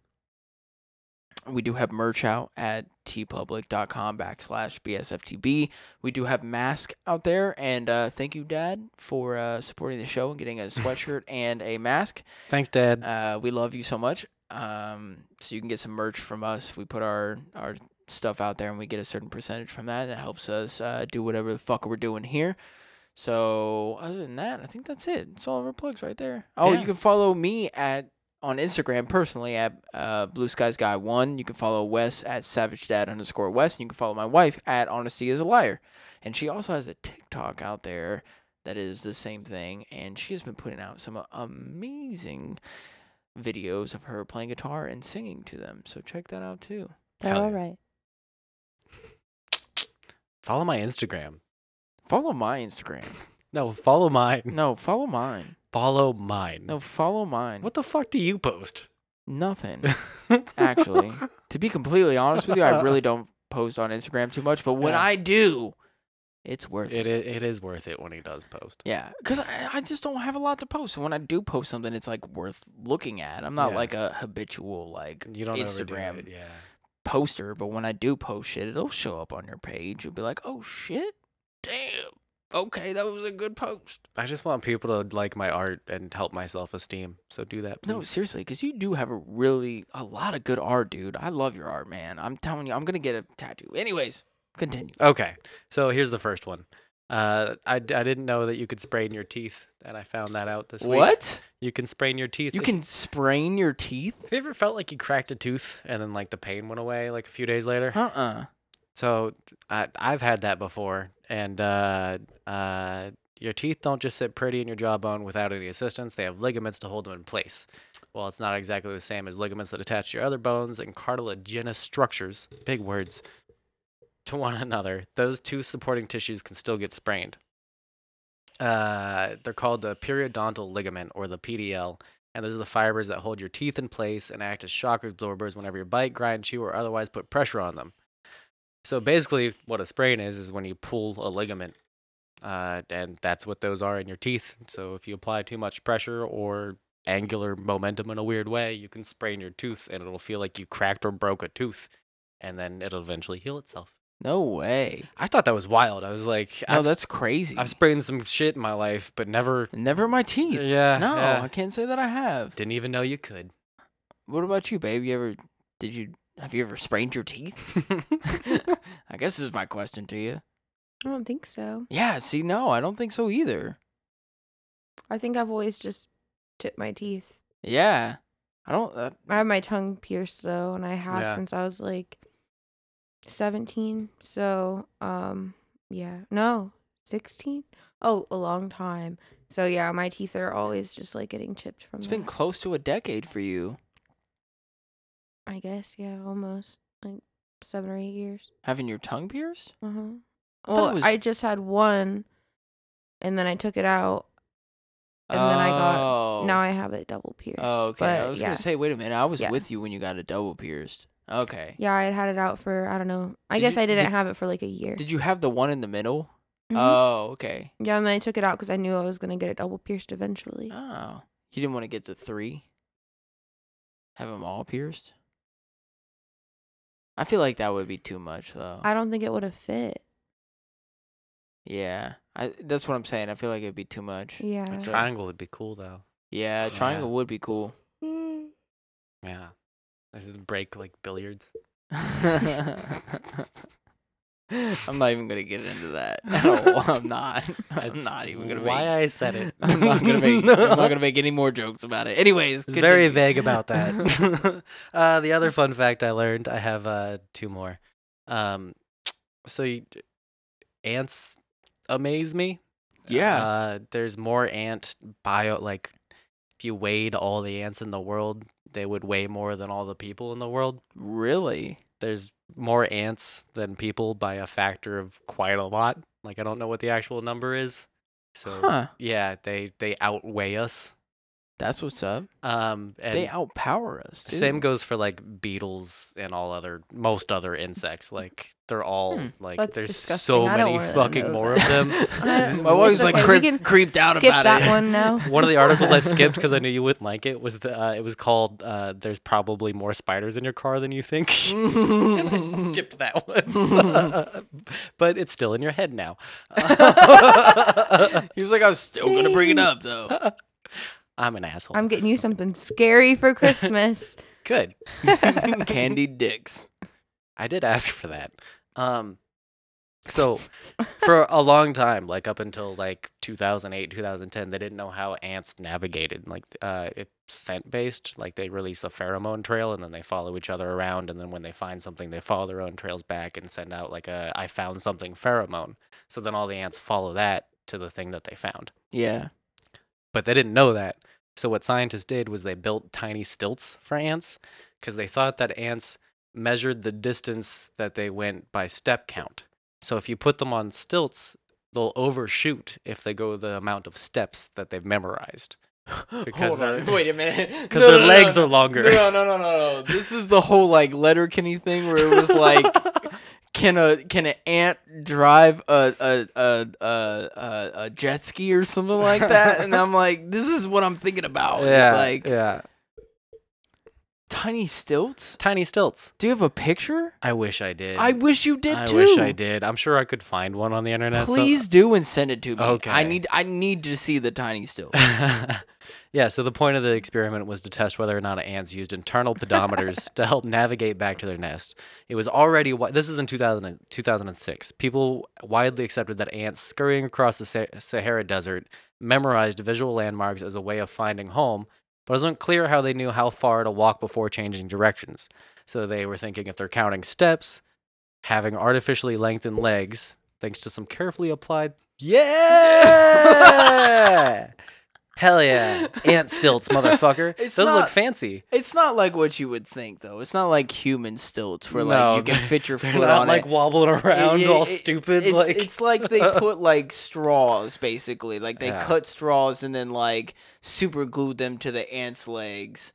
[SPEAKER 2] we do have merch out at tpublic.com backslash bsftb. We do have mask out there, and uh, thank you, Dad, for uh, supporting the show and getting a sweatshirt and a mask.
[SPEAKER 1] Thanks, Dad.
[SPEAKER 2] Uh, we love you so much. Um, so you can get some merch from us. We put our our stuff out there, and we get a certain percentage from that. That helps us uh, do whatever the fuck we're doing here. So other than that, I think that's it. It's all of our plugs right there. Oh,
[SPEAKER 1] Yeah.
[SPEAKER 2] you can follow me at on Instagram personally at uh, Blue Skies Guy One. You can follow Wes at Savage Dad underscore Wes. And you can follow my wife at Honesty is a Liar, and she also has a TikTok out there that is the same thing. And she has been putting out some amazing videos of her playing guitar and singing to them. So check that out too.
[SPEAKER 3] They're
[SPEAKER 1] Hell yeah.
[SPEAKER 3] all right.
[SPEAKER 1] Follow my Instagram.
[SPEAKER 2] Follow my Instagram.
[SPEAKER 1] No, follow mine.
[SPEAKER 2] No, follow mine.
[SPEAKER 1] Follow mine.
[SPEAKER 2] No, follow mine.
[SPEAKER 1] What the fuck do you post?
[SPEAKER 2] Nothing. Actually, to be completely honest with you, I really don't post on Instagram too much, but when
[SPEAKER 1] Yeah.
[SPEAKER 2] I do, it's worth it.
[SPEAKER 1] It, it it is worth it when he does post.
[SPEAKER 2] Yeah, because I, I just don't have a lot to post. And when I do post something, it's like worth looking at. I'm not
[SPEAKER 1] Yeah.
[SPEAKER 2] like a habitual, like,
[SPEAKER 1] You don't overdo
[SPEAKER 2] Instagram
[SPEAKER 1] it, Yeah.
[SPEAKER 2] poster, but when I do post shit, it'll show up on your page. You'll be like, oh shit, damn. Okay, that was a good post.
[SPEAKER 1] I just want people to like my art and help my self esteem. So do that,
[SPEAKER 2] No,
[SPEAKER 1] please.
[SPEAKER 2] seriously, because you do have a really a lot of good art, dude. I love your art, man. I'm telling you, I'm gonna get a tattoo. Anyways, continue.
[SPEAKER 1] Okay. So here's the first one. Uh, I, I didn't know that you could sprain your teeth, and I found that out this week.
[SPEAKER 2] What?
[SPEAKER 1] You can sprain your teeth.
[SPEAKER 2] You
[SPEAKER 1] if-
[SPEAKER 2] can sprain your teeth?
[SPEAKER 1] Have you ever felt like you cracked a tooth and then like the pain went away like a few days later?
[SPEAKER 2] Uh uh
[SPEAKER 1] So I, I've had that before, and uh, uh, your teeth don't just sit pretty in your jawbone without any assistance. They have ligaments to hold them in place. Well, it's not exactly the same as ligaments that attach your other bones and cartilaginous structures, big words, to one another. Those two supporting tissues can still get sprained. Uh, they're called the periodontal ligament or the PDL, and those are the fibers that hold your teeth in place and act as shock absorbers whenever you bite, grind, chew, or otherwise put pressure on them. So basically, what a sprain is is when you pull a ligament, uh, and that's what those are in your teeth. So if you apply too much pressure or angular momentum in a weird way, you can sprain your tooth, and it'll feel like you cracked or broke a tooth, and then it'll eventually heal itself.
[SPEAKER 2] No way.
[SPEAKER 1] I thought that was wild. I was like,
[SPEAKER 2] No,
[SPEAKER 1] I've,
[SPEAKER 2] that's crazy.
[SPEAKER 1] I've sprained some shit in my life, but never,
[SPEAKER 2] Never my teeth.
[SPEAKER 1] yeah,
[SPEAKER 2] no,
[SPEAKER 1] yeah.
[SPEAKER 2] I can't say that I have.
[SPEAKER 1] didn't even know you could.
[SPEAKER 2] What about you, babe? You ever did you have you ever sprained your teeth? I guess this is my question to you.
[SPEAKER 3] I don't think so.
[SPEAKER 2] Yeah, see, no, I don't think so either.
[SPEAKER 3] I think I've always just chipped my teeth.
[SPEAKER 2] Yeah. I don't uh,
[SPEAKER 3] I have my tongue pierced though, and I have
[SPEAKER 1] Yeah.
[SPEAKER 3] since I was like seventeen. So, um, yeah, no, sixteen. Oh, a long time. So yeah, my teeth are always just like getting chipped from.
[SPEAKER 2] it's been
[SPEAKER 1] Mm.
[SPEAKER 3] that.
[SPEAKER 2] close to a decade for you.
[SPEAKER 3] I guess yeah, almost like seven or eight years.
[SPEAKER 2] Having your tongue pierced?
[SPEAKER 3] Uh huh.
[SPEAKER 2] I thought it
[SPEAKER 3] well,
[SPEAKER 2] was-
[SPEAKER 3] I just had one, and then I took it out, and then I
[SPEAKER 2] Oh.
[SPEAKER 3] got now I have it double pierced.
[SPEAKER 2] Oh, okay.
[SPEAKER 3] But,
[SPEAKER 2] I was
[SPEAKER 3] yeah.
[SPEAKER 2] gonna say, wait a minute. I was
[SPEAKER 3] Yeah.
[SPEAKER 2] with you when you got it double pierced. Okay.
[SPEAKER 3] Yeah, I had had it out for I don't know. I
[SPEAKER 2] Did
[SPEAKER 3] guess
[SPEAKER 2] you-
[SPEAKER 3] I didn't
[SPEAKER 2] did-
[SPEAKER 3] have it for like a year.
[SPEAKER 2] Did you have the one in the middle?
[SPEAKER 3] Mhm.
[SPEAKER 2] Oh, okay.
[SPEAKER 3] yeah, and then I took it out because I knew I was gonna get it double pierced eventually.
[SPEAKER 2] Oh, you didn't want to get to three. Have them all pierced. I feel like that would be too much, though.
[SPEAKER 3] I don't think it would have fit.
[SPEAKER 2] yeah, I. That's what I'm saying. I feel like it'd be too much.
[SPEAKER 3] Yeah.
[SPEAKER 1] A
[SPEAKER 2] So-
[SPEAKER 1] triangle would be cool though.
[SPEAKER 2] Yeah, a
[SPEAKER 1] Oh, Yeah.
[SPEAKER 2] triangle would be cool.
[SPEAKER 1] Yeah. I should break like billiards.
[SPEAKER 2] I'm not even gonna get into that. No, I'm not. I'm
[SPEAKER 1] That's
[SPEAKER 2] not even gonna.
[SPEAKER 1] why
[SPEAKER 2] make,
[SPEAKER 1] I said it.
[SPEAKER 2] I'm not gonna make. I'm not gonna make any more jokes about it. Anyways,
[SPEAKER 1] It's very
[SPEAKER 2] continue.
[SPEAKER 1] vague about that. uh, the other fun fact I learned, I have uh, two more. Um, so you, ants amaze me.
[SPEAKER 2] Yeah.
[SPEAKER 1] Uh, there's more ant bio. Like, if you weighed all the ants in the world, they would weigh more than all the people in the world.
[SPEAKER 2] really?
[SPEAKER 1] There's more ants than people by a factor of quite a lot. Like, I don't know what the actual number is. So
[SPEAKER 2] Huh.
[SPEAKER 1] yeah, they they outweigh us.
[SPEAKER 2] That's what's up.
[SPEAKER 1] Um, and
[SPEAKER 2] they outpower us. Too.
[SPEAKER 1] same goes for like beetles and all other most other insects. Like they're all
[SPEAKER 2] Hmm,
[SPEAKER 1] like
[SPEAKER 3] that's
[SPEAKER 1] there's
[SPEAKER 3] disgusting.
[SPEAKER 1] so
[SPEAKER 3] I don't
[SPEAKER 1] many
[SPEAKER 3] wanna
[SPEAKER 1] fucking
[SPEAKER 3] know
[SPEAKER 1] more
[SPEAKER 3] that.
[SPEAKER 1] of them.
[SPEAKER 3] I don't-
[SPEAKER 2] My wife's
[SPEAKER 3] It's
[SPEAKER 2] like
[SPEAKER 3] okay, we
[SPEAKER 2] creep,
[SPEAKER 3] can
[SPEAKER 2] creeped out
[SPEAKER 3] skip
[SPEAKER 2] about
[SPEAKER 3] that
[SPEAKER 2] it.
[SPEAKER 3] one now.
[SPEAKER 1] One of the articles I skipped because I knew you wouldn't like it was the uh, it was called uh, "There's probably more spiders in your car than you think." I skipped that one, but it's still in your head now.
[SPEAKER 2] he was like, "I'm still gonna bring it up, though."
[SPEAKER 1] I'm an asshole.
[SPEAKER 3] I'm getting you something scary for Christmas.
[SPEAKER 1] Good.
[SPEAKER 2] Candied dicks.
[SPEAKER 1] I did ask for that. Um, so for a long time, like up until like 2008, 2010, they didn't know how ants navigated. Like, uh, it's scent based. Like they release a pheromone trail and then they follow each other around. And then when they find something, they follow their own trails back and send out like a "I found something" pheromone. So then all the ants follow that to the thing that they found.
[SPEAKER 2] Yeah.
[SPEAKER 1] But they didn't know that. So what scientists did was they built tiny stilts for ants because they thought that ants measured the distance that they went by step count. So if you put them on stilts, they'll overshoot if they go the amount of steps that they've memorized. Because
[SPEAKER 2] Hold on.
[SPEAKER 1] they're-
[SPEAKER 2] Wait a minute.
[SPEAKER 1] 'cause their legs are longer.
[SPEAKER 2] No, no, no, no, no. This is the whole like letter Kenny thing where it was like, can a can an ant drive a a a a, a, a jet ski or something like that? And I'm like, this is what I'm thinking about.
[SPEAKER 1] yeah,
[SPEAKER 2] It's like
[SPEAKER 1] yeah.
[SPEAKER 2] tiny stilts.
[SPEAKER 1] Tiny stilts.
[SPEAKER 2] Do you have a picture?
[SPEAKER 1] I wish I did.
[SPEAKER 2] I wish you did
[SPEAKER 1] I
[SPEAKER 2] too.
[SPEAKER 1] wish I did. I'm sure I could find one on the internet. so-
[SPEAKER 2] Please do and send it to me.
[SPEAKER 1] Okay.
[SPEAKER 2] I need I need to see the tiny stilts.
[SPEAKER 1] yeah, so the point of the experiment was to test whether or not ants used internal pedometers to help navigate back to their nest. It was already, wi- this is in 2000, and- 2006. People widely accepted that ants scurrying across the Sa- Sahara Desert memorized visual landmarks as a way of finding home, but it wasn't clear how they knew how far to walk before changing directions. So they were thinking if they're counting steps, having artificially lengthened legs, thanks to some carefully applied. Yeah! Hell yeah. Ant stilts, motherfucker.
[SPEAKER 2] It's
[SPEAKER 1] Those
[SPEAKER 2] not-
[SPEAKER 1] look fancy.
[SPEAKER 2] It's not like what you would think, though. It's not like human stilts where like you can fit your
[SPEAKER 1] they're
[SPEAKER 2] foot
[SPEAKER 1] not,
[SPEAKER 2] on
[SPEAKER 1] like
[SPEAKER 2] it.
[SPEAKER 1] wobbling around
[SPEAKER 2] It-
[SPEAKER 1] all
[SPEAKER 2] it-
[SPEAKER 1] stupid.
[SPEAKER 2] It's,
[SPEAKER 1] like
[SPEAKER 2] it's like they put like straws, basically. Like they
[SPEAKER 1] Yeah.
[SPEAKER 2] cut straws and then like super glued them to the ant's legs.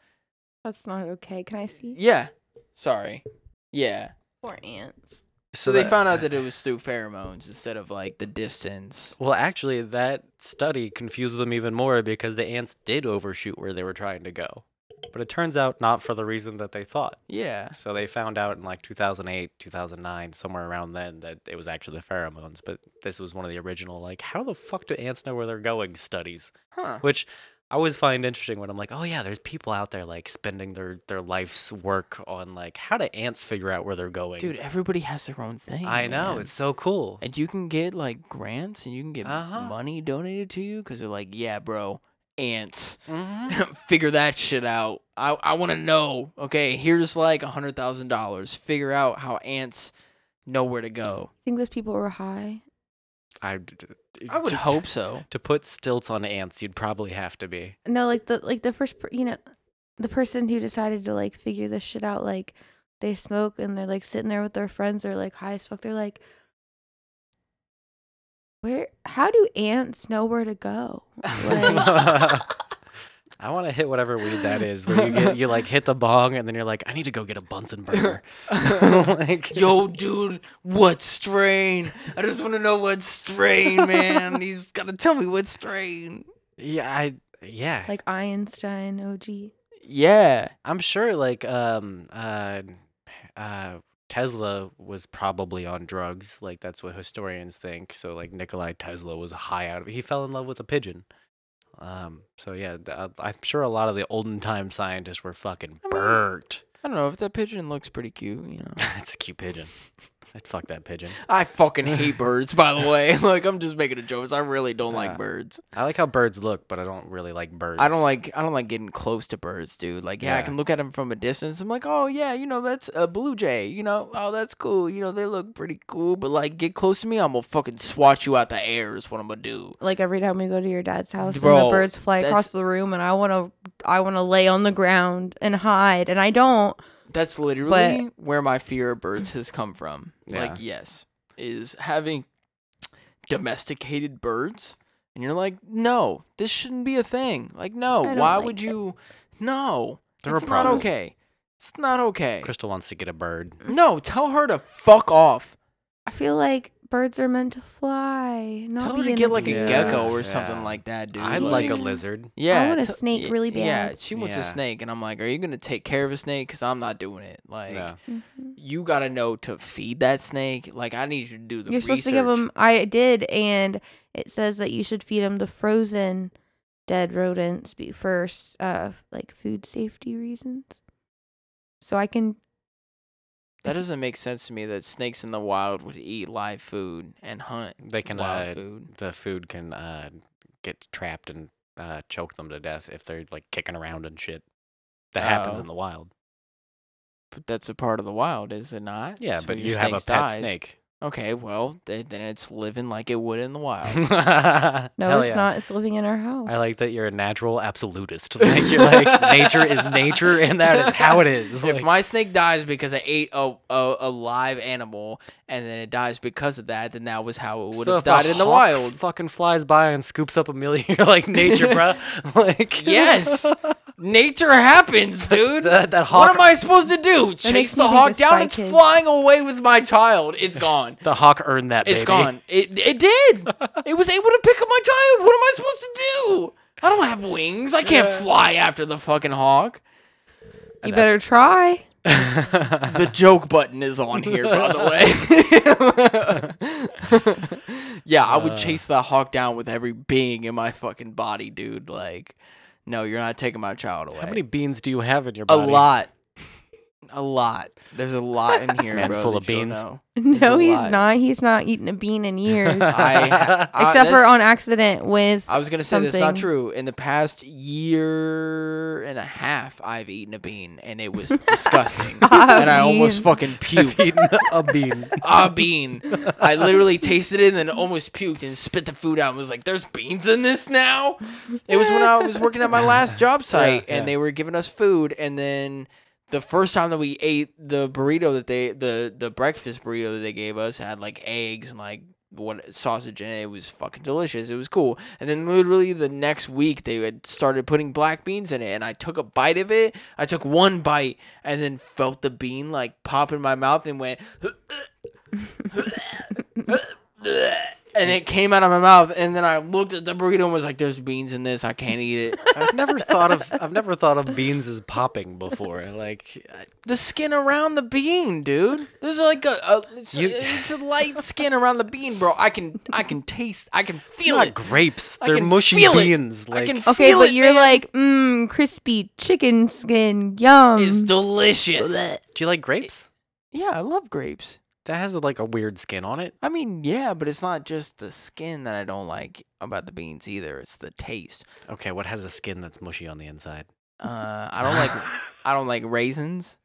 [SPEAKER 3] That's not okay. Can I see?
[SPEAKER 2] Yeah. Sorry. Yeah.
[SPEAKER 3] Poor ants.
[SPEAKER 2] So, they
[SPEAKER 1] that-
[SPEAKER 2] found out that it was through pheromones instead of like the distance.
[SPEAKER 1] Well, actually, that study confused them even more because the ants did overshoot where they were trying to go. But it turns out not for the reason that they thought.
[SPEAKER 2] Yeah.
[SPEAKER 1] So they found out in like 2008, 2009, somewhere around then, that it was actually pheromones. But this was one of the original, like, how the fuck do ants know where they're going studies?
[SPEAKER 2] Huh.
[SPEAKER 1] Which I always find interesting when I'm like, oh yeah, there's people out there like spending their, their life's work on like, how do ants figure out where they're going?
[SPEAKER 2] Dude, everybody has their own thing.
[SPEAKER 1] I know.
[SPEAKER 2] man.
[SPEAKER 1] It's so cool.
[SPEAKER 2] and you can get like grants and you can get
[SPEAKER 1] Uh-huh.
[SPEAKER 2] money donated to you because they're like, yeah, bro, ants,
[SPEAKER 1] Mhm.
[SPEAKER 2] figure that shit out. I I want to know. Okay, here's like a hundred thousand dollars. Figure out how ants know where to go.
[SPEAKER 3] I think those people were high.
[SPEAKER 1] I, d- d-
[SPEAKER 2] I would
[SPEAKER 1] to-
[SPEAKER 2] hope so.
[SPEAKER 1] To put stilts on ants, you'd probably have to be.
[SPEAKER 3] No, like the like the first per- you know, the person who decided to like figure this shit out like they smoke and they're like sitting there with their friends. They're like high as fuck. They're like, Where? How do ants know where to go?
[SPEAKER 1] I want to hit whatever weed that is, where you get you like hit the bong and then you're like, I need to go get a Bunsen burner. Like-
[SPEAKER 2] Yo, dude, what strain? I just want to know what strain, man. He's got to tell me what strain.
[SPEAKER 1] Yeah, I yeah.
[SPEAKER 3] like Einstein, OG.
[SPEAKER 2] Yeah.
[SPEAKER 1] I'm sure like um uh uh Tesla was probably on drugs. Like that's what historians think. So like Nikolai Tesla was high out of he fell in love with a pigeon. Um so yeah, th- uh, I'm sure a lot of the olden time scientists were fucking burnt.
[SPEAKER 2] I don't know if that pigeon looks pretty cute, you know.
[SPEAKER 1] It's a cute pigeon. I'd fuck that pigeon.
[SPEAKER 2] I fucking hate birds, by the way. like I'm just making a joke. 'cause I really don't
[SPEAKER 1] Yeah.
[SPEAKER 2] like birds.
[SPEAKER 1] I like how birds look, but I don't really like birds.
[SPEAKER 2] I don't like I don't like getting close to birds, dude. Like, yeah, I
[SPEAKER 1] Yeah.
[SPEAKER 2] can look at them from a distance. I'm like, oh yeah, you know that's a blue jay. You know, oh that's cool. You know they look pretty cool, but like get close to me, I'm gonna fucking swat you out the air. Is what I'm gonna do.
[SPEAKER 3] Like every time we go to your dad's house and
[SPEAKER 2] Bro,
[SPEAKER 3] the birds fly across
[SPEAKER 2] that's-
[SPEAKER 3] the room, and I want to, I want to lay on the ground and hide, and I don't.
[SPEAKER 2] That's literally where my fear of birds has come from.
[SPEAKER 1] Yeah.
[SPEAKER 2] Like, yes, is having domesticated birds, and you're like, no, this shouldn't be a thing. Like, no,
[SPEAKER 1] I don't
[SPEAKER 2] why
[SPEAKER 1] like
[SPEAKER 2] would you? No,
[SPEAKER 1] They're a
[SPEAKER 2] it's not
[SPEAKER 1] problem.
[SPEAKER 2] okay. It's not okay.
[SPEAKER 1] Crystal wants to get a bird.
[SPEAKER 2] No, tell her to fuck off.
[SPEAKER 3] I feel like birds are meant to fly, not
[SPEAKER 2] Tell
[SPEAKER 3] be
[SPEAKER 2] her to
[SPEAKER 3] in
[SPEAKER 2] get
[SPEAKER 3] a
[SPEAKER 2] like
[SPEAKER 1] Yeah,
[SPEAKER 2] a gecko or
[SPEAKER 1] yeah.
[SPEAKER 2] something like that, dude.
[SPEAKER 1] I like a lizard.
[SPEAKER 2] Yeah,
[SPEAKER 3] want a
[SPEAKER 2] tell-
[SPEAKER 3] snake
[SPEAKER 2] y-
[SPEAKER 3] really
[SPEAKER 2] Yeah,
[SPEAKER 3] bad.
[SPEAKER 2] she wants
[SPEAKER 1] Yeah.
[SPEAKER 2] a snake, and I'm like, are you gonna take care of a snake? Because I'm not doing it. Like,
[SPEAKER 1] Yeah.
[SPEAKER 3] Mhm.
[SPEAKER 2] you gotta know to feed that snake. Like, I need you to do the.
[SPEAKER 3] You're supposed to give
[SPEAKER 2] research.
[SPEAKER 3] them. I did, and it says that you should feed them the frozen dead rodents be first, uh, like food safety reasons. So I can.
[SPEAKER 2] That doesn't make sense to me that snakes in the wild would eat live food and hunt.
[SPEAKER 1] They can
[SPEAKER 2] wild
[SPEAKER 1] uh,
[SPEAKER 2] food.
[SPEAKER 1] the food can uh, get trapped and uh, choke them to death if they're like kicking around and shit. That happens
[SPEAKER 2] Oh.
[SPEAKER 1] in the wild.
[SPEAKER 2] But that's a part of the wild, is it not?
[SPEAKER 1] Yeah,
[SPEAKER 2] So
[SPEAKER 1] but
[SPEAKER 2] your
[SPEAKER 1] you have a
[SPEAKER 2] snakes
[SPEAKER 1] pet
[SPEAKER 2] dies.
[SPEAKER 1] snake.
[SPEAKER 2] Okay, well th- then it's living like it would in the wild.
[SPEAKER 1] no,
[SPEAKER 3] No, it's not. It's living in our house.
[SPEAKER 1] I like that you're a natural absolutist. Like you're like nature is nature, and that is how it is.
[SPEAKER 2] if
[SPEAKER 1] Like,
[SPEAKER 2] my snake dies because I ate a, a a live animal and then it dies because of that, then that was how it would
[SPEAKER 1] so
[SPEAKER 2] have
[SPEAKER 1] if a
[SPEAKER 2] died in the
[SPEAKER 1] hawk
[SPEAKER 2] wild.
[SPEAKER 1] Fucking flies by and scoops up a million. You're like nature, bro. Like
[SPEAKER 2] Yes, nature happens, dude.
[SPEAKER 1] that, that hawk.
[SPEAKER 2] What am I supposed to do? Chase
[SPEAKER 3] makes
[SPEAKER 2] the
[SPEAKER 3] me think
[SPEAKER 2] hawk
[SPEAKER 3] of
[SPEAKER 2] down?
[SPEAKER 3] Spy
[SPEAKER 2] It's
[SPEAKER 3] Kids.
[SPEAKER 2] flying away with my child. It's gone.
[SPEAKER 1] the hawk earned that.
[SPEAKER 2] It's
[SPEAKER 1] baby.
[SPEAKER 2] gone. It it did. it was able to pick up my child. What am I supposed to do? I don't have wings. I can't fly after the fucking hawk.
[SPEAKER 3] You better try.
[SPEAKER 2] The joke button is on here, by the way. yeah, I
[SPEAKER 1] Uh.
[SPEAKER 2] would chase that hawk down with every being in my fucking body, dude. Like, no, you're not taking my child away.
[SPEAKER 1] How many beans do you have in your
[SPEAKER 2] A
[SPEAKER 1] body?
[SPEAKER 2] lot. A lot. There's a lot in here.
[SPEAKER 1] man's
[SPEAKER 2] bro,
[SPEAKER 1] full
[SPEAKER 2] that
[SPEAKER 1] of
[SPEAKER 2] you don't
[SPEAKER 1] beans.
[SPEAKER 2] know. There's
[SPEAKER 3] No,
[SPEAKER 2] a
[SPEAKER 3] he's
[SPEAKER 2] lot.
[SPEAKER 3] not. He's not eaten a bean in years,
[SPEAKER 2] I, ha- I-
[SPEAKER 3] except for
[SPEAKER 2] that's-
[SPEAKER 3] on accident with.
[SPEAKER 2] I was gonna say that's not
[SPEAKER 3] something.
[SPEAKER 2] true. In the past year and a half, I've eaten a bean, and it was disgusting, and I almost
[SPEAKER 3] bean.
[SPEAKER 2] fucking
[SPEAKER 1] I've
[SPEAKER 2] puked.
[SPEAKER 1] eaten a bean.
[SPEAKER 2] A Ah, bean. I literally tasted it and then almost puked and spit the food out and was like, "There's beans in this now." It was when I was working at my last job site,
[SPEAKER 1] yeah.
[SPEAKER 2] and they were giving us food, and then the first time that we ate the burrito that they the the breakfast burrito that they gave us had like eggs and like what sausage in it. It was fucking delicious. It was cool. And then literally the next week they had started putting black beans in it and I took a bite of it. I took one bite and then felt the bean like pop in my mouth and went and it came out of my mouth and then I looked at the burrito and was like there's beans in this. I can't eat it.
[SPEAKER 1] I've never thought of I've never thought of beans as popping before. Like I-
[SPEAKER 2] the skin around the bean, dude. There's like a, a it's,
[SPEAKER 1] You-
[SPEAKER 2] it's a light skin around the bean, bro. I can I can taste, I can feel
[SPEAKER 1] not
[SPEAKER 2] it.
[SPEAKER 1] grapes,
[SPEAKER 2] I
[SPEAKER 1] they're
[SPEAKER 2] can
[SPEAKER 1] mushy
[SPEAKER 2] feel it.
[SPEAKER 1] beans. Like
[SPEAKER 2] I can
[SPEAKER 3] Okay,
[SPEAKER 2] feel
[SPEAKER 3] but
[SPEAKER 2] it,
[SPEAKER 3] you're
[SPEAKER 2] man.
[SPEAKER 3] like, mmm, crispy chicken skin, yum.
[SPEAKER 2] it's delicious.
[SPEAKER 1] do you like grapes?
[SPEAKER 2] Yeah, I love grapes.
[SPEAKER 1] That has like a weird skin on it.
[SPEAKER 2] I mean, yeah, but it's not just the skin that I don't like about the beans either. It's the taste.
[SPEAKER 1] Okay, what has a skin that's mushy on the inside?
[SPEAKER 2] Uh, I don't like I don't like raisins.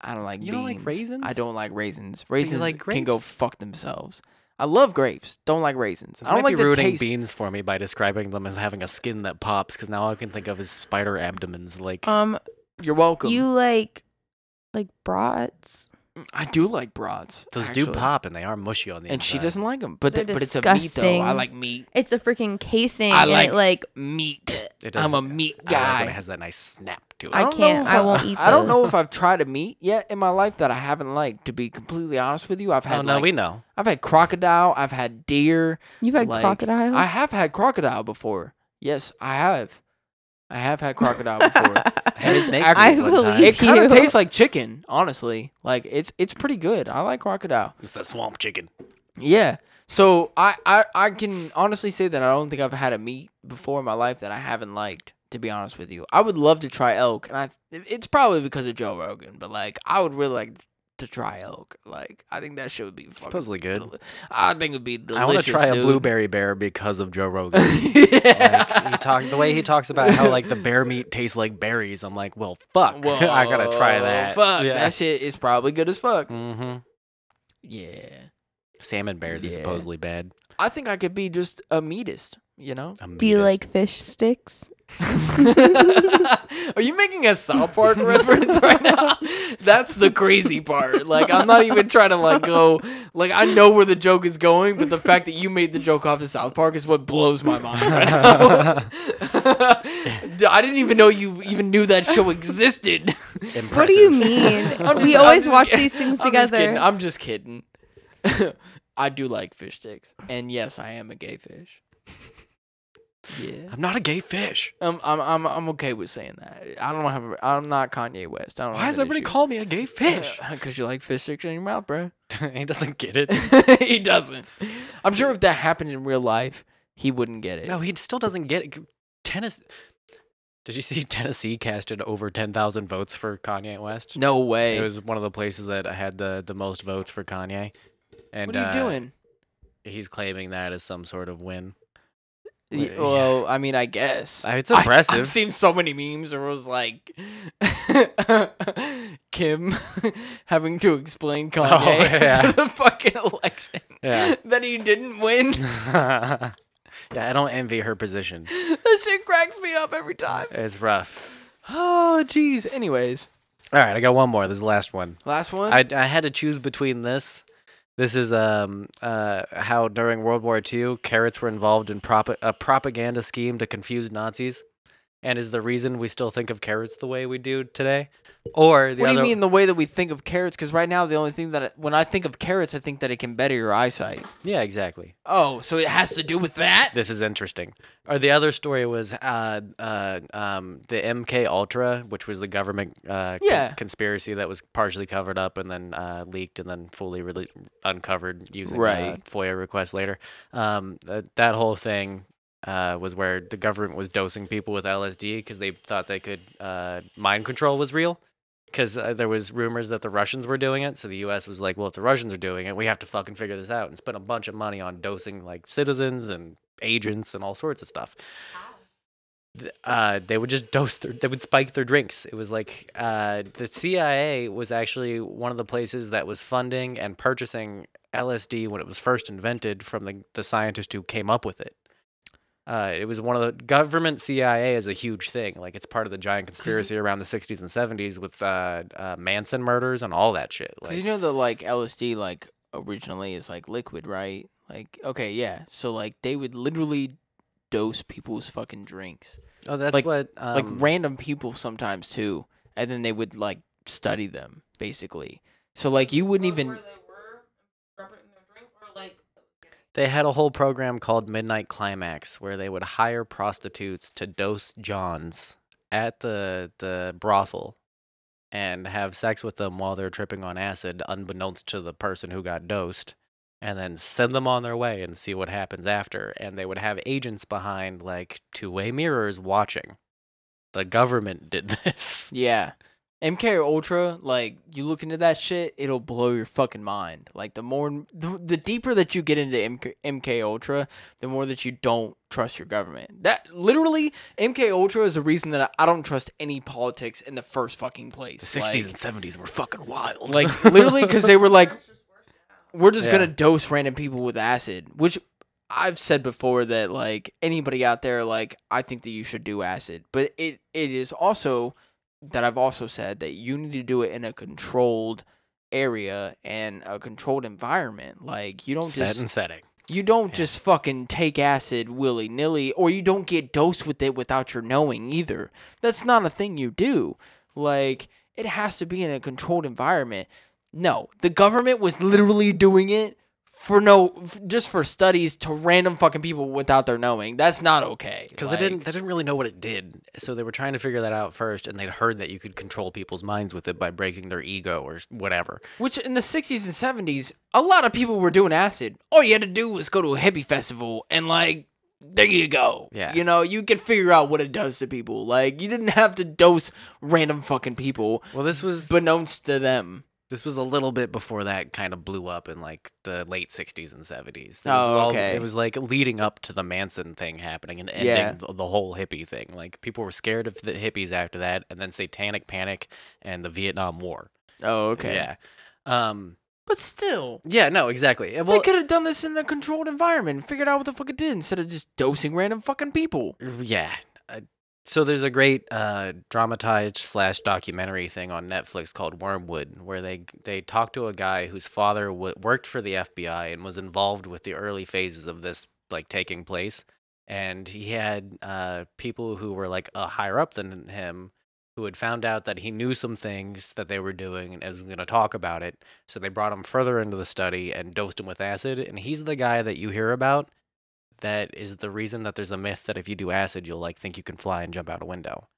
[SPEAKER 2] I don't like
[SPEAKER 1] You don't like
[SPEAKER 2] beans.
[SPEAKER 1] raisins?
[SPEAKER 2] I don't like raisins. Raisins
[SPEAKER 1] like
[SPEAKER 2] can go
[SPEAKER 1] grapes?
[SPEAKER 2] fuck themselves. I love grapes. Don't like raisins. I
[SPEAKER 1] You
[SPEAKER 2] don't
[SPEAKER 1] might
[SPEAKER 2] like
[SPEAKER 1] be
[SPEAKER 2] the
[SPEAKER 1] ruining
[SPEAKER 2] taste.
[SPEAKER 1] beans for me by describing them as having a skin that pops, because now all I can think of is
[SPEAKER 2] Uh,
[SPEAKER 1] spider abdomens. Like
[SPEAKER 3] Um,
[SPEAKER 2] You're welcome.
[SPEAKER 3] you like, like brats?
[SPEAKER 2] Mm, I do like brats.
[SPEAKER 1] Those do
[SPEAKER 2] actually.
[SPEAKER 1] pop, and they are mushy on the
[SPEAKER 2] And she
[SPEAKER 1] inside.
[SPEAKER 2] doesn't like them, but
[SPEAKER 3] They're
[SPEAKER 2] th- but it's a meat though. I
[SPEAKER 3] disgusting.
[SPEAKER 2] like meat.
[SPEAKER 3] It's a freaking casing.
[SPEAKER 2] I
[SPEAKER 3] and
[SPEAKER 2] like
[SPEAKER 3] it, like
[SPEAKER 2] meat.
[SPEAKER 1] It
[SPEAKER 2] I'm a
[SPEAKER 1] does-
[SPEAKER 2] meat
[SPEAKER 1] I like when
[SPEAKER 2] guy.
[SPEAKER 1] it has that nice snap to it.
[SPEAKER 3] I
[SPEAKER 2] don't know
[SPEAKER 3] can't.
[SPEAKER 2] if
[SPEAKER 3] I won't eat
[SPEAKER 2] I don't know
[SPEAKER 3] this.
[SPEAKER 2] if I've tried a meat yet in my life that I haven't liked. To be completely honest with you, I've had.
[SPEAKER 1] Oh, no,
[SPEAKER 2] like-
[SPEAKER 1] we know.
[SPEAKER 2] I've had crocodile. I've had deer.
[SPEAKER 3] You've had
[SPEAKER 2] like-
[SPEAKER 3] crocodile?
[SPEAKER 2] I have had crocodile before. Yes, I have. I have had crocodile before.
[SPEAKER 1] Had
[SPEAKER 2] it's
[SPEAKER 1] snake
[SPEAKER 2] actually-
[SPEAKER 1] I one time.
[SPEAKER 2] It kind
[SPEAKER 1] believe you.
[SPEAKER 2] of tastes like chicken, honestly. Like it's it's pretty good. I like crocodile.
[SPEAKER 1] It's that swamp chicken.
[SPEAKER 2] Yeah. So I, I I can honestly say that I don't think I've had a meat before in my life that I haven't liked. To be honest with you, I would love to try elk, and I it's probably because of Joe Rogan, but like I would really like to try elk. Like I think that shit would be fucking
[SPEAKER 1] Supposedly good.
[SPEAKER 2] deli- I think it'd be delicious.
[SPEAKER 1] I want to try a
[SPEAKER 2] dude.
[SPEAKER 1] blueberry bear because of Joe Rogan. like, he talk, the way he talks about how like the bear meat tastes like berries. I'm like, well, fuck. I gotta try
[SPEAKER 2] Whoa,
[SPEAKER 1] that.
[SPEAKER 2] Fuck
[SPEAKER 1] Yeah.
[SPEAKER 2] that shit is probably good as fuck.
[SPEAKER 1] Mm-hmm.
[SPEAKER 2] Yeah,
[SPEAKER 1] Salmon bears is
[SPEAKER 2] Yeah.
[SPEAKER 1] supposedly bad.
[SPEAKER 2] I think I could be just a meatist. You know?
[SPEAKER 1] A
[SPEAKER 3] Do you
[SPEAKER 1] meatist.
[SPEAKER 3] like fish sticks?
[SPEAKER 2] Are you making a South Park reference right now? That's the crazy part. Like I'm not even trying to like go like I know where the joke is going, but the fact that you made the joke off of South Park is what blows my mind right now. D- I didn't even know you even knew that show existed.
[SPEAKER 3] What do you mean? we always watch these things
[SPEAKER 2] I'm just kidding.
[SPEAKER 3] together.
[SPEAKER 2] I'm just kidding. I do like fish sticks, and yes, I am a gay fish. Yeah.
[SPEAKER 1] I'm not a gay fish.
[SPEAKER 2] Um, I'm I'm I'm okay with saying that. I don't have. a- I'm not Kanye West. I don't.
[SPEAKER 1] Why does everybody call me a gay fish?
[SPEAKER 2] Because you like fish sticks in your mouth, bro.
[SPEAKER 1] he doesn't get it.
[SPEAKER 2] he doesn't. I'm sure if that happened in real life, he wouldn't get it.
[SPEAKER 1] No, he still doesn't get it. Tennis. Did you see Tennessee casted over 10,000 votes for Kanye West?
[SPEAKER 2] No way.
[SPEAKER 1] It was one of the places that had the, the most votes for Kanye. And
[SPEAKER 2] what are you
[SPEAKER 1] uh,
[SPEAKER 2] doing?
[SPEAKER 1] He's claiming that as some sort of win.
[SPEAKER 2] Y-
[SPEAKER 1] yeah.
[SPEAKER 2] Well, I mean, I guess.
[SPEAKER 1] I mean, it's
[SPEAKER 2] I-
[SPEAKER 1] impressive.
[SPEAKER 2] I've seen so many memes where it was like Kim having to explain Kanye
[SPEAKER 1] yeah.
[SPEAKER 2] to the fucking election
[SPEAKER 1] Yeah.
[SPEAKER 2] that he didn't win.
[SPEAKER 1] yeah, I don't envy her position.
[SPEAKER 2] that shit cracks me up every time.
[SPEAKER 1] It's rough.
[SPEAKER 2] Oh, jeez. Anyways,
[SPEAKER 1] All right, I got one more. This is the last one.
[SPEAKER 2] last one.
[SPEAKER 1] I, I had to choose between this. This is um uh how during World War II carrots were involved in prop- a propaganda scheme to confuse Nazis, and is the reason we still think of carrots the way we do today. Or the
[SPEAKER 2] what do
[SPEAKER 1] other
[SPEAKER 2] you mean the way that we think of carrots? Because right now the only thing that when I think of carrots, I think that it can better your eyesight.
[SPEAKER 1] yeah exactly.
[SPEAKER 2] Oh, so it has to do with that?
[SPEAKER 1] This is interesting. Or the other story was uh, uh, um, the MK Ultra, which was the government uh, con-
[SPEAKER 2] Yeah.
[SPEAKER 1] conspiracy that was partially covered up and then uh, leaked and then fully rele uncovered using uh,
[SPEAKER 2] Right.
[SPEAKER 1] FOIA requests later. Um, th- that whole thing uh, was where the government was dosing people with LSD because they thought they could uh, mind control was real. Because uh, there was rumors that the Russians were doing it, so the U.S. was like, "Well, if the Russians are doing it, we have to fucking figure this out," and spent a bunch of money on dosing like citizens and agents and all sorts of stuff. Th- Uh, they would just dose their, they would spike their drinks. It was like uh, the CIA was actually one of the places that was funding and purchasing LSD when it was first invented from the, the scientist who came up with it. Uh, it was one of the government CIA is a huge thing. Like it's part of the giant conspiracy around the 60s and 70s with uh, uh, Manson murders and all that shit.
[SPEAKER 2] Because you
[SPEAKER 1] Like,
[SPEAKER 2] know that like LSD like originally is like liquid, right? Like okay, yeah. So like they would literally dose people's fucking drinks,
[SPEAKER 1] oh, that's
[SPEAKER 2] like-
[SPEAKER 1] what
[SPEAKER 2] like
[SPEAKER 1] um,
[SPEAKER 2] random people sometimes too, and then they would like study them basically. So like you wouldn't even
[SPEAKER 1] They had a whole program called Midnight Climax where they would hire prostitutes to dose Johns at the the brothel and have sex with them while they're tripping on acid unbeknownst to the person who got dosed and then send them on their way and see what happens after and they would have agents behind like two-way mirrors watching. The government did this.
[SPEAKER 2] Yeah. MK Ultra, like you look into that shit, it'll blow your fucking mind. Like the more, the, the deeper that you get into MK, MK Ultra, the more that you don't trust your government. That literally, MK Ultra is the reason that I, I don't trust any politics in the first fucking place.
[SPEAKER 1] The 60s
[SPEAKER 2] Like-
[SPEAKER 1] and 70s were fucking wild.
[SPEAKER 2] like literally because they were like we're just
[SPEAKER 1] Yeah.
[SPEAKER 2] gonna dose random people with acid which i've said before that like anybody out there like i think that you should do acid but it it is also that i've also said that you need to do it in a controlled area and a controlled environment. Like you don't
[SPEAKER 1] Set
[SPEAKER 2] just
[SPEAKER 1] and setting.
[SPEAKER 2] You don't just fucking take acid willy nilly, or you don't get dosed with it without your knowing either. That's not a thing you do. Like it has to be in a controlled environment. No, the government was literally doing it for no, f- just for studies to random fucking people without their knowing. That's not okay.
[SPEAKER 1] Because
[SPEAKER 2] Like-
[SPEAKER 1] they didn't they didn't really know what it did, so they were trying to figure that out first, and they'd heard that you could control people's minds with it by breaking their ego or s- whatever.
[SPEAKER 2] Which in the 60s and 70s, a lot of people were doing acid. All you had to do was go to a hippie festival and, like, there you go.
[SPEAKER 1] Yeah.
[SPEAKER 2] You know, you could figure out what it does to people. Like, you didn't have to dose random fucking people.
[SPEAKER 1] Well, this was
[SPEAKER 2] beknownst to them.
[SPEAKER 1] This was a little bit before that kind of blew up in like the late '60s and '70s. This was
[SPEAKER 2] Oh,
[SPEAKER 1] all-
[SPEAKER 2] okay.
[SPEAKER 1] It was like leading up to the Manson thing happening and ending
[SPEAKER 2] Yeah.
[SPEAKER 1] th- the whole hippie thing. Like people were scared of the hippies after that, and then Satanic Panic and the Vietnam War.
[SPEAKER 2] Oh, okay.
[SPEAKER 1] Yeah. Um.
[SPEAKER 2] But still,
[SPEAKER 1] Yeah. No. Exactly. And Well.
[SPEAKER 2] they could have done this in a controlled environment and figured out what the fuck it did instead of just dosing random fucking people.
[SPEAKER 1] Yeah. Uh, so there's a great uh, dramatized slash documentary thing on Netflix called Wormwood, where they they talk to a guy whose father w- worked for the FBI and was involved with the early phases of this like taking place, and he had uh, people who were like uh, higher up than him who had found out that he knew some things that they were doing and was going to talk about it. So they brought him further into the study and dosed him with acid, and he's the guy that you hear about that is the reason that there's a myth that if you do acid, you'll like think you can fly and jump out a window.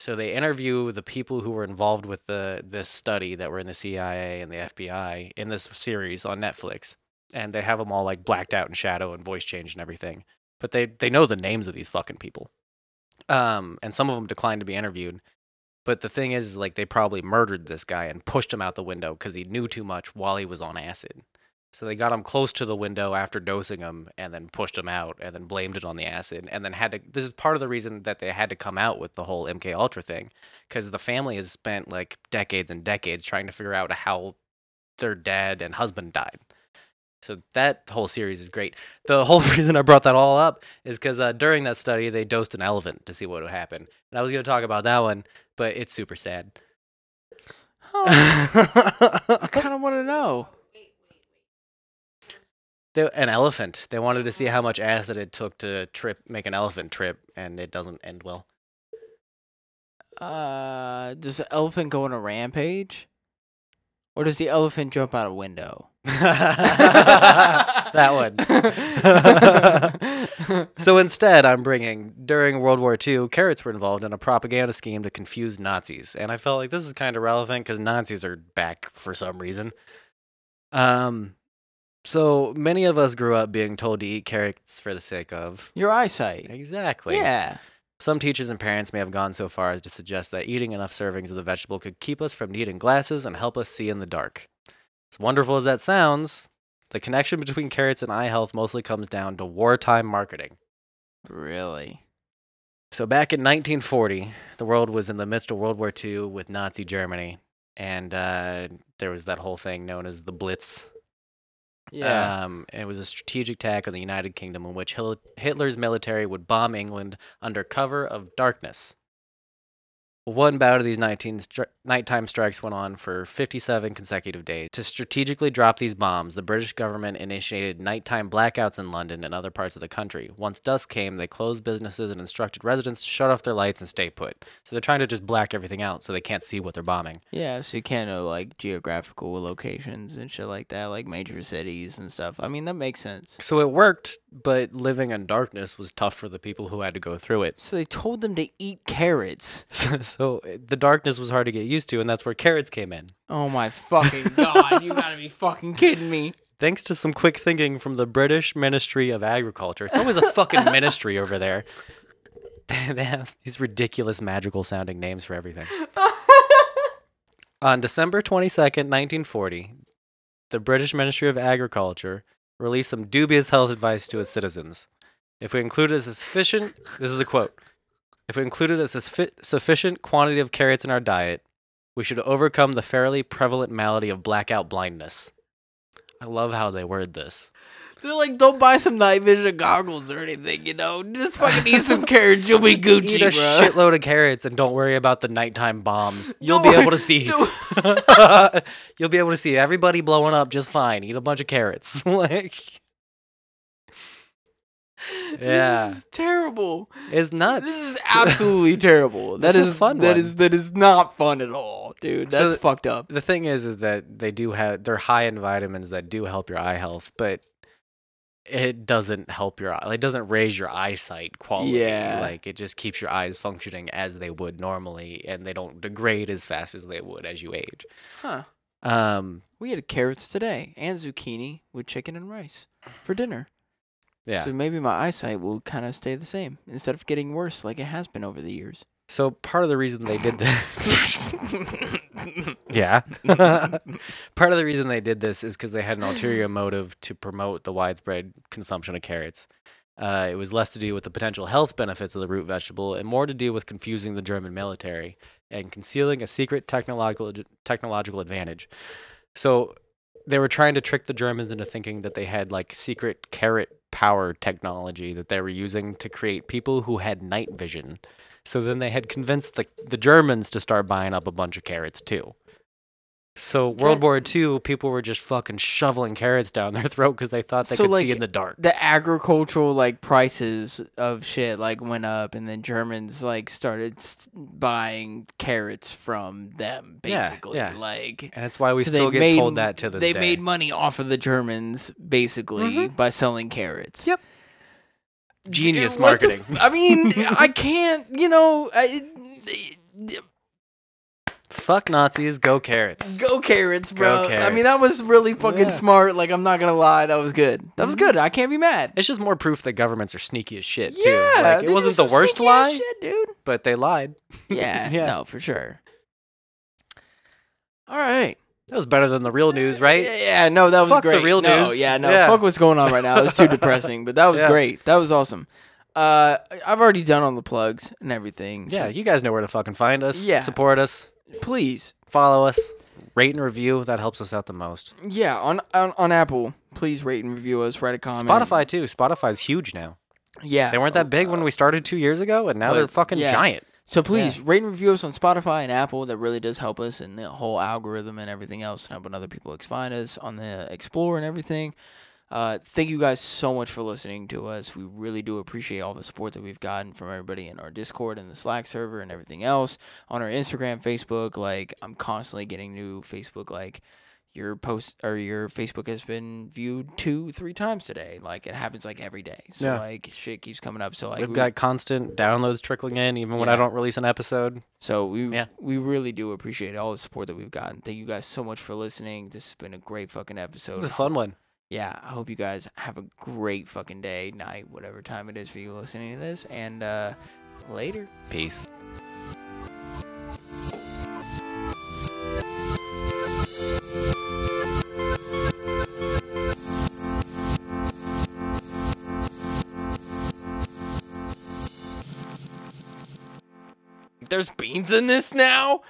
[SPEAKER 1] So they interview the people who were involved with the this study that were in the CIA and the FBI in this series on Netflix, and they have them all like blacked out in shadow and voice changed and everything. But they they know the names of these fucking people, um, and some of them declined to be interviewed. But the thing is, like, they probably murdered this guy and pushed him out the window because he knew too much while he was on acid. So they got him close to the window after dosing him and then pushed him out and then blamed it on the acid and then had to this is part of the reason that they had to come out with the whole MK Ultra thing cuz the family has spent like decades and decades trying to figure out how their dad and husband died. So that whole series is great. The whole reason I brought that all up is because uh, during that study they dosed an elephant to see what would happen, and I was going to talk about that one, but it's super sad.
[SPEAKER 2] I kind of want to know.
[SPEAKER 1] They, an elephant. They wanted to see how much acid it took to trip, make an elephant trip, and it doesn't end well.
[SPEAKER 2] Uh, does the elephant go on a rampage? Or does the elephant jump out a window?
[SPEAKER 1] that one. so instead, I'm bringing during World War II, carrots were involved in a propaganda scheme to confuse Nazis, and I felt like this is kind of relevant because Nazis are back for some reason. Um, so many of us grew up being told to eat carrots for the sake of
[SPEAKER 2] Your eyesight.
[SPEAKER 1] Exactly.
[SPEAKER 2] Yeah.
[SPEAKER 1] Some teachers and parents may have gone so far as to suggest that eating enough servings of the vegetable could keep us from needing glasses and help us see in the dark. As wonderful as that sounds, the connection between carrots and eye health mostly comes down to wartime marketing.
[SPEAKER 2] Really?
[SPEAKER 1] So back in 1940, the world was in the midst of World War II with Nazi Germany, and uh, there was that whole thing known as the Blitz.
[SPEAKER 2] Yeah.
[SPEAKER 1] Um, it was a strategic attack on the United Kingdom in which Hil- Hitler's military would bomb England under cover of darkness. One bout of these 19 stri- nighttime strikes went on for 57 consecutive days. To strategically drop these bombs, the British government initiated nighttime blackouts in London and other parts of the country. Once dusk came, they closed businesses and instructed residents to shut off their lights and stay put. So they're trying to just black everything out so they can't see what they're bombing.
[SPEAKER 2] Yeah, so you can't know like geographical locations and shit like that, like major cities and stuff. I mean, that makes sense.
[SPEAKER 1] So it worked, but living in darkness was tough for the people who had to go through it.
[SPEAKER 2] So they told them to eat carrots.
[SPEAKER 1] So, so uh, the darkness was hard to get used to, and that's where carrots came in.
[SPEAKER 2] Oh my fucking god, you gotta be fucking kidding me.
[SPEAKER 1] Thanks to some quick thinking from the British Ministry of Agriculture. It's always a fucking ministry over there. they have these ridiculous magical sounding names for everything. On December 22nd, 1940, the British Ministry of Agriculture released some dubious health advice to its citizens. If we included a sufficient, this is a quote. If we included a suffi- sufficient quantity of carrots in our diet, we should overcome the fairly prevalent malady of blackout blindness. I love how they word this.
[SPEAKER 2] They're like, don't buy some night vision goggles or anything, you know. Just fucking eat some carrots, you'll be Gucci,
[SPEAKER 1] Eat a
[SPEAKER 2] bro.
[SPEAKER 1] shitload of carrots and don't worry about the nighttime bombs. You'll be
[SPEAKER 2] Don't-
[SPEAKER 1] able to see.
[SPEAKER 2] don't-
[SPEAKER 1] You'll be able to see everybody blowing up just fine. Eat a bunch of carrots. like, yeah,
[SPEAKER 2] This is terrible.
[SPEAKER 1] it's nuts.
[SPEAKER 2] This is absolutely terrible. That
[SPEAKER 1] It's a
[SPEAKER 2] is
[SPEAKER 1] fun one.
[SPEAKER 2] That is that is not fun at all, dude.
[SPEAKER 1] So
[SPEAKER 2] That's
[SPEAKER 1] th-
[SPEAKER 2] fucked up.
[SPEAKER 1] The thing is, is that they do have they're high in vitamins that do help your eye health, but it doesn't help your eye. It doesn't raise your eyesight quality.
[SPEAKER 2] Yeah.
[SPEAKER 1] like it just keeps your eyes functioning as they would normally, and they don't degrade as fast as they would as you age.
[SPEAKER 2] Huh.
[SPEAKER 1] Um,
[SPEAKER 2] We had carrots today and zucchini with chicken and rice for dinner.
[SPEAKER 1] yeah.
[SPEAKER 2] So maybe my eyesight will kind of stay the same instead of getting worse like it has been over the years.
[SPEAKER 1] So part of the reason they did that, yeah, part of the reason they did this is because they had an ulterior motive to promote the widespread consumption of carrots. Uh, it was less to do with the potential health benefits of the root vegetable and more to do with confusing the German military and concealing a secret technological technological advantage. So they were trying to trick the Germans into thinking that they had like secret carrot power technology that they were using to create people who had night vision. So then they had convinced the, the Germans to start buying up a bunch of carrots too. So World
[SPEAKER 2] That-
[SPEAKER 1] War II, people were just fucking shoveling carrots down their throat because they thought they could see in the dark.
[SPEAKER 2] The agricultural like prices of shit like went up, and then Germans like started s buying carrots from them
[SPEAKER 1] Yeah,
[SPEAKER 2] basically.
[SPEAKER 1] yeah.
[SPEAKER 2] Like,
[SPEAKER 1] And that's why we
[SPEAKER 2] so they
[SPEAKER 1] still get
[SPEAKER 2] made-
[SPEAKER 1] told that to this
[SPEAKER 2] They
[SPEAKER 1] day. Mm-hmm.
[SPEAKER 2] made money off of the Germans basically by selling carrots. Yep.
[SPEAKER 1] Genius
[SPEAKER 2] What the
[SPEAKER 1] marketing.
[SPEAKER 2] f- I mean, I can't. You know, I,
[SPEAKER 1] Fuck Nazis, go carrots.
[SPEAKER 2] go carrots, bro. I mean,
[SPEAKER 1] carrots.
[SPEAKER 2] that was really fucking
[SPEAKER 1] Yeah.
[SPEAKER 2] smart. Like, I'm not gonna lie, that was good. That was good. I can't be mad.
[SPEAKER 1] It's just more proof that governments are sneaky as shit too.
[SPEAKER 2] Yeah,
[SPEAKER 1] like,
[SPEAKER 2] they
[SPEAKER 1] it
[SPEAKER 2] do
[SPEAKER 1] wasn't the
[SPEAKER 2] some
[SPEAKER 1] worst
[SPEAKER 2] sneaky ass
[SPEAKER 1] lie,
[SPEAKER 2] shit, dude.
[SPEAKER 1] but they lied.
[SPEAKER 2] Yeah,
[SPEAKER 1] Yeah.
[SPEAKER 2] no, for sure. All right.
[SPEAKER 1] That was better than the real news, right?
[SPEAKER 2] Yeah, no, that was
[SPEAKER 1] Fuck the
[SPEAKER 2] great.
[SPEAKER 1] real
[SPEAKER 2] no,
[SPEAKER 1] news.
[SPEAKER 2] Yeah, no,
[SPEAKER 1] Yeah.
[SPEAKER 2] fuck what's going on right now. It's too depressing, but that was
[SPEAKER 1] Yeah.
[SPEAKER 2] great. That was awesome. Uh, I've already done all the plugs and everything. so
[SPEAKER 1] Yeah, you guys know where to fucking find us.
[SPEAKER 2] Yeah.
[SPEAKER 1] Support us.
[SPEAKER 2] please,
[SPEAKER 1] Follow us. Rate and review. That helps us out the most.
[SPEAKER 2] yeah, on, on on Apple, please rate and review us. Write a comment.
[SPEAKER 1] Spotify too. Spotify's huge now.
[SPEAKER 2] Yeah,
[SPEAKER 1] They weren't that big when we started two years ago, and now
[SPEAKER 2] But,
[SPEAKER 1] they're fucking
[SPEAKER 2] yeah.
[SPEAKER 1] giant.
[SPEAKER 2] So please rate and review us on Spotify and Apple. That really does help us and the whole algorithm and everything else, and helping other people ex- find us on the Explore and everything. Uh, thank you guys so much for listening to us. We really do appreciate all the support that we've gotten from everybody in our Discord and the Slack server and everything else on our Instagram, Facebook. Like I'm constantly getting new Facebook like your post or your Facebook has been viewed two, three times today. Like it happens like every day. So
[SPEAKER 1] Yeah.
[SPEAKER 2] like shit keeps coming up. So like
[SPEAKER 1] We've
[SPEAKER 2] we-
[SPEAKER 1] got constant downloads trickling in, even when I
[SPEAKER 2] Yeah.
[SPEAKER 1] don't release an episode.
[SPEAKER 2] so we
[SPEAKER 1] Yeah.
[SPEAKER 2] we really do appreciate all the support that we've gotten. Thank you guys so much for listening. This has been a great fucking
[SPEAKER 1] It
[SPEAKER 2] episode.
[SPEAKER 1] was a fun one.
[SPEAKER 2] Yeah, I hope you guys have a great fucking day, night, whatever time it is for you listening to this. And uh later.
[SPEAKER 1] Peace.
[SPEAKER 2] There's beans in this now?